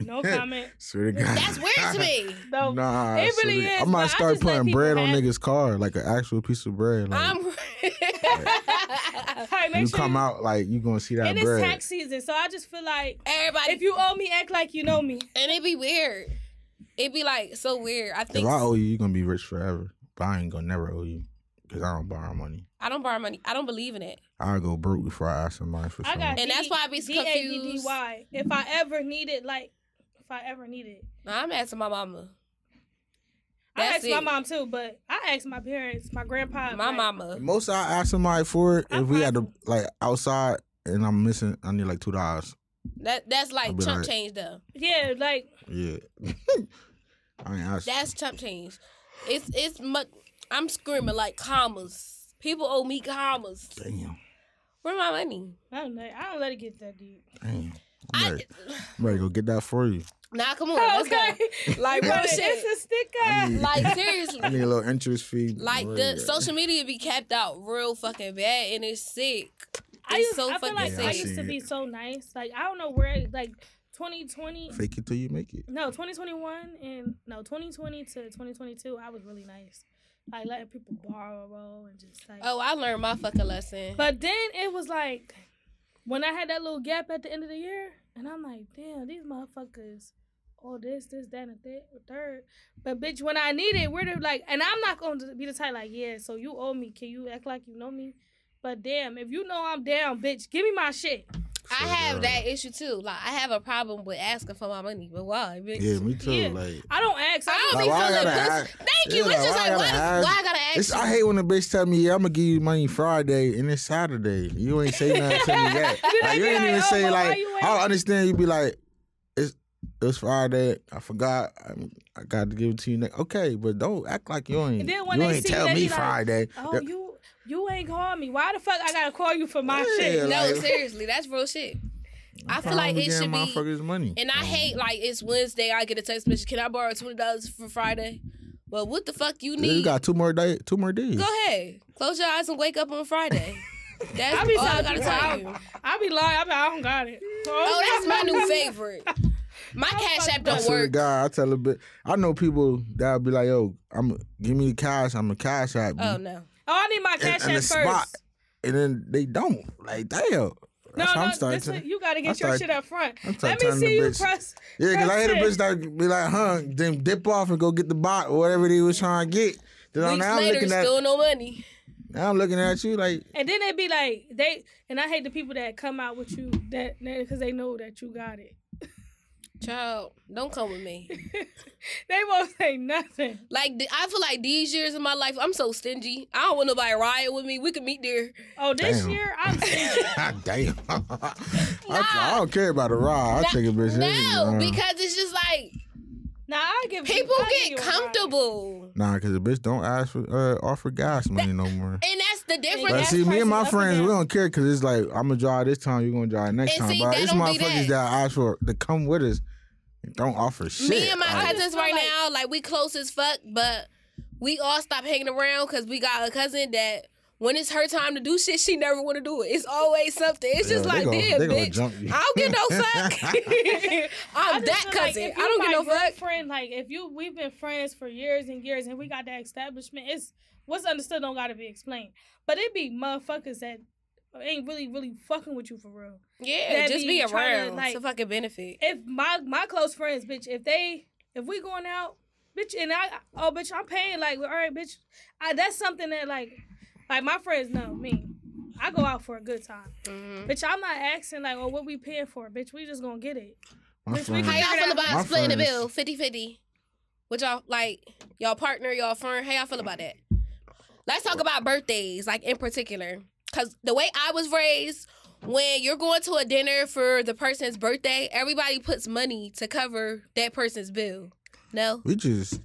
[SPEAKER 8] No comment.
[SPEAKER 7] Swear to God.
[SPEAKER 6] That's weird to me.
[SPEAKER 8] No.
[SPEAKER 7] Nah,
[SPEAKER 8] it
[SPEAKER 7] swear to
[SPEAKER 8] really
[SPEAKER 7] God.
[SPEAKER 8] is.
[SPEAKER 7] I might
[SPEAKER 8] but
[SPEAKER 7] start
[SPEAKER 8] just let
[SPEAKER 7] putting
[SPEAKER 8] people
[SPEAKER 7] bread on
[SPEAKER 8] have-
[SPEAKER 7] niggas' car, like an actual piece of bread. Like,
[SPEAKER 6] I'm
[SPEAKER 8] Like, make
[SPEAKER 7] you
[SPEAKER 8] sure
[SPEAKER 7] come
[SPEAKER 8] you-
[SPEAKER 7] out like you gonna see that
[SPEAKER 8] And it's
[SPEAKER 7] bread.
[SPEAKER 8] tax season, so I just feel like
[SPEAKER 6] everybody
[SPEAKER 8] if you owe me, act like you know me.
[SPEAKER 6] and it be weird. It be like so weird. I
[SPEAKER 7] If
[SPEAKER 6] think
[SPEAKER 7] I
[SPEAKER 6] I,
[SPEAKER 7] owe you, you gonna be rich forever. But I ain't gonna never owe you because I don't borrow money.
[SPEAKER 6] don't borrow money. I don't believe in it.
[SPEAKER 7] I'll go broke before I ask somebody for
[SPEAKER 8] I
[SPEAKER 7] something.
[SPEAKER 8] got
[SPEAKER 6] And that's why I be
[SPEAKER 8] D- D-A-D-D-Y. If I ever need it, like if I ever need it.
[SPEAKER 6] I'm asking my mama.
[SPEAKER 8] I
[SPEAKER 6] That's
[SPEAKER 8] asked my
[SPEAKER 6] it.
[SPEAKER 8] mom too, but I asked my parents, my grandpa.
[SPEAKER 6] My
[SPEAKER 8] like,
[SPEAKER 6] mama.
[SPEAKER 7] Most I ask somebody for it
[SPEAKER 8] I'm
[SPEAKER 7] if we had to
[SPEAKER 8] fine.
[SPEAKER 7] like outside and I'm missing. I need like two dollars.
[SPEAKER 6] That that's
[SPEAKER 7] I'll
[SPEAKER 6] like
[SPEAKER 7] be
[SPEAKER 6] chump
[SPEAKER 7] like-
[SPEAKER 6] change though.
[SPEAKER 8] Yeah, like
[SPEAKER 7] Yeah, I ain't ask.
[SPEAKER 6] That's chump change. It's it's much. I'm screaming like commas. People owe me commas.
[SPEAKER 7] damn,
[SPEAKER 6] Where my money?
[SPEAKER 8] I don't know. I don't let it get that deep.
[SPEAKER 7] damn. I'm ready. I'm ready to go get that for you.
[SPEAKER 6] Nah, come on. Let's
[SPEAKER 8] Okay.
[SPEAKER 6] go. Like, real shit.
[SPEAKER 8] It's a sticker.
[SPEAKER 7] need,
[SPEAKER 6] Like, seriously.
[SPEAKER 7] I need a little interest fee.
[SPEAKER 6] Like,
[SPEAKER 7] Word,
[SPEAKER 6] the
[SPEAKER 7] yeah.
[SPEAKER 6] social media be capped out real fucking bad and it's sick.
[SPEAKER 8] I
[SPEAKER 6] It's
[SPEAKER 8] used,
[SPEAKER 6] so
[SPEAKER 8] I feel
[SPEAKER 6] fucking
[SPEAKER 8] like
[SPEAKER 7] sick.
[SPEAKER 8] I
[SPEAKER 7] Yeah, I
[SPEAKER 8] used to
[SPEAKER 7] see
[SPEAKER 8] be
[SPEAKER 7] it.
[SPEAKER 8] so nice. Like I don't know where like 2020
[SPEAKER 7] Fake it till you make it.
[SPEAKER 8] no 2021 and no 2020 to 2022 I was really nice. Like letting people borrow and just like
[SPEAKER 6] Oh, I learned my fucking lesson.
[SPEAKER 8] But then it was like when I had that little gap at the end of the year, and I'm like, damn, these motherfuckers, all this, this, that, and that, third. But bitch, when I need it, where they like, and I'm not gonna be the type like, yeah, so you owe me. Can you act like you know me? But damn, if you know I'm down, bitch, give me my shit.
[SPEAKER 6] I have
[SPEAKER 7] Sure.
[SPEAKER 6] that issue too. Like, I have a problem with asking for my money, but why? bitch?
[SPEAKER 7] Yeah, me too.
[SPEAKER 8] Yeah.
[SPEAKER 7] Like,
[SPEAKER 8] I don't ask. I
[SPEAKER 6] I
[SPEAKER 8] just-
[SPEAKER 6] don't
[SPEAKER 7] Like,
[SPEAKER 6] be
[SPEAKER 7] why I
[SPEAKER 6] feeling
[SPEAKER 7] gotta
[SPEAKER 6] pussy.
[SPEAKER 7] ask-
[SPEAKER 6] Thank you.
[SPEAKER 7] Yeah,
[SPEAKER 6] It's just
[SPEAKER 7] why I
[SPEAKER 6] like, why,
[SPEAKER 7] gotta
[SPEAKER 6] does- why
[SPEAKER 7] ask?
[SPEAKER 6] I gotta ask
[SPEAKER 7] it's,
[SPEAKER 6] you?
[SPEAKER 7] I hate when a bitch tell me, yeah, I'm gonna give you money Friday and it's Saturday. You ain't say nothing to me yet. Like, you
[SPEAKER 8] be
[SPEAKER 7] ain't
[SPEAKER 8] like,
[SPEAKER 7] even
[SPEAKER 8] oh,
[SPEAKER 7] say,
[SPEAKER 8] well, why
[SPEAKER 7] like,
[SPEAKER 8] you ain't-
[SPEAKER 7] I don't understand. You be like, it's, it was Friday. I forgot. I, I got to give it to you next. Okay, but don't act like you ain't.
[SPEAKER 8] And then when
[SPEAKER 7] you
[SPEAKER 8] they
[SPEAKER 7] ain't
[SPEAKER 8] see you,
[SPEAKER 7] tell
[SPEAKER 8] they
[SPEAKER 7] me
[SPEAKER 8] be like,
[SPEAKER 7] Friday.
[SPEAKER 8] oh, you you ain't call me. Why the fuck I gotta call you for my
[SPEAKER 7] Yeah,
[SPEAKER 8] shit?
[SPEAKER 7] like-
[SPEAKER 6] No, seriously, that's real shit. I feel like it should be.
[SPEAKER 7] motherfuckers money.
[SPEAKER 6] And I hate like it's Wednesday. I get a text message. Can I borrow twenty dollars for Friday? Well, what the fuck you
[SPEAKER 7] You
[SPEAKER 6] need?
[SPEAKER 7] got two more day, two more days.
[SPEAKER 6] Go ahead. Close your eyes and wake up on Friday. That's
[SPEAKER 8] I be
[SPEAKER 6] all Oh, I
[SPEAKER 8] telling
[SPEAKER 6] gotta
[SPEAKER 8] people,
[SPEAKER 6] tell you.
[SPEAKER 8] I, I be lying. I be, I don't got it.
[SPEAKER 6] Oh, that's my new favorite. My cash app
[SPEAKER 7] I
[SPEAKER 6] don't
[SPEAKER 7] swear to
[SPEAKER 6] work.
[SPEAKER 7] God, I tell a bit. I know people that'll be like, "Yo, I'm give me the cash. I'm a cash app."
[SPEAKER 6] Oh no.
[SPEAKER 8] Oh, I need my
[SPEAKER 7] and,
[SPEAKER 8] cash
[SPEAKER 7] and
[SPEAKER 8] app
[SPEAKER 7] the
[SPEAKER 8] first.
[SPEAKER 7] spot, and then they don't. Like, damn.
[SPEAKER 8] No,
[SPEAKER 7] That's how
[SPEAKER 8] no,
[SPEAKER 7] I'm starting
[SPEAKER 8] this
[SPEAKER 7] to.
[SPEAKER 8] is- you gotta
[SPEAKER 7] I
[SPEAKER 8] get your
[SPEAKER 7] start-
[SPEAKER 8] shit up front.
[SPEAKER 7] I start
[SPEAKER 8] Let me
[SPEAKER 7] telling the
[SPEAKER 8] see you
[SPEAKER 7] bitch-
[SPEAKER 8] press.
[SPEAKER 7] yeah, because I hear the
[SPEAKER 8] press
[SPEAKER 7] bitch that be like, "Huh?" Then dip off and go get the bot or whatever they was trying to get. Then
[SPEAKER 6] Weeks
[SPEAKER 7] now I'm
[SPEAKER 6] later,
[SPEAKER 7] looking at
[SPEAKER 6] still no money.
[SPEAKER 7] now I'm looking at you like,
[SPEAKER 8] it. And then they be like, they and I hate the people that come out with you that because they know that you got it.
[SPEAKER 6] Child, don't come with me.
[SPEAKER 8] They won't say nothing.
[SPEAKER 6] Like th- I feel like these years of my life, I'm so stingy. I don't want nobody riot with me. We could meet there.
[SPEAKER 8] Oh, this
[SPEAKER 7] Damn.
[SPEAKER 8] year I'm stingy.
[SPEAKER 7] "God ah, damn." I, I don't care about a ride. I take a bitch.
[SPEAKER 6] No,
[SPEAKER 7] uh,
[SPEAKER 6] because it's just like
[SPEAKER 8] now I give you-
[SPEAKER 6] people
[SPEAKER 8] I give you
[SPEAKER 6] get
[SPEAKER 8] a ride.
[SPEAKER 6] comfortable,
[SPEAKER 7] Nah, because a bitch don't ask for uh, offer gas money no more.
[SPEAKER 6] and that's the
[SPEAKER 7] But
[SPEAKER 6] difference.
[SPEAKER 8] gas
[SPEAKER 7] see, me and my
[SPEAKER 8] prices up and
[SPEAKER 7] friends, we
[SPEAKER 8] down.
[SPEAKER 7] don't care because it's like I'm gonna drive this time, you gonna drive next
[SPEAKER 6] And
[SPEAKER 7] time.
[SPEAKER 6] see,
[SPEAKER 7] but
[SPEAKER 6] that
[SPEAKER 7] it's
[SPEAKER 6] don't be
[SPEAKER 7] motherfuckers
[SPEAKER 6] that.
[SPEAKER 7] that. ask for to come with us and don't offer shit.
[SPEAKER 6] Me and my
[SPEAKER 7] Like,
[SPEAKER 6] cousins right now, like we close as fuck, but we all stop hanging around because we got a cousin that when it's her time to do shit, she never want to do it. It's always something. It's just
[SPEAKER 7] Yeah,
[SPEAKER 6] like,
[SPEAKER 7] they gonna-
[SPEAKER 6] damn,
[SPEAKER 7] they gonna
[SPEAKER 6] bitch,
[SPEAKER 7] jump you.
[SPEAKER 6] I don't get no fuck. I'm
[SPEAKER 8] I just
[SPEAKER 6] that
[SPEAKER 8] feel like
[SPEAKER 6] cousin.
[SPEAKER 8] if
[SPEAKER 6] I
[SPEAKER 8] you
[SPEAKER 6] don't get
[SPEAKER 8] my
[SPEAKER 6] no
[SPEAKER 8] real
[SPEAKER 6] fuck.
[SPEAKER 8] Friend, like if you, we've been friends for years and years, and we got that establishment. It's what's understood don't gotta be explained. But it be motherfuckers that ain't really, really fucking with you for real.
[SPEAKER 6] Yeah,
[SPEAKER 8] that
[SPEAKER 6] just
[SPEAKER 8] be
[SPEAKER 6] be
[SPEAKER 8] tryna,
[SPEAKER 6] around.
[SPEAKER 8] like-
[SPEAKER 6] it's a fucking benefit.
[SPEAKER 8] if my my close friends, bitch, if they if we going out, bitch, and I oh bitch, I'm paying like all right, bitch. I, that's something that like like my friends know me. I go out for a good time,
[SPEAKER 6] Mm-hmm.
[SPEAKER 8] bitch. I'm not asking like, oh, what we paying for, bitch. We just gonna get it.
[SPEAKER 7] my friends,
[SPEAKER 6] How y'all feel about
[SPEAKER 7] My
[SPEAKER 6] splitting the
[SPEAKER 7] friends.
[SPEAKER 6] bill 50 50? What y'all like, y'all partner, y'all friend? How y'all feel about that? Let's talk about birthdays, like in particular. Because the way I was raised, when you're going to a dinner for the person's birthday, everybody puts money to cover that person's bill. No?
[SPEAKER 7] we just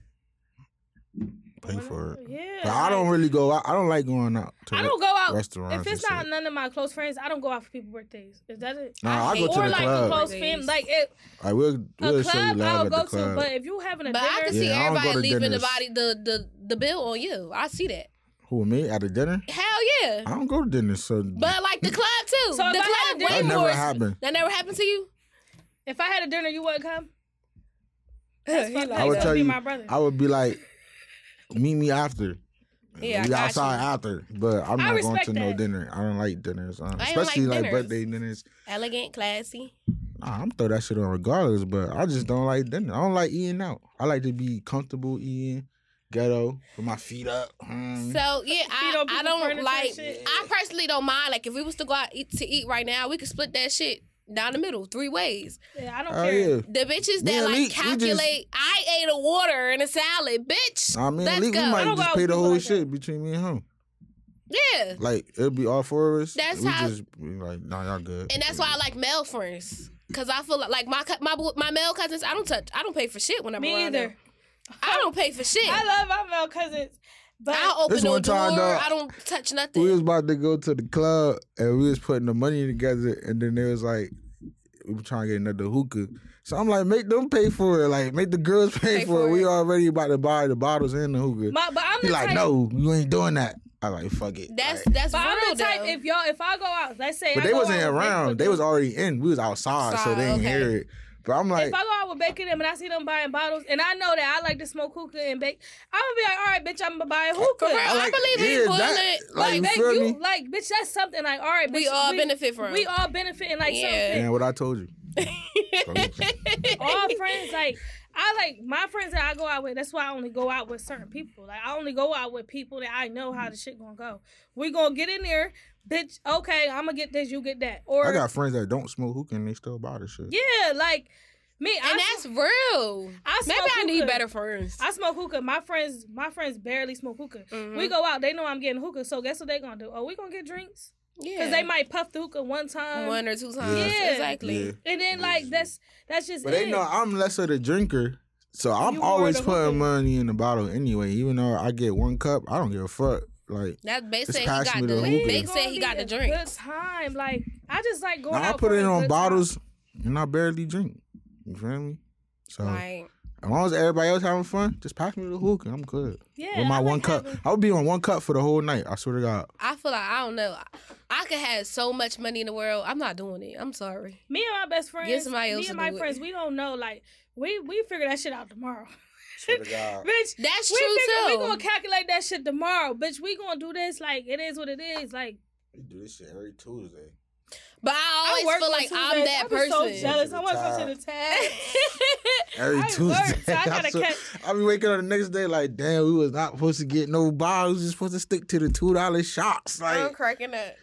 [SPEAKER 7] pay for it.
[SPEAKER 8] Yeah,
[SPEAKER 7] But I don't
[SPEAKER 8] like,
[SPEAKER 7] really go. out. I don't like going out. To
[SPEAKER 8] I don't go out
[SPEAKER 7] restaurants
[SPEAKER 8] If it's
[SPEAKER 7] and
[SPEAKER 8] not
[SPEAKER 7] shit.
[SPEAKER 8] none of my close friends, I don't go out for people's birthdays. Is that it?
[SPEAKER 7] Nah, I,
[SPEAKER 6] I
[SPEAKER 7] go
[SPEAKER 6] hate-
[SPEAKER 7] to
[SPEAKER 8] or
[SPEAKER 7] the
[SPEAKER 8] like
[SPEAKER 7] club.
[SPEAKER 8] the close friends, like it,
[SPEAKER 7] Like we'll
[SPEAKER 8] a
[SPEAKER 7] we'll show you
[SPEAKER 8] club I'll
[SPEAKER 7] love
[SPEAKER 8] go
[SPEAKER 7] at the
[SPEAKER 8] to.
[SPEAKER 7] club.
[SPEAKER 8] But if you having a
[SPEAKER 6] But I
[SPEAKER 8] dinner,
[SPEAKER 6] can see
[SPEAKER 7] Yeah, I don't go
[SPEAKER 6] everybody
[SPEAKER 7] to
[SPEAKER 6] leaving the
[SPEAKER 7] dinners.
[SPEAKER 6] body the, the the bill on you. I see that.
[SPEAKER 7] Who me at a dinner?
[SPEAKER 6] Hell yeah.
[SPEAKER 7] I don't go to dinner. So
[SPEAKER 6] But like the club too.
[SPEAKER 8] So if
[SPEAKER 6] the
[SPEAKER 8] I had
[SPEAKER 6] club
[SPEAKER 8] a
[SPEAKER 6] way
[SPEAKER 7] dinner- That never
[SPEAKER 6] more.
[SPEAKER 7] happened.
[SPEAKER 6] That never happened to you?
[SPEAKER 8] if I had a dinner, you wouldn't come.
[SPEAKER 6] That's
[SPEAKER 8] fucked up.
[SPEAKER 7] I would
[SPEAKER 8] That
[SPEAKER 7] tell
[SPEAKER 8] be
[SPEAKER 7] you,
[SPEAKER 8] my brother.
[SPEAKER 7] I would be like, meet me after.
[SPEAKER 6] Yeah, I
[SPEAKER 7] we
[SPEAKER 6] got
[SPEAKER 7] outside after, but I'm not
[SPEAKER 8] I
[SPEAKER 7] going to
[SPEAKER 8] respect
[SPEAKER 7] no
[SPEAKER 8] that.
[SPEAKER 7] dinner. I don't like dinners, um,
[SPEAKER 6] I don't
[SPEAKER 7] especially
[SPEAKER 6] like
[SPEAKER 7] like,
[SPEAKER 6] dinners.
[SPEAKER 7] birthday dinners.
[SPEAKER 6] Elegant, classy.
[SPEAKER 7] Nah, I'm throw that shit on regardless, but I just don't like dinner. I don't like eating out. I like to be comfortable eating, ghetto, with my feet up. Mm.
[SPEAKER 6] So yeah,
[SPEAKER 8] Feed
[SPEAKER 6] I,
[SPEAKER 8] on
[SPEAKER 6] I
[SPEAKER 8] people's furniture
[SPEAKER 6] don't
[SPEAKER 8] and
[SPEAKER 6] like.
[SPEAKER 8] shit.
[SPEAKER 6] I personally don't mind. Like if we was to go out eat, to eat right now, we could split that shit down the middle three ways.
[SPEAKER 8] Yeah, I don't
[SPEAKER 7] oh
[SPEAKER 8] care.
[SPEAKER 7] yeah.
[SPEAKER 6] The bitches
[SPEAKER 7] Me
[SPEAKER 6] that
[SPEAKER 7] and
[SPEAKER 6] like
[SPEAKER 7] Leek, we just-
[SPEAKER 6] calculate. I ate a water and a salad, bitch.
[SPEAKER 7] I mean,
[SPEAKER 6] let's
[SPEAKER 7] we
[SPEAKER 6] go. I
[SPEAKER 7] might
[SPEAKER 6] don't
[SPEAKER 7] just
[SPEAKER 8] go
[SPEAKER 7] pay
[SPEAKER 8] out
[SPEAKER 7] the
[SPEAKER 8] with
[SPEAKER 7] whole
[SPEAKER 8] people like
[SPEAKER 7] shit between me and him.
[SPEAKER 6] yeah,
[SPEAKER 7] Like it'll be all four of us.
[SPEAKER 6] That's
[SPEAKER 7] we
[SPEAKER 6] how-
[SPEAKER 7] just be like, nah, y'all good.
[SPEAKER 6] and that's why I like male friends. Cause I feel like, like my cou- my bo- my male cousins. I don't touch. I don't pay for shit when I'm
[SPEAKER 8] Me
[SPEAKER 6] around
[SPEAKER 8] either.
[SPEAKER 6] them. I don't pay for shit.
[SPEAKER 8] I
[SPEAKER 6] I
[SPEAKER 8] love my male cousins, but
[SPEAKER 6] will open
[SPEAKER 7] This
[SPEAKER 6] no
[SPEAKER 7] one time,
[SPEAKER 6] door.
[SPEAKER 7] dog,
[SPEAKER 6] I don't touch nothing.
[SPEAKER 7] we was about to go to the club and we was putting the money together and then they was like we were trying to get another hookah. So I'm like, make them pay for it. Like, make the girls pay, for, it. We already about to buy the bottles and the hookah.
[SPEAKER 8] My, but I'm
[SPEAKER 7] He
[SPEAKER 8] the
[SPEAKER 7] like,
[SPEAKER 8] type.
[SPEAKER 7] no, you ain't doing that. I like, fuck it.
[SPEAKER 6] That's
[SPEAKER 7] Like,
[SPEAKER 6] that's
[SPEAKER 8] But
[SPEAKER 6] real
[SPEAKER 8] I'm the type.
[SPEAKER 6] though.
[SPEAKER 8] If y'all, if I go out, let's say,
[SPEAKER 7] but
[SPEAKER 8] I
[SPEAKER 7] they
[SPEAKER 8] go
[SPEAKER 7] wasn't
[SPEAKER 8] out with
[SPEAKER 7] around.
[SPEAKER 8] Big
[SPEAKER 7] They
[SPEAKER 8] Cookie.
[SPEAKER 7] was already in. We was outside, so they didn't
[SPEAKER 6] Outside, okay.
[SPEAKER 7] hear it. But I'm like,
[SPEAKER 8] if I go out with Bacon and I see them buying bottles, and I know that I like to smoke hookah and bake, I'm gonna be like, all right, bitch, I'm gonna buy a hookah.
[SPEAKER 6] real, I believe we pulling it.
[SPEAKER 7] Like,
[SPEAKER 8] Like,
[SPEAKER 7] you feel
[SPEAKER 8] you,
[SPEAKER 7] me?
[SPEAKER 8] like, bitch, that's something. Like, all right, bitch,
[SPEAKER 6] We all benefit from.
[SPEAKER 8] We all benefit and like
[SPEAKER 6] Yeah.
[SPEAKER 7] And what I told you.
[SPEAKER 8] something. All friends, like, I like my friends that I go out with. That's why I only go out with certain people. Like, I only go out with people that I know how the shit gonna go. We gonna get in there, bitch. Okay, I'm gonna get this, you get that, or
[SPEAKER 7] I got friends that don't smoke hookah and they still buy the shit.
[SPEAKER 8] yeah, like me. I
[SPEAKER 6] and that's real.
[SPEAKER 8] I smoke
[SPEAKER 6] Maybe I need
[SPEAKER 8] hookah.
[SPEAKER 6] better friends.
[SPEAKER 8] I smoke hookah. My friends, my friends barely smoke hookah.
[SPEAKER 6] Mm-hmm.
[SPEAKER 8] We go out, they know I'm getting hookah. So guess what they gonna do? Oh, we gonna get drinks
[SPEAKER 6] Yeah,
[SPEAKER 8] because they might puff the hookah one time,
[SPEAKER 6] one or two times.
[SPEAKER 8] Yeah.
[SPEAKER 6] exactly.
[SPEAKER 7] Yeah.
[SPEAKER 8] and then like that's that's just.
[SPEAKER 7] But
[SPEAKER 8] it.
[SPEAKER 7] they know I'm less of the drinker, so I'm
[SPEAKER 8] You are
[SPEAKER 7] always
[SPEAKER 8] the
[SPEAKER 7] putting
[SPEAKER 8] hookah.
[SPEAKER 7] money in the bottle anyway. Even though I get one cup, I don't give a fuck. Like
[SPEAKER 6] That Bake
[SPEAKER 7] It's
[SPEAKER 6] said he
[SPEAKER 7] past
[SPEAKER 6] got
[SPEAKER 7] me,
[SPEAKER 6] the
[SPEAKER 7] though. Who
[SPEAKER 6] Bake
[SPEAKER 7] cares?
[SPEAKER 6] said he
[SPEAKER 8] Gonna
[SPEAKER 6] got
[SPEAKER 8] be
[SPEAKER 6] the
[SPEAKER 8] a Good
[SPEAKER 6] drinks.
[SPEAKER 8] time, like I just like going
[SPEAKER 7] now I
[SPEAKER 8] out.
[SPEAKER 7] put
[SPEAKER 8] for
[SPEAKER 7] it
[SPEAKER 8] a
[SPEAKER 7] on
[SPEAKER 8] good
[SPEAKER 7] bottles,
[SPEAKER 8] time.
[SPEAKER 7] and I barely drink. You feel me? So
[SPEAKER 6] Like
[SPEAKER 7] as long as everybody else having fun, just pass me the hookah. I'm good.
[SPEAKER 8] Yeah,
[SPEAKER 7] With my
[SPEAKER 8] I
[SPEAKER 7] one
[SPEAKER 8] like
[SPEAKER 7] cup,
[SPEAKER 8] having-
[SPEAKER 7] I would be on one cup for the whole night. I swear to God.
[SPEAKER 6] I feel like I don't know. I could have so much money in the world. I'm not doing it. I'm sorry.
[SPEAKER 8] Me and my best friends,
[SPEAKER 6] somebody else
[SPEAKER 8] me
[SPEAKER 6] to
[SPEAKER 8] and my
[SPEAKER 6] do it.
[SPEAKER 8] friends, we don't know. Like we we figure that shit out tomorrow.
[SPEAKER 7] Oh God.
[SPEAKER 8] Bitch,
[SPEAKER 6] That's
[SPEAKER 8] we
[SPEAKER 6] true,
[SPEAKER 8] figure-
[SPEAKER 6] too.
[SPEAKER 8] We gonna calculate that shit tomorrow, bitch. We gonna do this. Like it is what it is. Like
[SPEAKER 7] We do this shit every Tuesday.
[SPEAKER 6] But I always
[SPEAKER 8] work
[SPEAKER 6] feel
[SPEAKER 8] on
[SPEAKER 6] like I'm
[SPEAKER 8] Tuesdays.
[SPEAKER 6] that
[SPEAKER 8] I be
[SPEAKER 6] person.
[SPEAKER 8] So jealous. I want to go
[SPEAKER 7] Tired.
[SPEAKER 8] to the tab.
[SPEAKER 7] Every
[SPEAKER 8] I work, so
[SPEAKER 7] Tuesday.
[SPEAKER 8] I gotta
[SPEAKER 7] I swear-
[SPEAKER 8] catch-
[SPEAKER 7] I be waking up the next day like, damn, we was not supposed to get no bottles. We was supposed to stick to the two dollar shots.
[SPEAKER 6] I'm
[SPEAKER 7] Like,
[SPEAKER 6] cracking up.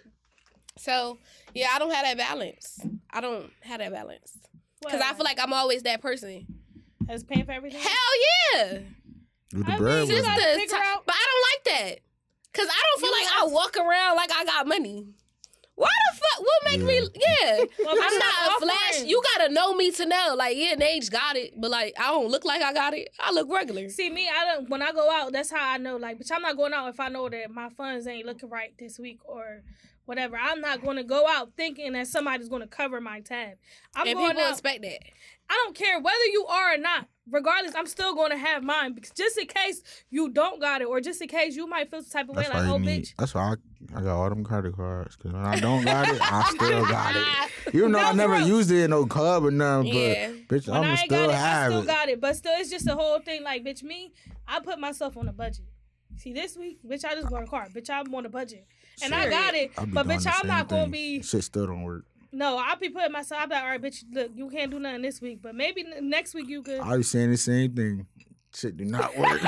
[SPEAKER 6] So yeah, I don't have that balance. I don't have that balance because I feel like I'm always that person.
[SPEAKER 8] that's paying for everything.
[SPEAKER 6] Hell yeah,
[SPEAKER 7] with the
[SPEAKER 8] I mean,
[SPEAKER 7] bread,
[SPEAKER 8] you
[SPEAKER 7] with
[SPEAKER 8] gotta
[SPEAKER 7] it.
[SPEAKER 6] Sisters,
[SPEAKER 8] figure out-
[SPEAKER 6] but I don't like that because I don't feel
[SPEAKER 8] You
[SPEAKER 6] like
[SPEAKER 8] have
[SPEAKER 6] I walk around like I got money. Why the fuck? What make me? Yeah,
[SPEAKER 8] Well,
[SPEAKER 6] I'm
[SPEAKER 8] that's
[SPEAKER 6] not
[SPEAKER 8] not
[SPEAKER 6] a flash.
[SPEAKER 8] offering.
[SPEAKER 6] You gotta know me to know. Like yeah, Nage got it, but like I don't look like I got it. I look regular.
[SPEAKER 8] See me, I don't. When I go out, that's how I know. Like, bitch, I'm not going out if I know that my funds ain't looking right this week or whatever. I'm not going to go out thinking that somebody's going to cover my tab. I'm
[SPEAKER 6] and
[SPEAKER 8] going
[SPEAKER 6] people
[SPEAKER 8] out.
[SPEAKER 6] expect that.
[SPEAKER 8] I don't care whether you are or not. Regardless, I'm still going to have mine because just in case you don't got it, or just in case you might feel some type of way,
[SPEAKER 7] That's
[SPEAKER 8] like,
[SPEAKER 7] why
[SPEAKER 8] oh,
[SPEAKER 7] you need.
[SPEAKER 8] bitch.
[SPEAKER 7] That's why I, I got all them credit cards. Cause when I don't got it, I still got it. You know, I never
[SPEAKER 8] bro.
[SPEAKER 7] used it in no club or nothing. But
[SPEAKER 6] Yeah.
[SPEAKER 7] bitch,
[SPEAKER 8] When
[SPEAKER 7] I'ma
[SPEAKER 8] I ain't
[SPEAKER 7] still
[SPEAKER 8] got it, I
[SPEAKER 7] have
[SPEAKER 8] still
[SPEAKER 7] it.
[SPEAKER 8] got it. But still, it's just the whole thing. Like, bitch, me, I put myself on a budget. See, this week, bitch, I just work hard. Bitch, I'm on a budget. And I got it.
[SPEAKER 7] I be
[SPEAKER 8] But,
[SPEAKER 7] doing
[SPEAKER 8] bitch,
[SPEAKER 7] the
[SPEAKER 8] I'm
[SPEAKER 7] same
[SPEAKER 8] not going to
[SPEAKER 7] thing.
[SPEAKER 8] be.
[SPEAKER 7] Shit still don't work.
[SPEAKER 8] No, I'll be putting myself. I'll be like, all right, bitch, look, you can't do nothing this week, but maybe n- next week you could.
[SPEAKER 7] I be saying the same thing. Shit do not work.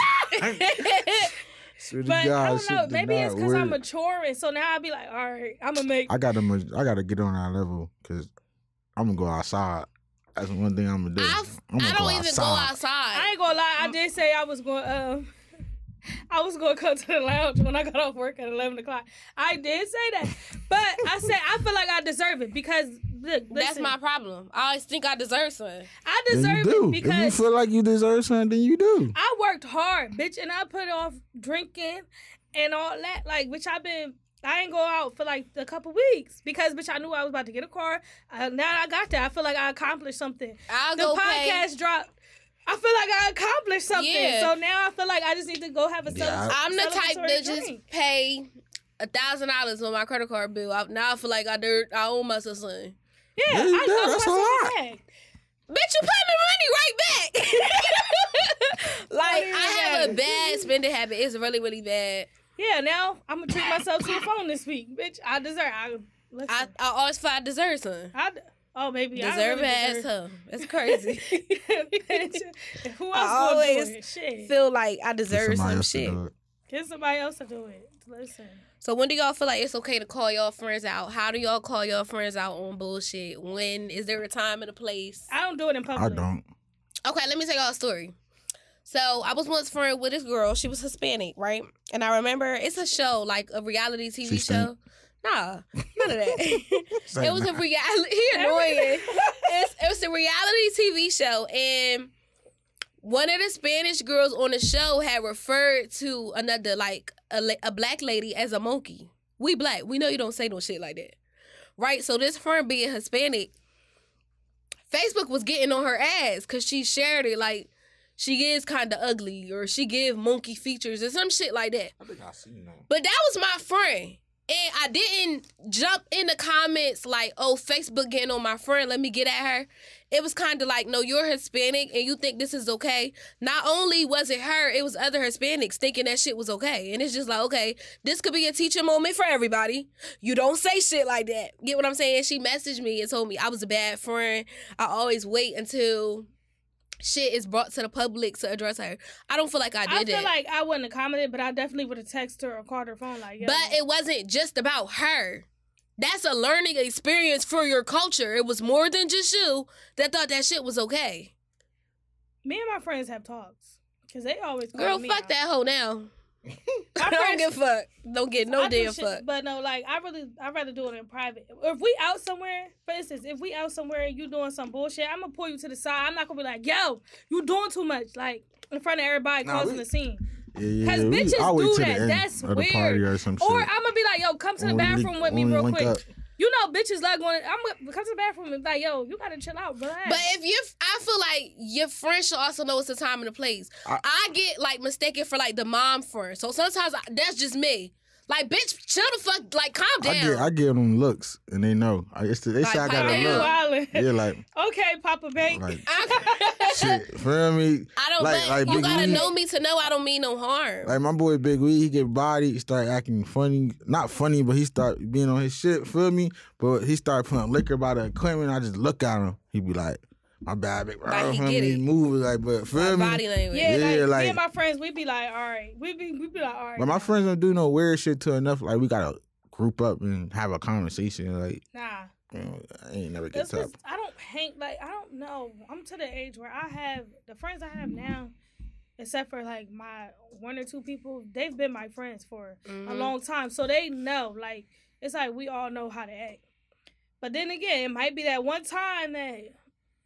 [SPEAKER 7] Swear to
[SPEAKER 8] but I
[SPEAKER 7] God,
[SPEAKER 8] don't
[SPEAKER 7] shit
[SPEAKER 8] know.
[SPEAKER 7] do
[SPEAKER 8] Maybe it's
[SPEAKER 7] not
[SPEAKER 8] because I'm
[SPEAKER 7] work.
[SPEAKER 8] maturing. So now I'll be like, all right, I'm going to make.
[SPEAKER 7] I gotta, ma- I gotta get on that level because I'm gonna go outside. That's one thing I'm gonna do.
[SPEAKER 6] I,
[SPEAKER 7] I'm gonna
[SPEAKER 6] I don't even go outside.
[SPEAKER 8] I ain't going to lie. I did say I was going um, I was going to come to the lounge when I got off work at 11 o'clock. I did say that. But I said, I feel like I deserve it because, look, listen,
[SPEAKER 6] That's my problem. I always think I deserve something.
[SPEAKER 8] I
[SPEAKER 7] Then you
[SPEAKER 8] deserve
[SPEAKER 7] do.
[SPEAKER 8] it
[SPEAKER 7] If you
[SPEAKER 8] because.
[SPEAKER 7] feel like you deserve something, then you do.
[SPEAKER 8] I worked hard, bitch, and I put off drinking and all that. Like, bitch, I've been. I ain't go out for like a couple weeks because bitch, I knew I was about to get a car. Uh, now that I got that. I feel like I accomplished something.
[SPEAKER 6] I'll
[SPEAKER 8] the
[SPEAKER 6] go pay-
[SPEAKER 8] podcast dropped. I feel like I accomplished something.
[SPEAKER 6] Yeah.
[SPEAKER 8] So now I feel like I just need to go have a. cele-
[SPEAKER 7] Yeah, I-
[SPEAKER 6] I'm the type
[SPEAKER 8] celebratory
[SPEAKER 6] that just
[SPEAKER 8] drink.
[SPEAKER 6] pay a thousand dollars on my credit card bill. I, now I feel like I dirt. I owe myself something.
[SPEAKER 8] Yeah,
[SPEAKER 7] Yeah,
[SPEAKER 8] I
[SPEAKER 7] you
[SPEAKER 8] I
[SPEAKER 7] do.
[SPEAKER 8] owe
[SPEAKER 7] That's a
[SPEAKER 8] myself
[SPEAKER 7] lot.
[SPEAKER 8] bag.
[SPEAKER 6] Bitch, you pay me money right back. like
[SPEAKER 8] Money
[SPEAKER 6] I
[SPEAKER 8] right
[SPEAKER 6] have a
[SPEAKER 8] back.
[SPEAKER 6] bad spending habit. It's really really bad.
[SPEAKER 8] Yeah, now I'm gonna treat myself to a phone this week, bitch. I deserve. I, listen,
[SPEAKER 6] I, I
[SPEAKER 8] I,
[SPEAKER 6] always feel I deserve something.
[SPEAKER 8] d- oh baby, I
[SPEAKER 6] Deserve
[SPEAKER 8] really
[SPEAKER 6] ass
[SPEAKER 8] deserve-
[SPEAKER 6] huh? That's crazy.
[SPEAKER 8] Bitch, Who else
[SPEAKER 6] I
[SPEAKER 8] gonna do
[SPEAKER 6] always
[SPEAKER 8] it? Shit.
[SPEAKER 6] feel like I deserve
[SPEAKER 7] Somebody
[SPEAKER 6] some
[SPEAKER 7] else to
[SPEAKER 6] shit.
[SPEAKER 7] do it.
[SPEAKER 8] Get somebody else to do it. Listen.
[SPEAKER 6] So when do y'all feel like it's okay to call y'all friends out? How do y'all call y'all friends out on bullshit? When is there a time and a place?
[SPEAKER 8] I don't do it in
[SPEAKER 7] I
[SPEAKER 8] public.
[SPEAKER 7] don't.
[SPEAKER 6] Okay, let me tell y'all a story. So I was once friend with this girl. She was Hispanic, right? And I remember it's a show like a reality TV
[SPEAKER 7] She
[SPEAKER 6] show.
[SPEAKER 7] stink?
[SPEAKER 6] Nah, none of that.
[SPEAKER 7] Say
[SPEAKER 6] it was a
[SPEAKER 7] nah.
[SPEAKER 6] reality. He annoying. it's, it was a reality TV show, and one of the Spanish girls on the show had referred to another like a, la- a black lady as a monkey. We black. We know you don't say no shit like that, right? So this friend being Hispanic Facebook was getting on her ass because she shared it like she is kind of ugly or she give monkey features or some shit like that.
[SPEAKER 7] I think I seen that.
[SPEAKER 6] But that was my friend. And I didn't jump in the comments like, oh, Facebook getting on my friend, let me get at her. It was kind of like, no, you're Hispanic and you think this is okay. Not only was it her, it was other Hispanics thinking that shit was okay. And it's just like, okay, this could be a teaching moment for everybody. You don't say shit like that. Get what I'm saying? She messaged me and told me I was a bad friend. I always wait until shit is brought to the public to address her. I don't feel like I did
[SPEAKER 8] I
[SPEAKER 6] it.
[SPEAKER 8] feel like I wouldn't have commented, but I definitely would have texted her or called her phone. Like, yo,
[SPEAKER 6] But it wasn't just about her. That's a learning experience for your culture. It was more than just you that thought that shit was okay.
[SPEAKER 8] me and my friends have talks because they always call
[SPEAKER 6] Girl,
[SPEAKER 8] me
[SPEAKER 6] fuck
[SPEAKER 8] out.
[SPEAKER 6] that hoe now.
[SPEAKER 8] My
[SPEAKER 6] I don't
[SPEAKER 8] friends-
[SPEAKER 6] give a fuck. Don't get
[SPEAKER 8] I
[SPEAKER 6] no
[SPEAKER 8] do
[SPEAKER 6] damn
[SPEAKER 8] shit-
[SPEAKER 6] fuck.
[SPEAKER 8] But no, like I really, I rather do it in private. If we out somewhere, for instance, if we out somewhere and you doing some bullshit, I'm gonna pull you to the side. I'm not gonna be like, yo, you doing too much, like in front of everybody
[SPEAKER 7] Nah,
[SPEAKER 8] causing
[SPEAKER 7] we-
[SPEAKER 8] the scene.
[SPEAKER 7] Yeah, yeah,
[SPEAKER 8] Cause
[SPEAKER 7] yeah. We-
[SPEAKER 8] bitches
[SPEAKER 7] I'll wait
[SPEAKER 8] do
[SPEAKER 7] till the
[SPEAKER 8] that.
[SPEAKER 7] end
[SPEAKER 8] That's
[SPEAKER 7] of the
[SPEAKER 8] weird.
[SPEAKER 7] party or some
[SPEAKER 8] Or
[SPEAKER 7] shit.
[SPEAKER 8] I'm gonna be like, yo, come to the
[SPEAKER 7] When we link-
[SPEAKER 8] bathroom with me
[SPEAKER 7] when we
[SPEAKER 8] real
[SPEAKER 7] link
[SPEAKER 8] quick.
[SPEAKER 7] up.
[SPEAKER 8] You know, bitches love going. I'm gonna come to the bathroom and be like, yo, you gotta chill out, relax.
[SPEAKER 6] But if you, I feel like your friend should also know it's the time and the place. I,
[SPEAKER 7] I-
[SPEAKER 6] get like mistaken for like the mom friend, so sometimes I, that's just me. Like, bitch, chill the fuck. Like, calm
[SPEAKER 7] I
[SPEAKER 6] down.
[SPEAKER 7] get, I give them looks, and they know. I, it's the, they say I
[SPEAKER 6] Like,
[SPEAKER 7] got
[SPEAKER 6] how
[SPEAKER 7] a
[SPEAKER 8] Hey,
[SPEAKER 6] you
[SPEAKER 7] look.
[SPEAKER 8] wildin'.
[SPEAKER 7] Yeah, like,
[SPEAKER 8] okay, Papa Bank.
[SPEAKER 7] like
[SPEAKER 6] I-
[SPEAKER 7] shit. Feel me?
[SPEAKER 6] I don't.
[SPEAKER 7] Like-
[SPEAKER 6] but
[SPEAKER 7] like
[SPEAKER 6] you
[SPEAKER 7] Big
[SPEAKER 6] gotta
[SPEAKER 7] Meat.
[SPEAKER 6] know me to know I don't mean no harm.
[SPEAKER 7] Like my boy Big Wee, he get bodied, start acting funny. Not funny, but he start being on his shit, feel me? But he start putting liquor by the equipment. I just look at him. He be like, my bad, big bro.
[SPEAKER 6] Like, he
[SPEAKER 7] feel
[SPEAKER 6] get
[SPEAKER 7] me?
[SPEAKER 6] it.
[SPEAKER 7] Move like, but feel me?
[SPEAKER 6] body language.
[SPEAKER 8] yeah,
[SPEAKER 7] Yeah,
[SPEAKER 8] like, me
[SPEAKER 7] like-
[SPEAKER 8] and my friends, we be like, all right, we be, we be like, all right.
[SPEAKER 7] But my friends don't do no weird shit to enough. Like we gotta group up and have a conversation. Like
[SPEAKER 8] nah.
[SPEAKER 7] you know, I ain't never get
[SPEAKER 8] It's
[SPEAKER 7] top.
[SPEAKER 8] just, I don't hang like I don't know. I'm to the age where I have the friends I have now, except for like my one or two people. They've been my friends for
[SPEAKER 6] Mm-hmm.
[SPEAKER 8] a long time, so they know. Like it's like we all know how to act. But then again, it might be that one time that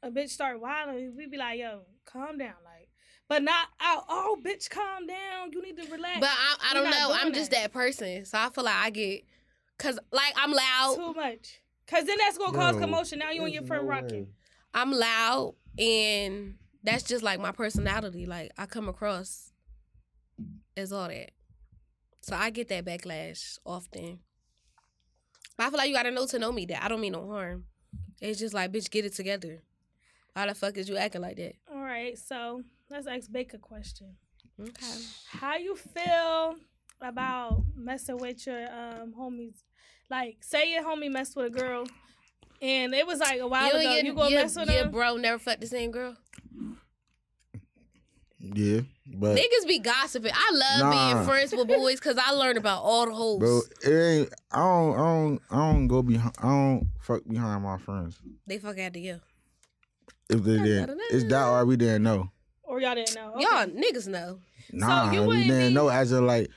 [SPEAKER 8] a bitch start wilding, we be like, "Yo, calm down," like. But not out. Oh, bitch, calm down. You need to relax.
[SPEAKER 6] But I, I
[SPEAKER 8] We're
[SPEAKER 6] don't
[SPEAKER 8] not
[SPEAKER 6] know.
[SPEAKER 8] doing
[SPEAKER 6] I'm just that person, so I feel like I get, cause like I'm loud.
[SPEAKER 8] too much. Cause then that's gonna cause
[SPEAKER 7] No,
[SPEAKER 8] commotion. Now you and your friend rocking.
[SPEAKER 6] I'm loud, and that's just like my personality. Like I come across as all that, so I get that backlash often. But I feel like you gotta know to know me that I don't mean no harm. It's just like, bitch, get it together. How the fuck is you acting like that?
[SPEAKER 8] All right, so let's ask Baker a question.
[SPEAKER 6] Okay.
[SPEAKER 8] How you feel about messing with your um homies? Like, say your homie messed with a girl, and it was like a while
[SPEAKER 6] You,
[SPEAKER 8] ago.
[SPEAKER 6] and
[SPEAKER 8] you
[SPEAKER 6] your,
[SPEAKER 8] gonna
[SPEAKER 6] your,
[SPEAKER 8] mess with
[SPEAKER 6] your
[SPEAKER 8] them?
[SPEAKER 6] bro never fucked the same girl.
[SPEAKER 7] Yeah, but
[SPEAKER 6] Niggas be gossiping. I love being
[SPEAKER 7] Nah.
[SPEAKER 6] friends with boys because I learn about all the hoes.
[SPEAKER 7] bro, it ain't. I don't. I don't. I don't go behind. I don't fuck behind my friends.
[SPEAKER 6] They fuck out to you.
[SPEAKER 7] If they didn't, it's that or we didn't know.
[SPEAKER 8] or y'all didn't know? Okay.
[SPEAKER 6] Y'all niggas know.
[SPEAKER 7] Nah,
[SPEAKER 8] you
[SPEAKER 7] we
[SPEAKER 8] wouldn't
[SPEAKER 7] didn't
[SPEAKER 8] be-
[SPEAKER 7] know as of like,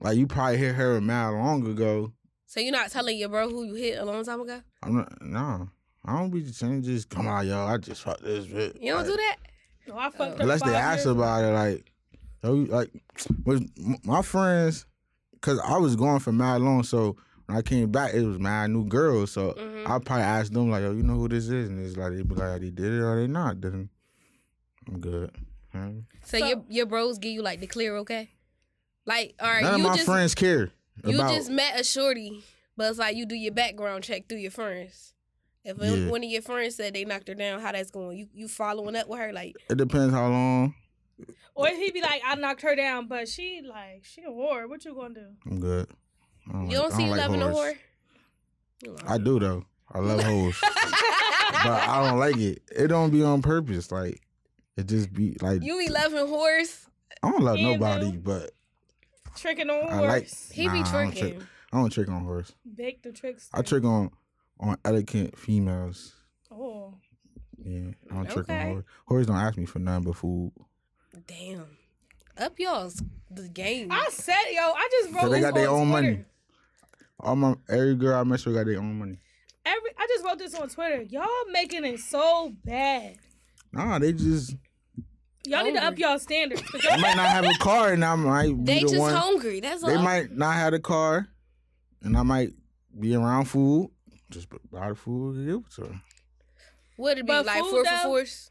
[SPEAKER 7] like you probably hit her a mile long ago.
[SPEAKER 6] So you're not telling your bro who you hit a long time ago?
[SPEAKER 7] I'm not, nah. I don't be just saying, just come on, yo. I just fucked this bitch.
[SPEAKER 6] You don't
[SPEAKER 7] like,
[SPEAKER 6] do that?
[SPEAKER 8] No, I fucked up
[SPEAKER 7] Uh, Unless they
[SPEAKER 8] five
[SPEAKER 7] ask
[SPEAKER 8] years.
[SPEAKER 7] about it, like, yo, you- like, with m- my friends, cause I was gone for mad long, so when I came back, it was mad new girls. So
[SPEAKER 6] Mm-hmm.
[SPEAKER 7] I probably asked them like, yo, you know who this is? And it's like they be like, they did it or they not? Then I'm good. Hmm.
[SPEAKER 6] So, your your bros give you like the clear okay? Like, all right,
[SPEAKER 7] None of
[SPEAKER 6] you
[SPEAKER 7] my
[SPEAKER 6] just
[SPEAKER 7] friends care
[SPEAKER 6] you
[SPEAKER 7] about.
[SPEAKER 6] just met a shorty, but it's like you do your background check through your friends. If one-
[SPEAKER 7] Yeah.
[SPEAKER 6] one of your friends said they knocked her down, how that's going? You you following up with her like
[SPEAKER 7] it depends how long.
[SPEAKER 8] Or he'd be like, I knocked her down, but she like she a whore. What you gonna do?
[SPEAKER 7] I'm good. I
[SPEAKER 6] you don't
[SPEAKER 7] like- I
[SPEAKER 6] see you
[SPEAKER 7] like
[SPEAKER 6] loving
[SPEAKER 7] whores.
[SPEAKER 6] a whore?
[SPEAKER 7] I do though. I love hoes, but I don't like it. It don't be on purpose. Like it just be like
[SPEAKER 6] You be loving whores.
[SPEAKER 7] I don't love
[SPEAKER 8] Yeah,
[SPEAKER 7] nobody,
[SPEAKER 8] dude.
[SPEAKER 7] but
[SPEAKER 8] Tricking on
[SPEAKER 7] I like.
[SPEAKER 8] horse.
[SPEAKER 6] He be
[SPEAKER 7] nah, I don't, trick,
[SPEAKER 6] tricking.
[SPEAKER 7] I don't trick on horse.
[SPEAKER 8] Bake the tricks.
[SPEAKER 7] I trick on on elegant females.
[SPEAKER 8] Oh,
[SPEAKER 7] Yeah, I don't trick on
[SPEAKER 6] Okay.
[SPEAKER 7] horse. Horse don't ask me for nothing but food.
[SPEAKER 6] Damn. Up y'all's the game.
[SPEAKER 8] I said, yo, I just wrote.
[SPEAKER 7] So they
[SPEAKER 8] this
[SPEAKER 7] got their
[SPEAKER 8] on
[SPEAKER 7] own
[SPEAKER 8] Twitter.
[SPEAKER 7] money. All my every girl I mess with got their own money.
[SPEAKER 8] Every I just wrote this on Twitter. Y'all making it so bad.
[SPEAKER 7] Nah, they just
[SPEAKER 8] Y'all need to up y'all standards. 'cause
[SPEAKER 7] I
[SPEAKER 8] y'all-
[SPEAKER 7] might not have a car, and I might be
[SPEAKER 6] they
[SPEAKER 7] the
[SPEAKER 6] just
[SPEAKER 7] one.
[SPEAKER 6] hungry. That's
[SPEAKER 7] They
[SPEAKER 6] all.
[SPEAKER 7] might not have a car, and I might be around food. Just b- buy the food and give it to her.
[SPEAKER 6] What it be
[SPEAKER 8] But
[SPEAKER 6] like
[SPEAKER 8] food,
[SPEAKER 6] four for
[SPEAKER 8] though?
[SPEAKER 6] fours?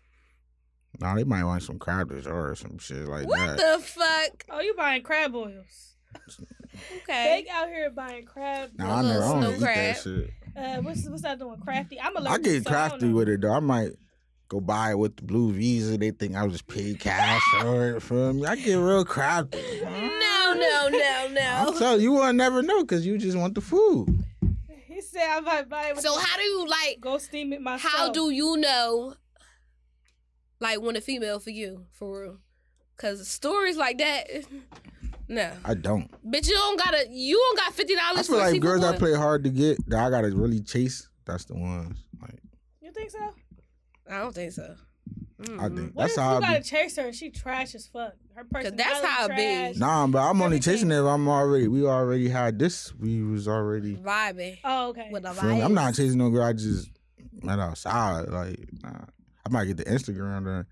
[SPEAKER 7] Nah, they might want some crab jar or some shit like
[SPEAKER 6] What
[SPEAKER 7] that.
[SPEAKER 6] the fuck?
[SPEAKER 8] Oh, you buying crab oils?
[SPEAKER 6] Okay.
[SPEAKER 8] They out here buying crab.
[SPEAKER 7] Nah, I never I
[SPEAKER 6] Little
[SPEAKER 7] don't
[SPEAKER 6] snow
[SPEAKER 7] eat that
[SPEAKER 6] crab.
[SPEAKER 7] shit.
[SPEAKER 8] Uh, what's what's that doing? Crafty. I'm allergic.
[SPEAKER 7] I get
[SPEAKER 8] so I don't
[SPEAKER 7] crafty
[SPEAKER 8] know.
[SPEAKER 7] with it though. I might go buy it with the blue visa. They think I was paid cash for it from me. I get real crafty.
[SPEAKER 6] No, no, no,
[SPEAKER 7] I'm
[SPEAKER 6] no.
[SPEAKER 7] telling you, you will never know because you just want the food.
[SPEAKER 8] He said I might buy it. With
[SPEAKER 6] So how do you like?
[SPEAKER 8] go steam it myself?
[SPEAKER 6] How do you know? Like when a female for you for real? Cause stories like that. No,
[SPEAKER 7] I don't.
[SPEAKER 6] bitch, you don't gotta. You don't got fifty
[SPEAKER 7] I
[SPEAKER 6] dollars for
[SPEAKER 7] feel
[SPEAKER 6] a
[SPEAKER 7] like
[SPEAKER 6] single
[SPEAKER 7] girls
[SPEAKER 6] one.
[SPEAKER 7] I play hard to get that I gotta really chase. That's the ones. Like
[SPEAKER 8] you think so?
[SPEAKER 6] I don't think so.
[SPEAKER 7] I think
[SPEAKER 8] What
[SPEAKER 7] that's
[SPEAKER 8] if
[SPEAKER 7] how
[SPEAKER 8] you
[SPEAKER 7] I
[SPEAKER 8] gotta
[SPEAKER 7] be.
[SPEAKER 8] chase her and she trash as fuck? Her personality
[SPEAKER 6] that's how it be.
[SPEAKER 8] trash.
[SPEAKER 7] Nah, but I'm only chasing
[SPEAKER 8] Everything.
[SPEAKER 7] it if I'm already. We already had this. We was already.
[SPEAKER 6] Vibing
[SPEAKER 8] Oh, okay.
[SPEAKER 6] with a
[SPEAKER 7] feel me?
[SPEAKER 6] vibe.
[SPEAKER 7] I'm not chasing no girl. I just met outside. Like nah. I might get the Instagram then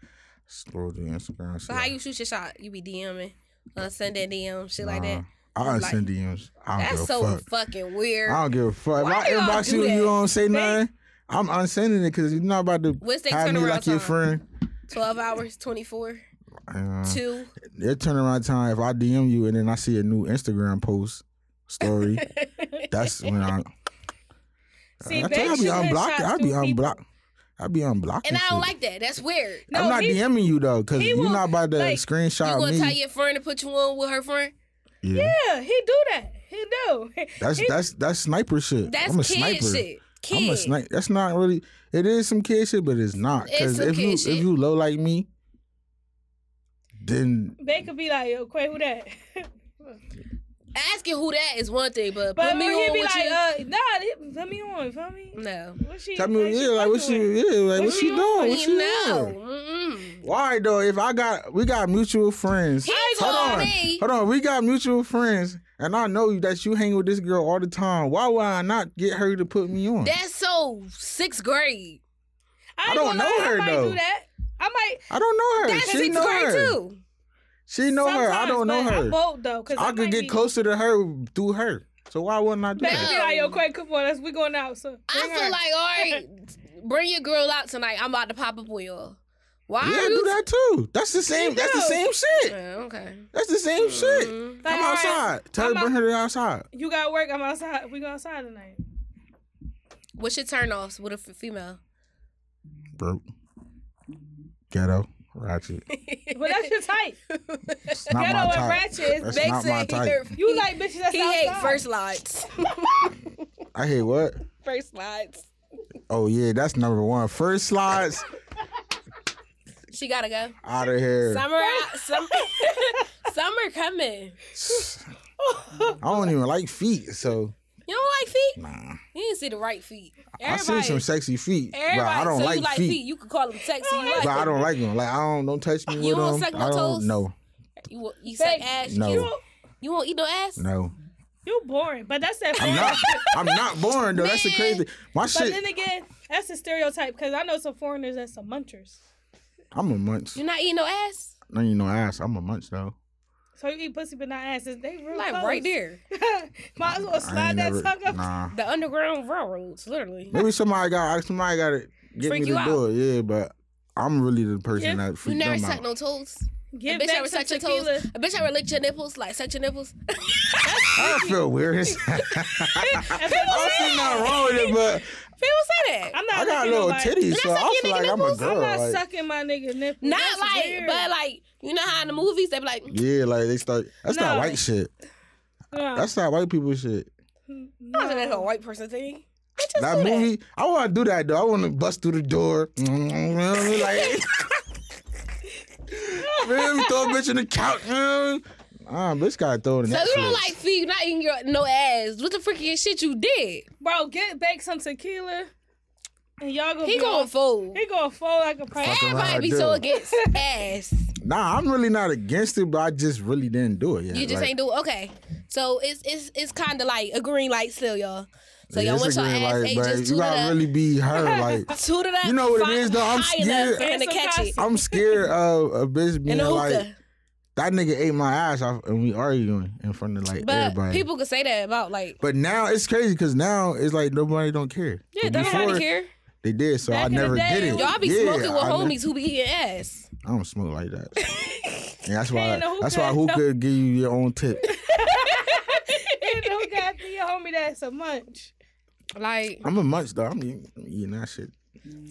[SPEAKER 7] scroll through Instagram.
[SPEAKER 6] So how you shoot your shot? You be DMing, uh, sending DM, shit like that.
[SPEAKER 7] I
[SPEAKER 6] Like-
[SPEAKER 7] unsend DMs. I don't give
[SPEAKER 6] That's
[SPEAKER 7] a
[SPEAKER 6] so
[SPEAKER 7] fuck.
[SPEAKER 6] fucking weird.
[SPEAKER 7] I don't give a fuck.
[SPEAKER 6] Why do
[SPEAKER 7] if
[SPEAKER 6] y'all
[SPEAKER 7] I inbox
[SPEAKER 6] do
[SPEAKER 7] you, and you
[SPEAKER 6] that?
[SPEAKER 7] don't say
[SPEAKER 8] They-
[SPEAKER 7] nothing. I'm unsending it because you're not about to
[SPEAKER 6] What's they
[SPEAKER 7] have me
[SPEAKER 6] turnaround
[SPEAKER 7] like your
[SPEAKER 6] time?
[SPEAKER 7] friend.
[SPEAKER 6] Twelve hours, twenty four,
[SPEAKER 7] Uh,
[SPEAKER 6] two.
[SPEAKER 7] their turnaround time. If I DM you and then I see a new Instagram post story, that's when I.
[SPEAKER 8] See,
[SPEAKER 7] I
[SPEAKER 8] they
[SPEAKER 7] tell you, I be
[SPEAKER 8] shoot headshots
[SPEAKER 7] unblocked. I be
[SPEAKER 8] through people.
[SPEAKER 7] unblocked. I be unblocking.
[SPEAKER 6] And I don't
[SPEAKER 7] shit.
[SPEAKER 6] like that. That's weird.
[SPEAKER 8] No,
[SPEAKER 7] I'm not
[SPEAKER 8] he-
[SPEAKER 7] DMing you though, cause
[SPEAKER 8] he
[SPEAKER 7] you're
[SPEAKER 8] will-
[SPEAKER 7] not about to
[SPEAKER 8] like,
[SPEAKER 6] You
[SPEAKER 7] screenshot
[SPEAKER 6] gonna
[SPEAKER 7] me.
[SPEAKER 6] tell your friend to put you on with her friend?
[SPEAKER 7] yeah.
[SPEAKER 8] Yeah, he do that. He do.
[SPEAKER 7] that's
[SPEAKER 8] he,
[SPEAKER 7] that's that's sniper shit.
[SPEAKER 6] That's
[SPEAKER 7] I'm a
[SPEAKER 6] kid
[SPEAKER 7] sniper.
[SPEAKER 6] shit. Kid.
[SPEAKER 7] I'm a sniper. That's not really. It is some kid shit, but it's not.
[SPEAKER 6] It's
[SPEAKER 7] Cause
[SPEAKER 6] some
[SPEAKER 7] if
[SPEAKER 6] kid
[SPEAKER 7] you
[SPEAKER 6] shit.
[SPEAKER 7] if you low like me, then
[SPEAKER 8] They could be like, yo, Quay, who that?
[SPEAKER 6] Asking who that is one thing, but,
[SPEAKER 8] But
[SPEAKER 6] put me
[SPEAKER 8] when he
[SPEAKER 6] on
[SPEAKER 8] be
[SPEAKER 6] with
[SPEAKER 8] like,
[SPEAKER 6] you.
[SPEAKER 8] uh, nah, they- put me on, feel me?
[SPEAKER 6] no.
[SPEAKER 8] What she?
[SPEAKER 7] tell me,
[SPEAKER 8] she
[SPEAKER 7] yeah, like what
[SPEAKER 8] fucking
[SPEAKER 7] she,
[SPEAKER 8] with?
[SPEAKER 7] yeah, like what
[SPEAKER 8] What
[SPEAKER 7] she
[SPEAKER 8] you
[SPEAKER 7] doing?
[SPEAKER 8] on?
[SPEAKER 7] What she
[SPEAKER 6] no.
[SPEAKER 7] doing?
[SPEAKER 6] Mm-mm.
[SPEAKER 7] Why though? If I got we got mutual friends.
[SPEAKER 6] He
[SPEAKER 7] hold
[SPEAKER 6] told
[SPEAKER 7] on,
[SPEAKER 6] me.
[SPEAKER 7] hold on. We got mutual friends, and I know that you hang with this girl all the time. Why would I not get her to put me on?
[SPEAKER 6] That's so sixth grade.
[SPEAKER 8] I,
[SPEAKER 7] don't
[SPEAKER 8] ain't gonna
[SPEAKER 7] know
[SPEAKER 8] lie,
[SPEAKER 7] her,
[SPEAKER 8] I might
[SPEAKER 7] though.
[SPEAKER 8] Do that. I might.
[SPEAKER 7] I don't know her.
[SPEAKER 6] That's
[SPEAKER 7] she
[SPEAKER 6] sixth
[SPEAKER 7] know
[SPEAKER 6] grade
[SPEAKER 7] her.
[SPEAKER 6] too.
[SPEAKER 7] She know her. I
[SPEAKER 8] sometimes,
[SPEAKER 7] don't know
[SPEAKER 8] but
[SPEAKER 7] her.
[SPEAKER 8] I'm bold though, cause
[SPEAKER 7] I,
[SPEAKER 8] I,
[SPEAKER 7] could
[SPEAKER 8] might
[SPEAKER 7] get
[SPEAKER 8] be,
[SPEAKER 7] closer to her through her. So why wouldn't I do
[SPEAKER 8] They
[SPEAKER 7] that?
[SPEAKER 8] could be like, yo, Quay, come on, us, we going out. So
[SPEAKER 6] I
[SPEAKER 8] bring her.
[SPEAKER 6] feel like, all right, bring your girl out tonight. I'm about to pop up on y'all. Why
[SPEAKER 7] Yeah,
[SPEAKER 6] are
[SPEAKER 7] do
[SPEAKER 6] you
[SPEAKER 7] that too. That's the same. That's the
[SPEAKER 8] do.
[SPEAKER 7] same shit.
[SPEAKER 6] Yeah, okay.
[SPEAKER 7] That's the same shit.
[SPEAKER 8] Like,
[SPEAKER 7] Come
[SPEAKER 8] all right,
[SPEAKER 7] outside. Tell her
[SPEAKER 8] I'm
[SPEAKER 7] bring her outside.
[SPEAKER 8] You got work. I'm outside. We go outside tonight.
[SPEAKER 6] What's your turn offs with a f- female?
[SPEAKER 7] Broke. Ghetto. Ratchet.
[SPEAKER 8] But that's your type.
[SPEAKER 7] It's not
[SPEAKER 8] Ghetto
[SPEAKER 7] my
[SPEAKER 8] and
[SPEAKER 7] type.
[SPEAKER 8] ratchet is
[SPEAKER 7] That's
[SPEAKER 6] Beck
[SPEAKER 7] not my
[SPEAKER 6] said he
[SPEAKER 7] type.
[SPEAKER 6] nerv-
[SPEAKER 8] You like bitches that's
[SPEAKER 6] He
[SPEAKER 8] outside.
[SPEAKER 6] hate first lights.
[SPEAKER 7] I hate what?
[SPEAKER 6] first lights.
[SPEAKER 7] Oh yeah, that's number one. First slides
[SPEAKER 6] She gotta go.
[SPEAKER 7] out of here.
[SPEAKER 6] Summer, summer, summer coming.
[SPEAKER 7] I don't even like feet, so
[SPEAKER 6] You don't like feet?
[SPEAKER 7] nah.
[SPEAKER 6] You didn't see the right feet.
[SPEAKER 7] I
[SPEAKER 6] Everybody,
[SPEAKER 7] seen some sexy feet, but
[SPEAKER 6] everybody.
[SPEAKER 7] I don't
[SPEAKER 6] so
[SPEAKER 7] like,
[SPEAKER 6] you like feet.
[SPEAKER 7] feet.
[SPEAKER 6] You could call them sexy. You like
[SPEAKER 7] But I
[SPEAKER 6] them.
[SPEAKER 7] don't like them. Like I don't don't touch me
[SPEAKER 6] You
[SPEAKER 7] with
[SPEAKER 6] won't
[SPEAKER 7] them.
[SPEAKER 6] suck no
[SPEAKER 7] I don't
[SPEAKER 6] toes?
[SPEAKER 7] no
[SPEAKER 6] You, wa- you say
[SPEAKER 8] Babe,
[SPEAKER 6] ass.
[SPEAKER 7] no
[SPEAKER 6] You, you won't eat no ass.
[SPEAKER 7] no.
[SPEAKER 8] You boring. But that's that.
[SPEAKER 7] I'm not. I'm not born though. That's the crazy. My
[SPEAKER 8] But
[SPEAKER 7] shit.
[SPEAKER 8] then again, that's a stereotype because I know some foreigners that's some munchers.
[SPEAKER 7] I'm a munch.
[SPEAKER 6] You're not eating no ass.
[SPEAKER 7] No, you know ass. I'm a munch though.
[SPEAKER 8] So you eat pussy but not asses. They real
[SPEAKER 6] Like
[SPEAKER 8] close.
[SPEAKER 6] right there,
[SPEAKER 8] Might as well
[SPEAKER 7] I
[SPEAKER 8] slide
[SPEAKER 7] ain't
[SPEAKER 8] that
[SPEAKER 7] never.
[SPEAKER 8] tongue up.
[SPEAKER 7] Nah.
[SPEAKER 6] the underground railroads, literally.
[SPEAKER 7] Maybe somebody got somebody got to get
[SPEAKER 6] Freak
[SPEAKER 7] me
[SPEAKER 6] you
[SPEAKER 7] to do
[SPEAKER 6] out.
[SPEAKER 7] it. Yeah, but I'm really the person that
[SPEAKER 6] You
[SPEAKER 7] freak
[SPEAKER 6] never
[SPEAKER 7] them
[SPEAKER 6] suck
[SPEAKER 7] out.
[SPEAKER 6] no toes.
[SPEAKER 8] Give
[SPEAKER 6] a bitch
[SPEAKER 8] back
[SPEAKER 6] ever
[SPEAKER 8] some
[SPEAKER 6] suck your toes.
[SPEAKER 8] tequila.
[SPEAKER 6] A bitch ever licked your nipples, like suck your nipples.
[SPEAKER 7] I feel weird. as- I see nothing wrong with it, but
[SPEAKER 6] People say that.
[SPEAKER 8] I'm not.
[SPEAKER 7] I got
[SPEAKER 8] licking
[SPEAKER 7] little
[SPEAKER 8] nobody.
[SPEAKER 7] titties, so
[SPEAKER 6] suck
[SPEAKER 7] I
[SPEAKER 6] your nigga
[SPEAKER 7] feel like I'm a
[SPEAKER 6] nipples?
[SPEAKER 7] girl.
[SPEAKER 8] I'm not
[SPEAKER 7] like-
[SPEAKER 8] sucking my nigga nipples.
[SPEAKER 6] Not
[SPEAKER 8] That's
[SPEAKER 6] like,
[SPEAKER 8] weird.
[SPEAKER 6] but like, you know how in the movies they be like,
[SPEAKER 7] yeah, like they start. That's not
[SPEAKER 8] No.
[SPEAKER 7] white shit.
[SPEAKER 8] No,
[SPEAKER 7] That's not white people shit.
[SPEAKER 6] "Oh, that's a white person thing.
[SPEAKER 7] That movie, I want to do that though. I want to bust through the door. Mm, like, man, throw a bitch in the couch. Man. Ah, bitch got to throw it in
[SPEAKER 6] So
[SPEAKER 7] that
[SPEAKER 6] you don't
[SPEAKER 7] shit.
[SPEAKER 6] like feet, you not eating your no ass. What the freaking shit you did?
[SPEAKER 8] bro, get back some tequila, and y'all gonna
[SPEAKER 6] He
[SPEAKER 8] be
[SPEAKER 6] going
[SPEAKER 8] all-
[SPEAKER 6] fold.
[SPEAKER 8] He gonna fold like a prize.
[SPEAKER 7] Fuck around,
[SPEAKER 6] Everybody be
[SPEAKER 7] dude.
[SPEAKER 6] so against ass.
[SPEAKER 7] Nah, I'm really not against it, but I just really didn't do it. Yet.
[SPEAKER 6] You just
[SPEAKER 7] Like,
[SPEAKER 6] ain't do okay. So it's it's it's kind of like a green light still, y'all. So
[SPEAKER 7] yeah,
[SPEAKER 6] y'all
[SPEAKER 7] it's
[SPEAKER 6] want your
[SPEAKER 7] a green
[SPEAKER 6] ass
[SPEAKER 7] light,
[SPEAKER 6] ate
[SPEAKER 7] but
[SPEAKER 6] just
[SPEAKER 7] You
[SPEAKER 6] toot it
[SPEAKER 7] gotta
[SPEAKER 6] up,
[SPEAKER 7] really be her. Like,
[SPEAKER 6] toot it up.
[SPEAKER 7] You know what it
[SPEAKER 6] fi-
[SPEAKER 7] is, though? I'm
[SPEAKER 6] high enough
[SPEAKER 7] scared.
[SPEAKER 6] for him to
[SPEAKER 8] Some
[SPEAKER 6] catch it.
[SPEAKER 8] gossip.
[SPEAKER 7] I'm scared of a bitch being
[SPEAKER 6] In the
[SPEAKER 7] like,
[SPEAKER 6] hookah.
[SPEAKER 7] that nigga ate my ass off, and we arguing in front of like
[SPEAKER 6] But
[SPEAKER 7] everybody.
[SPEAKER 6] people could say that about like
[SPEAKER 7] but now it's crazy because now it's like nobody don't care.
[SPEAKER 6] yeah,
[SPEAKER 7] But
[SPEAKER 6] don't nobody
[SPEAKER 7] before,
[SPEAKER 6] care.
[SPEAKER 7] They did, so
[SPEAKER 8] Back
[SPEAKER 7] I
[SPEAKER 8] in the
[SPEAKER 7] never
[SPEAKER 8] day,
[SPEAKER 7] did it.
[SPEAKER 6] Y'all be
[SPEAKER 7] Yeah,
[SPEAKER 6] smoking with
[SPEAKER 7] I ne-
[SPEAKER 6] homies who be eating ass.
[SPEAKER 7] I don't smoke like that. And that's why.
[SPEAKER 8] Ain't no
[SPEAKER 7] that's why
[SPEAKER 8] hookah.
[SPEAKER 7] hookah give you your own tip.
[SPEAKER 8] You don't got to your homie that so much.
[SPEAKER 6] Like,
[SPEAKER 7] I'm a munch though. I'm eating, I'm eating that shit.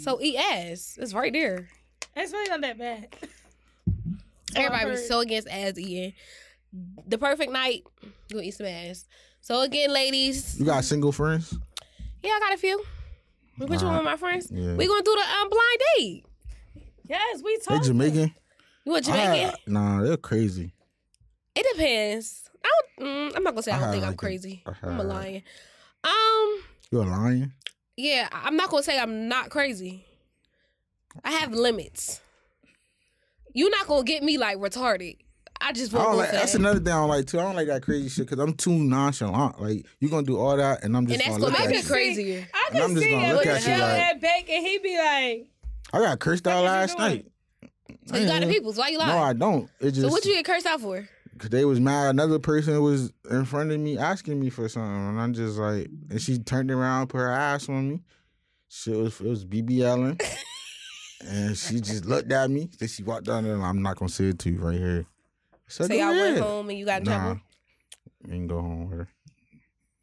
[SPEAKER 6] so eat ass. It's right there.
[SPEAKER 8] It's really not that bad.
[SPEAKER 6] Everybody was
[SPEAKER 8] heard.
[SPEAKER 6] so against ass eating. The perfect night, we'll eat some ass. So again, ladies,
[SPEAKER 7] You got single friends?
[SPEAKER 6] yeah, I got a few. We put you on with my friends.
[SPEAKER 7] Yeah.
[SPEAKER 6] We gonna do the um, blind date.
[SPEAKER 8] Yes, we
[SPEAKER 7] They
[SPEAKER 8] talked.
[SPEAKER 7] Jamaican?
[SPEAKER 6] You want
[SPEAKER 7] I
[SPEAKER 6] Jamaican?
[SPEAKER 7] had- nah, they're crazy.
[SPEAKER 6] It depends. I don't, mm, I'm not gonna say I don't
[SPEAKER 7] I
[SPEAKER 6] think
[SPEAKER 7] like
[SPEAKER 6] I'm
[SPEAKER 7] it.
[SPEAKER 6] crazy.
[SPEAKER 7] I
[SPEAKER 6] I'm a
[SPEAKER 7] like it.
[SPEAKER 6] lion. Um,
[SPEAKER 7] You a lion?
[SPEAKER 6] yeah, I- I'm not gonna say I'm not crazy. I have limits. You're not gonna get me like retarded. I just
[SPEAKER 7] I
[SPEAKER 6] won't.
[SPEAKER 7] don't
[SPEAKER 6] go
[SPEAKER 7] like.
[SPEAKER 6] for
[SPEAKER 7] That's
[SPEAKER 6] that.
[SPEAKER 7] another thing I don't like too. I don't like that crazy shit because I'm too nonchalant. Like you gonna do all that, and I'm
[SPEAKER 6] and
[SPEAKER 7] just
[SPEAKER 6] that's
[SPEAKER 7] gonna
[SPEAKER 6] gonna make
[SPEAKER 7] look
[SPEAKER 6] me
[SPEAKER 7] at you.
[SPEAKER 6] crazier.
[SPEAKER 8] I
[SPEAKER 7] And I'm
[SPEAKER 8] could
[SPEAKER 7] just
[SPEAKER 8] see
[SPEAKER 7] gonna
[SPEAKER 8] him
[SPEAKER 7] look
[SPEAKER 8] with
[SPEAKER 7] at you
[SPEAKER 8] Joe
[SPEAKER 7] like-
[SPEAKER 8] at Bank and he be like,
[SPEAKER 7] I got cursed out
[SPEAKER 8] you
[SPEAKER 7] last
[SPEAKER 8] doing?
[SPEAKER 7] night.
[SPEAKER 6] So you got the
[SPEAKER 7] ain't-
[SPEAKER 6] peoples. Why you
[SPEAKER 7] No, I
[SPEAKER 6] lying?
[SPEAKER 7] don't. It just
[SPEAKER 6] so what you get cursed out for?
[SPEAKER 7] Cause they was mad. Another person was in front of me asking me for something, and I'm just like, and she turned around, put her ass on me. Shit was it was BBLing, and she just looked at me. Then she walked down there, and I'm not gonna say it to you right here. So,
[SPEAKER 6] So y'all went home and you got in
[SPEAKER 7] Nah,
[SPEAKER 6] trouble.
[SPEAKER 7] didn't go home with her.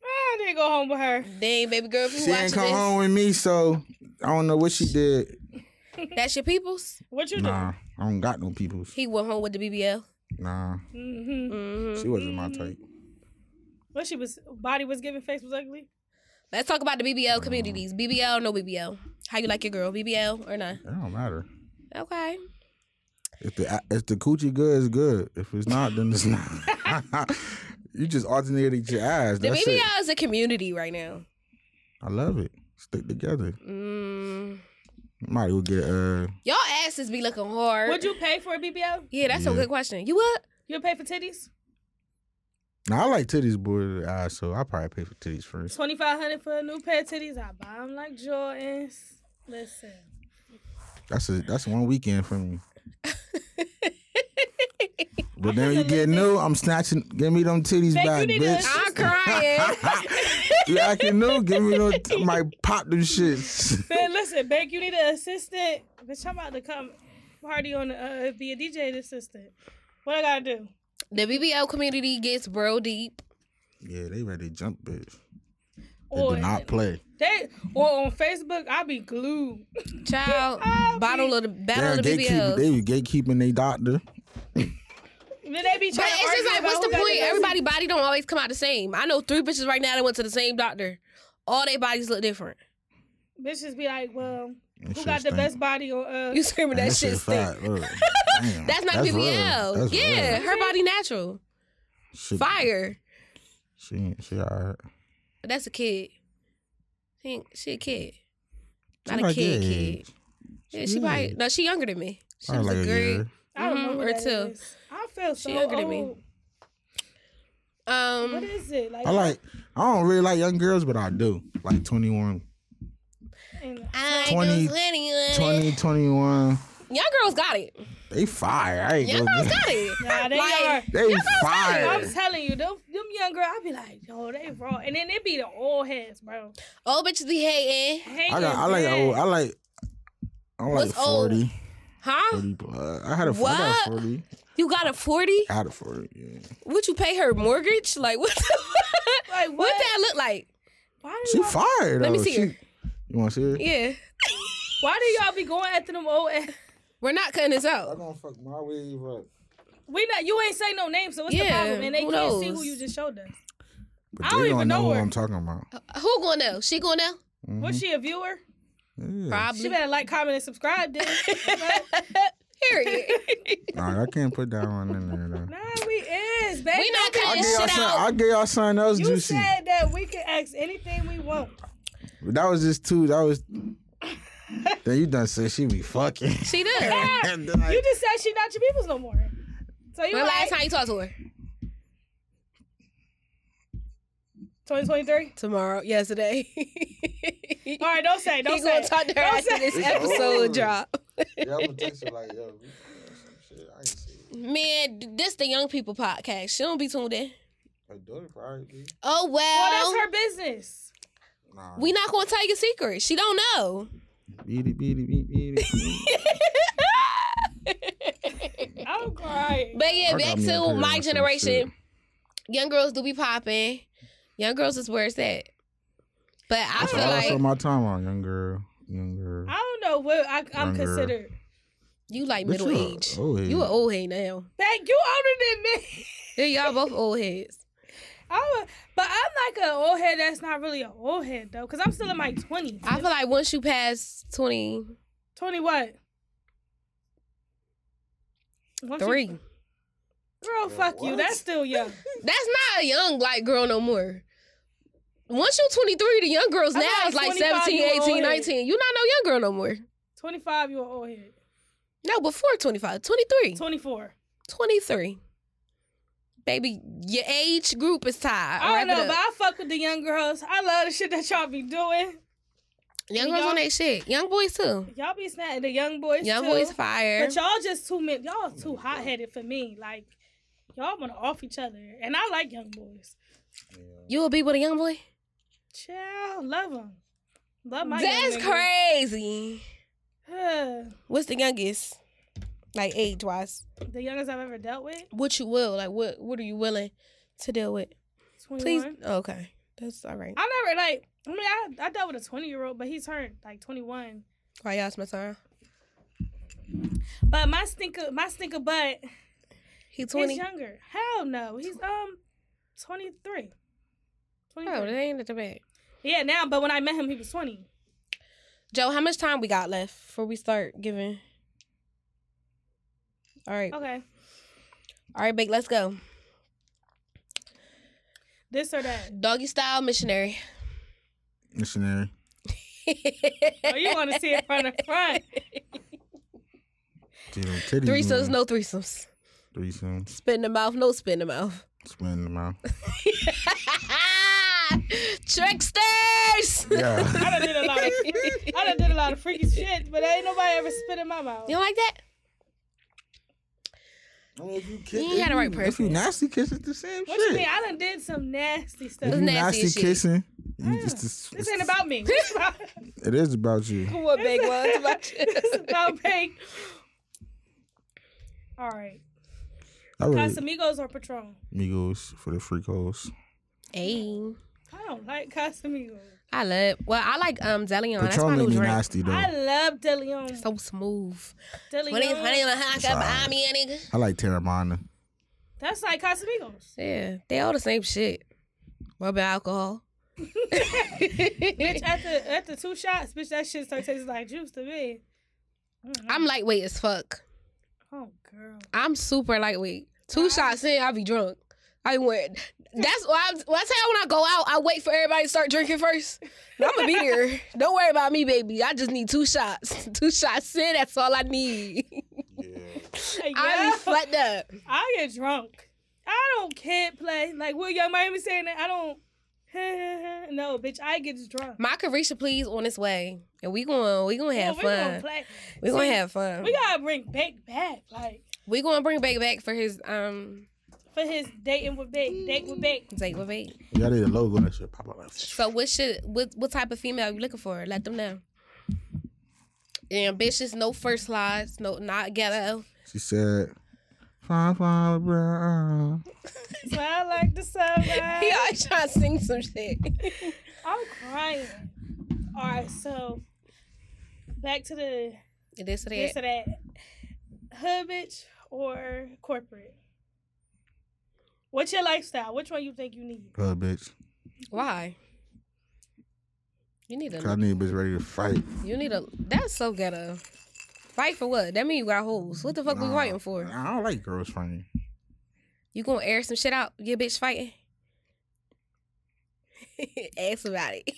[SPEAKER 8] I didn't go home with her.
[SPEAKER 6] Dang, baby girl, if you
[SPEAKER 7] She
[SPEAKER 6] watching
[SPEAKER 7] ain't come
[SPEAKER 6] this,
[SPEAKER 7] home with me, so I don't know what she did.
[SPEAKER 6] that's your peoples.
[SPEAKER 8] What you
[SPEAKER 7] Nah, I don't got no peoples.
[SPEAKER 6] He went home with the BBL.
[SPEAKER 7] Nah,
[SPEAKER 8] doing? Mm-hmm.
[SPEAKER 7] she wasn't my type.
[SPEAKER 8] What she was, body was giving, face was ugly.
[SPEAKER 6] Let's talk about the BBL communities. BBL, or no BBL. How you like your girl? BBL or not?
[SPEAKER 7] It don't matter.
[SPEAKER 6] Okay.
[SPEAKER 7] If the if the coochie good, it's good. If it's not, then it's not. you just alternated your eyes.
[SPEAKER 6] The
[SPEAKER 7] That's it.
[SPEAKER 6] BBL is a community right now.
[SPEAKER 7] I love it. Stick together.
[SPEAKER 6] Mm.
[SPEAKER 7] Might as well get uh.
[SPEAKER 6] Y'all asses be looking hard.
[SPEAKER 8] Would you pay for a BBL?
[SPEAKER 6] yeah, that's a
[SPEAKER 7] Yeah.
[SPEAKER 6] good question. You would?
[SPEAKER 8] You would pay for titties?
[SPEAKER 7] Now I like titties, boy. Eyes, so I probably pay for titties first.
[SPEAKER 8] Twenty five hundred for a new pair of titties. I buy them like Jordans. Listen,
[SPEAKER 7] That's a that's one weekend for me. But then you get new, I'm snatching. Give me them titties
[SPEAKER 8] Babe, you
[SPEAKER 7] back,
[SPEAKER 8] need
[SPEAKER 7] bitch.
[SPEAKER 8] to-
[SPEAKER 6] I'm crying.
[SPEAKER 7] You acting new? Give me no. T- my pop them shits.
[SPEAKER 8] man, listen, Beck, you need an assistant. Bitch, I'm about to come party on uh, be a DJ assistant. What I gotta do?
[SPEAKER 6] the BBL community gets bro deep.
[SPEAKER 7] Yeah, they ready to jump, bitch. They
[SPEAKER 8] Or
[SPEAKER 7] do not play.
[SPEAKER 8] they or on Facebook, I be glued.
[SPEAKER 6] Child, bottle of the battle
[SPEAKER 7] They're
[SPEAKER 6] of the
[SPEAKER 7] gatekeeping.
[SPEAKER 6] BBL.
[SPEAKER 7] They be gatekeeping they doctor.
[SPEAKER 8] Then they be
[SPEAKER 6] But
[SPEAKER 8] trying. to
[SPEAKER 6] it's just
[SPEAKER 8] argue
[SPEAKER 6] like, what's
[SPEAKER 8] about
[SPEAKER 6] the
[SPEAKER 8] who got
[SPEAKER 6] point?
[SPEAKER 8] best-
[SPEAKER 6] Everybody body don't always come out the same. I know three bitches right now that went to the same doctor. All their bodies look different.
[SPEAKER 8] Bitches be like, well,
[SPEAKER 7] That
[SPEAKER 8] who
[SPEAKER 7] shit
[SPEAKER 8] got the
[SPEAKER 7] stink.
[SPEAKER 8] best body on uh?
[SPEAKER 6] You screaming that, shit stink.
[SPEAKER 7] fat, look. Damn,
[SPEAKER 6] That's not
[SPEAKER 7] real.
[SPEAKER 6] BBL.
[SPEAKER 7] That's
[SPEAKER 6] yeah,
[SPEAKER 7] real.
[SPEAKER 6] her body natural.
[SPEAKER 7] She-
[SPEAKER 6] Fire.
[SPEAKER 7] She, she all right.
[SPEAKER 6] But that's a kid. She, ain't, she a kid.
[SPEAKER 7] She
[SPEAKER 6] Not a
[SPEAKER 7] like your
[SPEAKER 6] kid, kid.
[SPEAKER 7] age.
[SPEAKER 6] Yeah, she probably no, she younger than me. She
[SPEAKER 7] Probably
[SPEAKER 6] was a
[SPEAKER 7] like a
[SPEAKER 6] grade.
[SPEAKER 7] year.
[SPEAKER 8] I don't know
[SPEAKER 6] Mhm,
[SPEAKER 8] who
[SPEAKER 6] or
[SPEAKER 8] that
[SPEAKER 6] two.
[SPEAKER 8] is. I feel so
[SPEAKER 6] She younger
[SPEAKER 8] old.
[SPEAKER 6] than me.
[SPEAKER 8] What
[SPEAKER 6] Um,
[SPEAKER 8] is it like?
[SPEAKER 7] I like. I don't really like young girls, but I do. Like 21,
[SPEAKER 6] I
[SPEAKER 7] 20, 20, 21.
[SPEAKER 6] Young girls got it.
[SPEAKER 7] They fire. I ain't
[SPEAKER 6] Young
[SPEAKER 7] gonna-
[SPEAKER 6] girls got it.
[SPEAKER 8] Nah, they
[SPEAKER 6] Like-
[SPEAKER 8] are.
[SPEAKER 7] They
[SPEAKER 8] I'm
[SPEAKER 7] fire.
[SPEAKER 8] telling you, them, them young girl, I be like, yo, they raw, and then they be the old heads, bro.
[SPEAKER 6] Old bitches be hating,
[SPEAKER 8] Hating
[SPEAKER 7] I got. I like.
[SPEAKER 8] bad.
[SPEAKER 7] Old, I like. I'm like
[SPEAKER 6] What's old?
[SPEAKER 7] 40.
[SPEAKER 6] huh?
[SPEAKER 7] 40 plus. I had a I got
[SPEAKER 6] What?
[SPEAKER 7] a 40.
[SPEAKER 6] You got a forty?
[SPEAKER 7] I had a 40. Yeah.
[SPEAKER 6] Would you pay her mortgage? Like what? The fuck?
[SPEAKER 8] Like,
[SPEAKER 6] what?
[SPEAKER 8] what?
[SPEAKER 6] that look like?
[SPEAKER 8] Why do
[SPEAKER 7] She
[SPEAKER 8] y'all,
[SPEAKER 7] fired.
[SPEAKER 6] Let me
[SPEAKER 7] though.
[SPEAKER 6] see
[SPEAKER 7] She-
[SPEAKER 6] her.
[SPEAKER 7] You want to see her?
[SPEAKER 6] Yeah,
[SPEAKER 8] why do y'all be going after them old? ass?
[SPEAKER 6] we're not cutting this
[SPEAKER 7] I'm
[SPEAKER 6] out.
[SPEAKER 7] gonna fuck my wave up.
[SPEAKER 8] We not. You ain't say no name, so what's the
[SPEAKER 6] Yeah,
[SPEAKER 8] problem? And they
[SPEAKER 6] who
[SPEAKER 8] can't see
[SPEAKER 6] knows?
[SPEAKER 8] who you just showed us.
[SPEAKER 7] But
[SPEAKER 8] I
[SPEAKER 7] they
[SPEAKER 8] don't even know
[SPEAKER 7] who
[SPEAKER 8] her.
[SPEAKER 7] I'm talking about.
[SPEAKER 6] Who going now? She going now?
[SPEAKER 7] Mm-hmm.
[SPEAKER 8] Was she a viewer?
[SPEAKER 7] Yeah.
[SPEAKER 8] She
[SPEAKER 6] Probably.
[SPEAKER 8] better like, comment, and subscribe. Then.
[SPEAKER 6] Period.
[SPEAKER 7] Nah, I can't put that one in there though.
[SPEAKER 8] nah, we is baby.
[SPEAKER 6] we not
[SPEAKER 7] I
[SPEAKER 6] cutting
[SPEAKER 7] get
[SPEAKER 6] this
[SPEAKER 7] y'all
[SPEAKER 6] shit
[SPEAKER 7] something.
[SPEAKER 6] out.
[SPEAKER 7] I get y'all something else
[SPEAKER 8] You
[SPEAKER 7] juicy.
[SPEAKER 8] said that we can ask anything we want.
[SPEAKER 7] But that was just two. That was. then you done said she be fucking.
[SPEAKER 6] She did.
[SPEAKER 7] And then I-
[SPEAKER 8] You just said she not your people's no more. So you
[SPEAKER 6] When last
[SPEAKER 8] like
[SPEAKER 6] time you talked to her?
[SPEAKER 8] 2023?
[SPEAKER 6] Tomorrow. Yesterday.
[SPEAKER 8] All right, don't say,
[SPEAKER 6] He
[SPEAKER 8] don't say.
[SPEAKER 6] gonna talk to her
[SPEAKER 8] Don't
[SPEAKER 6] after
[SPEAKER 8] say-
[SPEAKER 6] this episode
[SPEAKER 7] over.
[SPEAKER 6] drop.
[SPEAKER 7] yeah, I'm gonna text her like, yo, we- some shit. I ain't see it.
[SPEAKER 6] Man, th- this the young people podcast. She don't be tuned in.
[SPEAKER 7] Her daughter probably be.
[SPEAKER 6] Oh well,
[SPEAKER 8] Well, that's her business.
[SPEAKER 7] Nah.
[SPEAKER 6] we not gonna tell your secret. She don't know.
[SPEAKER 7] Beat it, beat it, beat beat it.
[SPEAKER 8] I'm crying.
[SPEAKER 6] But yeah,
[SPEAKER 7] I
[SPEAKER 6] back
[SPEAKER 7] got me up
[SPEAKER 6] to
[SPEAKER 7] here
[SPEAKER 6] my
[SPEAKER 7] on some
[SPEAKER 6] generation. Young girls do be popping. Young girls is where it's at. But I
[SPEAKER 7] That's
[SPEAKER 6] feel
[SPEAKER 7] all I
[SPEAKER 6] like
[SPEAKER 7] spent my time on, young girl. Young girl.
[SPEAKER 8] I don't know what I, I'm
[SPEAKER 7] Younger.
[SPEAKER 8] considered.
[SPEAKER 6] you like
[SPEAKER 7] Bitch,
[SPEAKER 6] middle
[SPEAKER 7] you a
[SPEAKER 6] age.
[SPEAKER 7] old head.
[SPEAKER 6] You an old head now.
[SPEAKER 8] Thank you older than me.
[SPEAKER 6] Yeah, y'all both old heads.
[SPEAKER 8] I'm a, but I'm like an old head that's not really an old head though, because I'm still in my 20s.
[SPEAKER 6] I feel like once you pass twenty
[SPEAKER 8] 20 what? Once you-
[SPEAKER 6] three,
[SPEAKER 8] girl, fuck you. That's still young.
[SPEAKER 6] that's not a young like girl no more. Once you 23, the young girls
[SPEAKER 8] I'm
[SPEAKER 6] now
[SPEAKER 8] like
[SPEAKER 6] is like
[SPEAKER 8] 25,
[SPEAKER 6] 17,
[SPEAKER 8] you an old
[SPEAKER 6] 18,
[SPEAKER 8] head.
[SPEAKER 6] 19. You not no young girl no more.
[SPEAKER 8] 25, you're an old head.
[SPEAKER 6] No, before 25, 23.
[SPEAKER 8] 24.
[SPEAKER 6] 23. Baby, your age group is tied.
[SPEAKER 8] I don't
[SPEAKER 6] Wrap it
[SPEAKER 8] know,
[SPEAKER 6] up.
[SPEAKER 8] but I fuck with the young girls. I love the shit that y'all be doing.
[SPEAKER 6] Young girls
[SPEAKER 8] Y'all-
[SPEAKER 6] on that shit. Young boys too.
[SPEAKER 8] Y'all be snatching the young boys.
[SPEAKER 6] Young
[SPEAKER 8] too.
[SPEAKER 6] boys fire.
[SPEAKER 8] But y'all just too many. Y'all too hot headed for me. Like y'all want to off each other, and I like young boys.
[SPEAKER 6] You will be with a young boy?
[SPEAKER 8] Child, love them. Love my.
[SPEAKER 6] That's
[SPEAKER 8] young nigga.
[SPEAKER 6] crazy.
[SPEAKER 8] Huh.
[SPEAKER 6] What's the youngest? Like age wise.
[SPEAKER 8] the youngest I've ever dealt with.
[SPEAKER 6] What you will? Like what what are you willing to deal with? Please Oh,
[SPEAKER 8] Twenty one.
[SPEAKER 6] okay. That's all right.
[SPEAKER 8] I never like. I mean, I, I dealt with a twenty year old, but he's turned like twenty one.
[SPEAKER 6] Why y'all my time?
[SPEAKER 8] But my stinker, my stinker butt,
[SPEAKER 6] He
[SPEAKER 8] he's
[SPEAKER 6] twenty. Oh,
[SPEAKER 8] younger. Hell no, he's um twenty three.
[SPEAKER 6] Oh, that
[SPEAKER 8] Twenty.
[SPEAKER 6] ain't at the back.
[SPEAKER 8] Yeah, now, but when I met him, he was twenty.
[SPEAKER 6] Joe, how much time we got left before we start giving? All right.
[SPEAKER 8] Okay,
[SPEAKER 6] All right, Bake, let's go.
[SPEAKER 8] this or that.
[SPEAKER 6] Doggy style missionary.
[SPEAKER 7] Missionary.
[SPEAKER 8] Oh, you want to see it from the front?
[SPEAKER 7] Get them titties,
[SPEAKER 6] Threesomes,
[SPEAKER 7] man.
[SPEAKER 6] no threesomes.
[SPEAKER 7] Threesome.
[SPEAKER 6] Spit in the mouth, no spit in the mouth.
[SPEAKER 7] Spin them out.
[SPEAKER 6] Tricksters!
[SPEAKER 7] Yeah.
[SPEAKER 8] I done did a lot of, I done did a lot of freaky shit, but ain't nobody ever spit in my mouth.
[SPEAKER 6] You don't like that?
[SPEAKER 7] I mean, if you
[SPEAKER 6] You ain't had the right
[SPEAKER 7] if you- If you
[SPEAKER 6] person.
[SPEAKER 7] nasty kiss, it's the same
[SPEAKER 8] What
[SPEAKER 7] shit.
[SPEAKER 8] you mean? I done did some
[SPEAKER 6] It
[SPEAKER 7] If you
[SPEAKER 8] nasty
[SPEAKER 6] was
[SPEAKER 8] stuff.
[SPEAKER 6] nasty
[SPEAKER 7] nasty,
[SPEAKER 6] as shit.
[SPEAKER 7] kissing, you just, it's,
[SPEAKER 8] This ain't about me. This is about,
[SPEAKER 7] It is about you.
[SPEAKER 6] What big ones?
[SPEAKER 8] this is about Pink. All right.
[SPEAKER 7] I really
[SPEAKER 8] Casamigos or Patron?
[SPEAKER 7] Migos for the freakos.
[SPEAKER 6] Hey,
[SPEAKER 8] I don't like Casamigos.
[SPEAKER 6] I love. Well, I like um Deleon. That's my
[SPEAKER 7] Patron made
[SPEAKER 6] new
[SPEAKER 7] me
[SPEAKER 6] drink.
[SPEAKER 7] nasty though.
[SPEAKER 8] I
[SPEAKER 7] I,
[SPEAKER 8] love DeLeon.
[SPEAKER 6] So smooth. When he's honey,
[SPEAKER 8] DeLeon.
[SPEAKER 6] like, I got behind me, a nigga.
[SPEAKER 7] like Terramana.
[SPEAKER 8] That's like Casamigos.
[SPEAKER 6] Yeah, they all the same shit. What about alcohol?
[SPEAKER 8] Bitch, after, after two shots, bitch, that shit start tasting like juice to me.
[SPEAKER 6] I'm lightweight as fuck.
[SPEAKER 8] Oh, girl.
[SPEAKER 6] I'm super lightweight. Two shots in, I'll be drunk. I went. That's why. I'm, well, I tell you when I go out, I wait for everybody to start drinking first. I'm gonna be there. Don't worry about me, baby. I just need two shots. Two shots in. That's all I need.
[SPEAKER 8] Like,
[SPEAKER 6] I
[SPEAKER 8] yeah.
[SPEAKER 6] be flat up.
[SPEAKER 8] I get drunk. I don't kid play. Like Will Young Miami saying that I don't. no, bitch, I get drunk.
[SPEAKER 6] My Carisha, please, on its way, and we going we gonna have
[SPEAKER 8] we
[SPEAKER 6] fun.
[SPEAKER 8] gonna play.
[SPEAKER 6] we gonna
[SPEAKER 8] See,
[SPEAKER 6] have fun.
[SPEAKER 8] We gotta bring Beck back, like
[SPEAKER 6] we gonna bring Bake back for his um
[SPEAKER 8] for his dating with Beck, date with Beck.
[SPEAKER 6] date with Bake.
[SPEAKER 7] Y'all did a logo and that shit pop up. Like,
[SPEAKER 6] So what should what what type of female you looking for? Let them know. Ambitious, no first lies, no not ghetto.
[SPEAKER 7] she said, fine, fine, brown.
[SPEAKER 8] So I like the sunrise.
[SPEAKER 6] He always trying to sing some shit.
[SPEAKER 8] I'm crying. All right, so back to the
[SPEAKER 6] It is what
[SPEAKER 8] this
[SPEAKER 6] it
[SPEAKER 8] or that hood bitch or corporate. What's your lifestyle? Which one you think you need?
[SPEAKER 7] Her bitch.
[SPEAKER 6] Why? You need
[SPEAKER 7] Cause I
[SPEAKER 6] a
[SPEAKER 7] need a bitch ready to fight.
[SPEAKER 6] you need a that's so ghetto. Fight for what? That mean you got holes. What the fuck we
[SPEAKER 7] Nah,
[SPEAKER 6] fighting for?
[SPEAKER 7] I don't like girls fighting.
[SPEAKER 6] You gonna air some shit out? Your bitch fighting? Ask about it.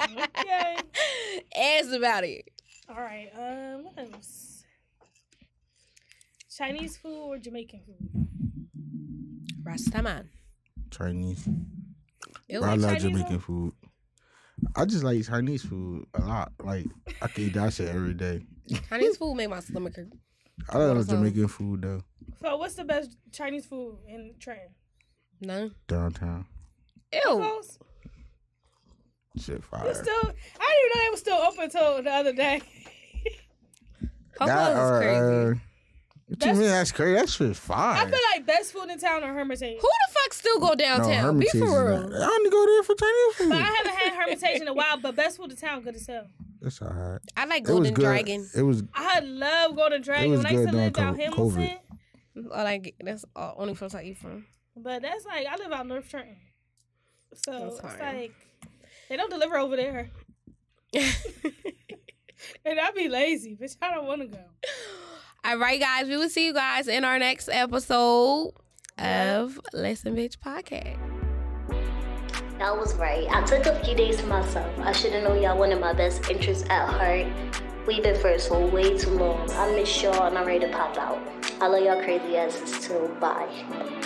[SPEAKER 8] Okay.
[SPEAKER 6] Ask about it.
[SPEAKER 8] All right. Um, what else? Chinese food or Jamaican food?
[SPEAKER 6] Rastaman.
[SPEAKER 7] Chinese.
[SPEAKER 6] Ew.
[SPEAKER 7] But I love
[SPEAKER 8] Chinese
[SPEAKER 7] Jamaican
[SPEAKER 8] one?
[SPEAKER 7] food. I just like Chinese food a lot. Like I can eat that shit every day.
[SPEAKER 6] Chinese food made my stomach hurt.
[SPEAKER 7] I love
[SPEAKER 6] Also-
[SPEAKER 7] Jamaican food though.
[SPEAKER 8] So, what's the best Chinese food in Trenton?
[SPEAKER 6] No.
[SPEAKER 7] Downtown.
[SPEAKER 6] Ew.
[SPEAKER 8] Tacos?
[SPEAKER 7] Shit fire.
[SPEAKER 8] It's still, I didn't even know it was still open until the other day.
[SPEAKER 7] That
[SPEAKER 6] Popeyes is
[SPEAKER 7] or,
[SPEAKER 6] crazy.
[SPEAKER 7] uh, what you mean that's crazy? That shit fire.
[SPEAKER 8] I feel like best food in town are Hermitage.
[SPEAKER 6] Who the fuck still go downtown? Be
[SPEAKER 7] Hermitage is
[SPEAKER 6] for real.
[SPEAKER 7] not- I only go there for Chinese food.
[SPEAKER 8] But I haven't had Hermitage in a while, but best food in town, good as hell.
[SPEAKER 7] That's all right.
[SPEAKER 6] I like
[SPEAKER 7] It was
[SPEAKER 6] Golden
[SPEAKER 7] good.
[SPEAKER 6] Dragon.
[SPEAKER 7] It was
[SPEAKER 8] I love Golden Dragon
[SPEAKER 7] was
[SPEAKER 8] when I used to
[SPEAKER 7] good
[SPEAKER 8] live
[SPEAKER 7] during
[SPEAKER 8] out
[SPEAKER 7] co-
[SPEAKER 8] Hamilton.
[SPEAKER 6] I like that's all, only place I eat from.
[SPEAKER 8] But that's like, I live out North Trenton. So
[SPEAKER 6] That's
[SPEAKER 8] it's
[SPEAKER 6] hard.
[SPEAKER 8] like, they don't deliver over there. and I'd be lazy, bitch. I don't want to go.
[SPEAKER 6] All right, guys. We will see you guys in our next episode of Listen Bitch Podcast.
[SPEAKER 9] Y'all was right. I took a few days to myself. I should have known y'all wanted my best interests at heart. We've been friends for way too long. I miss y'all and I'm ready to pop out. I love y'all crazy asses too. Bye.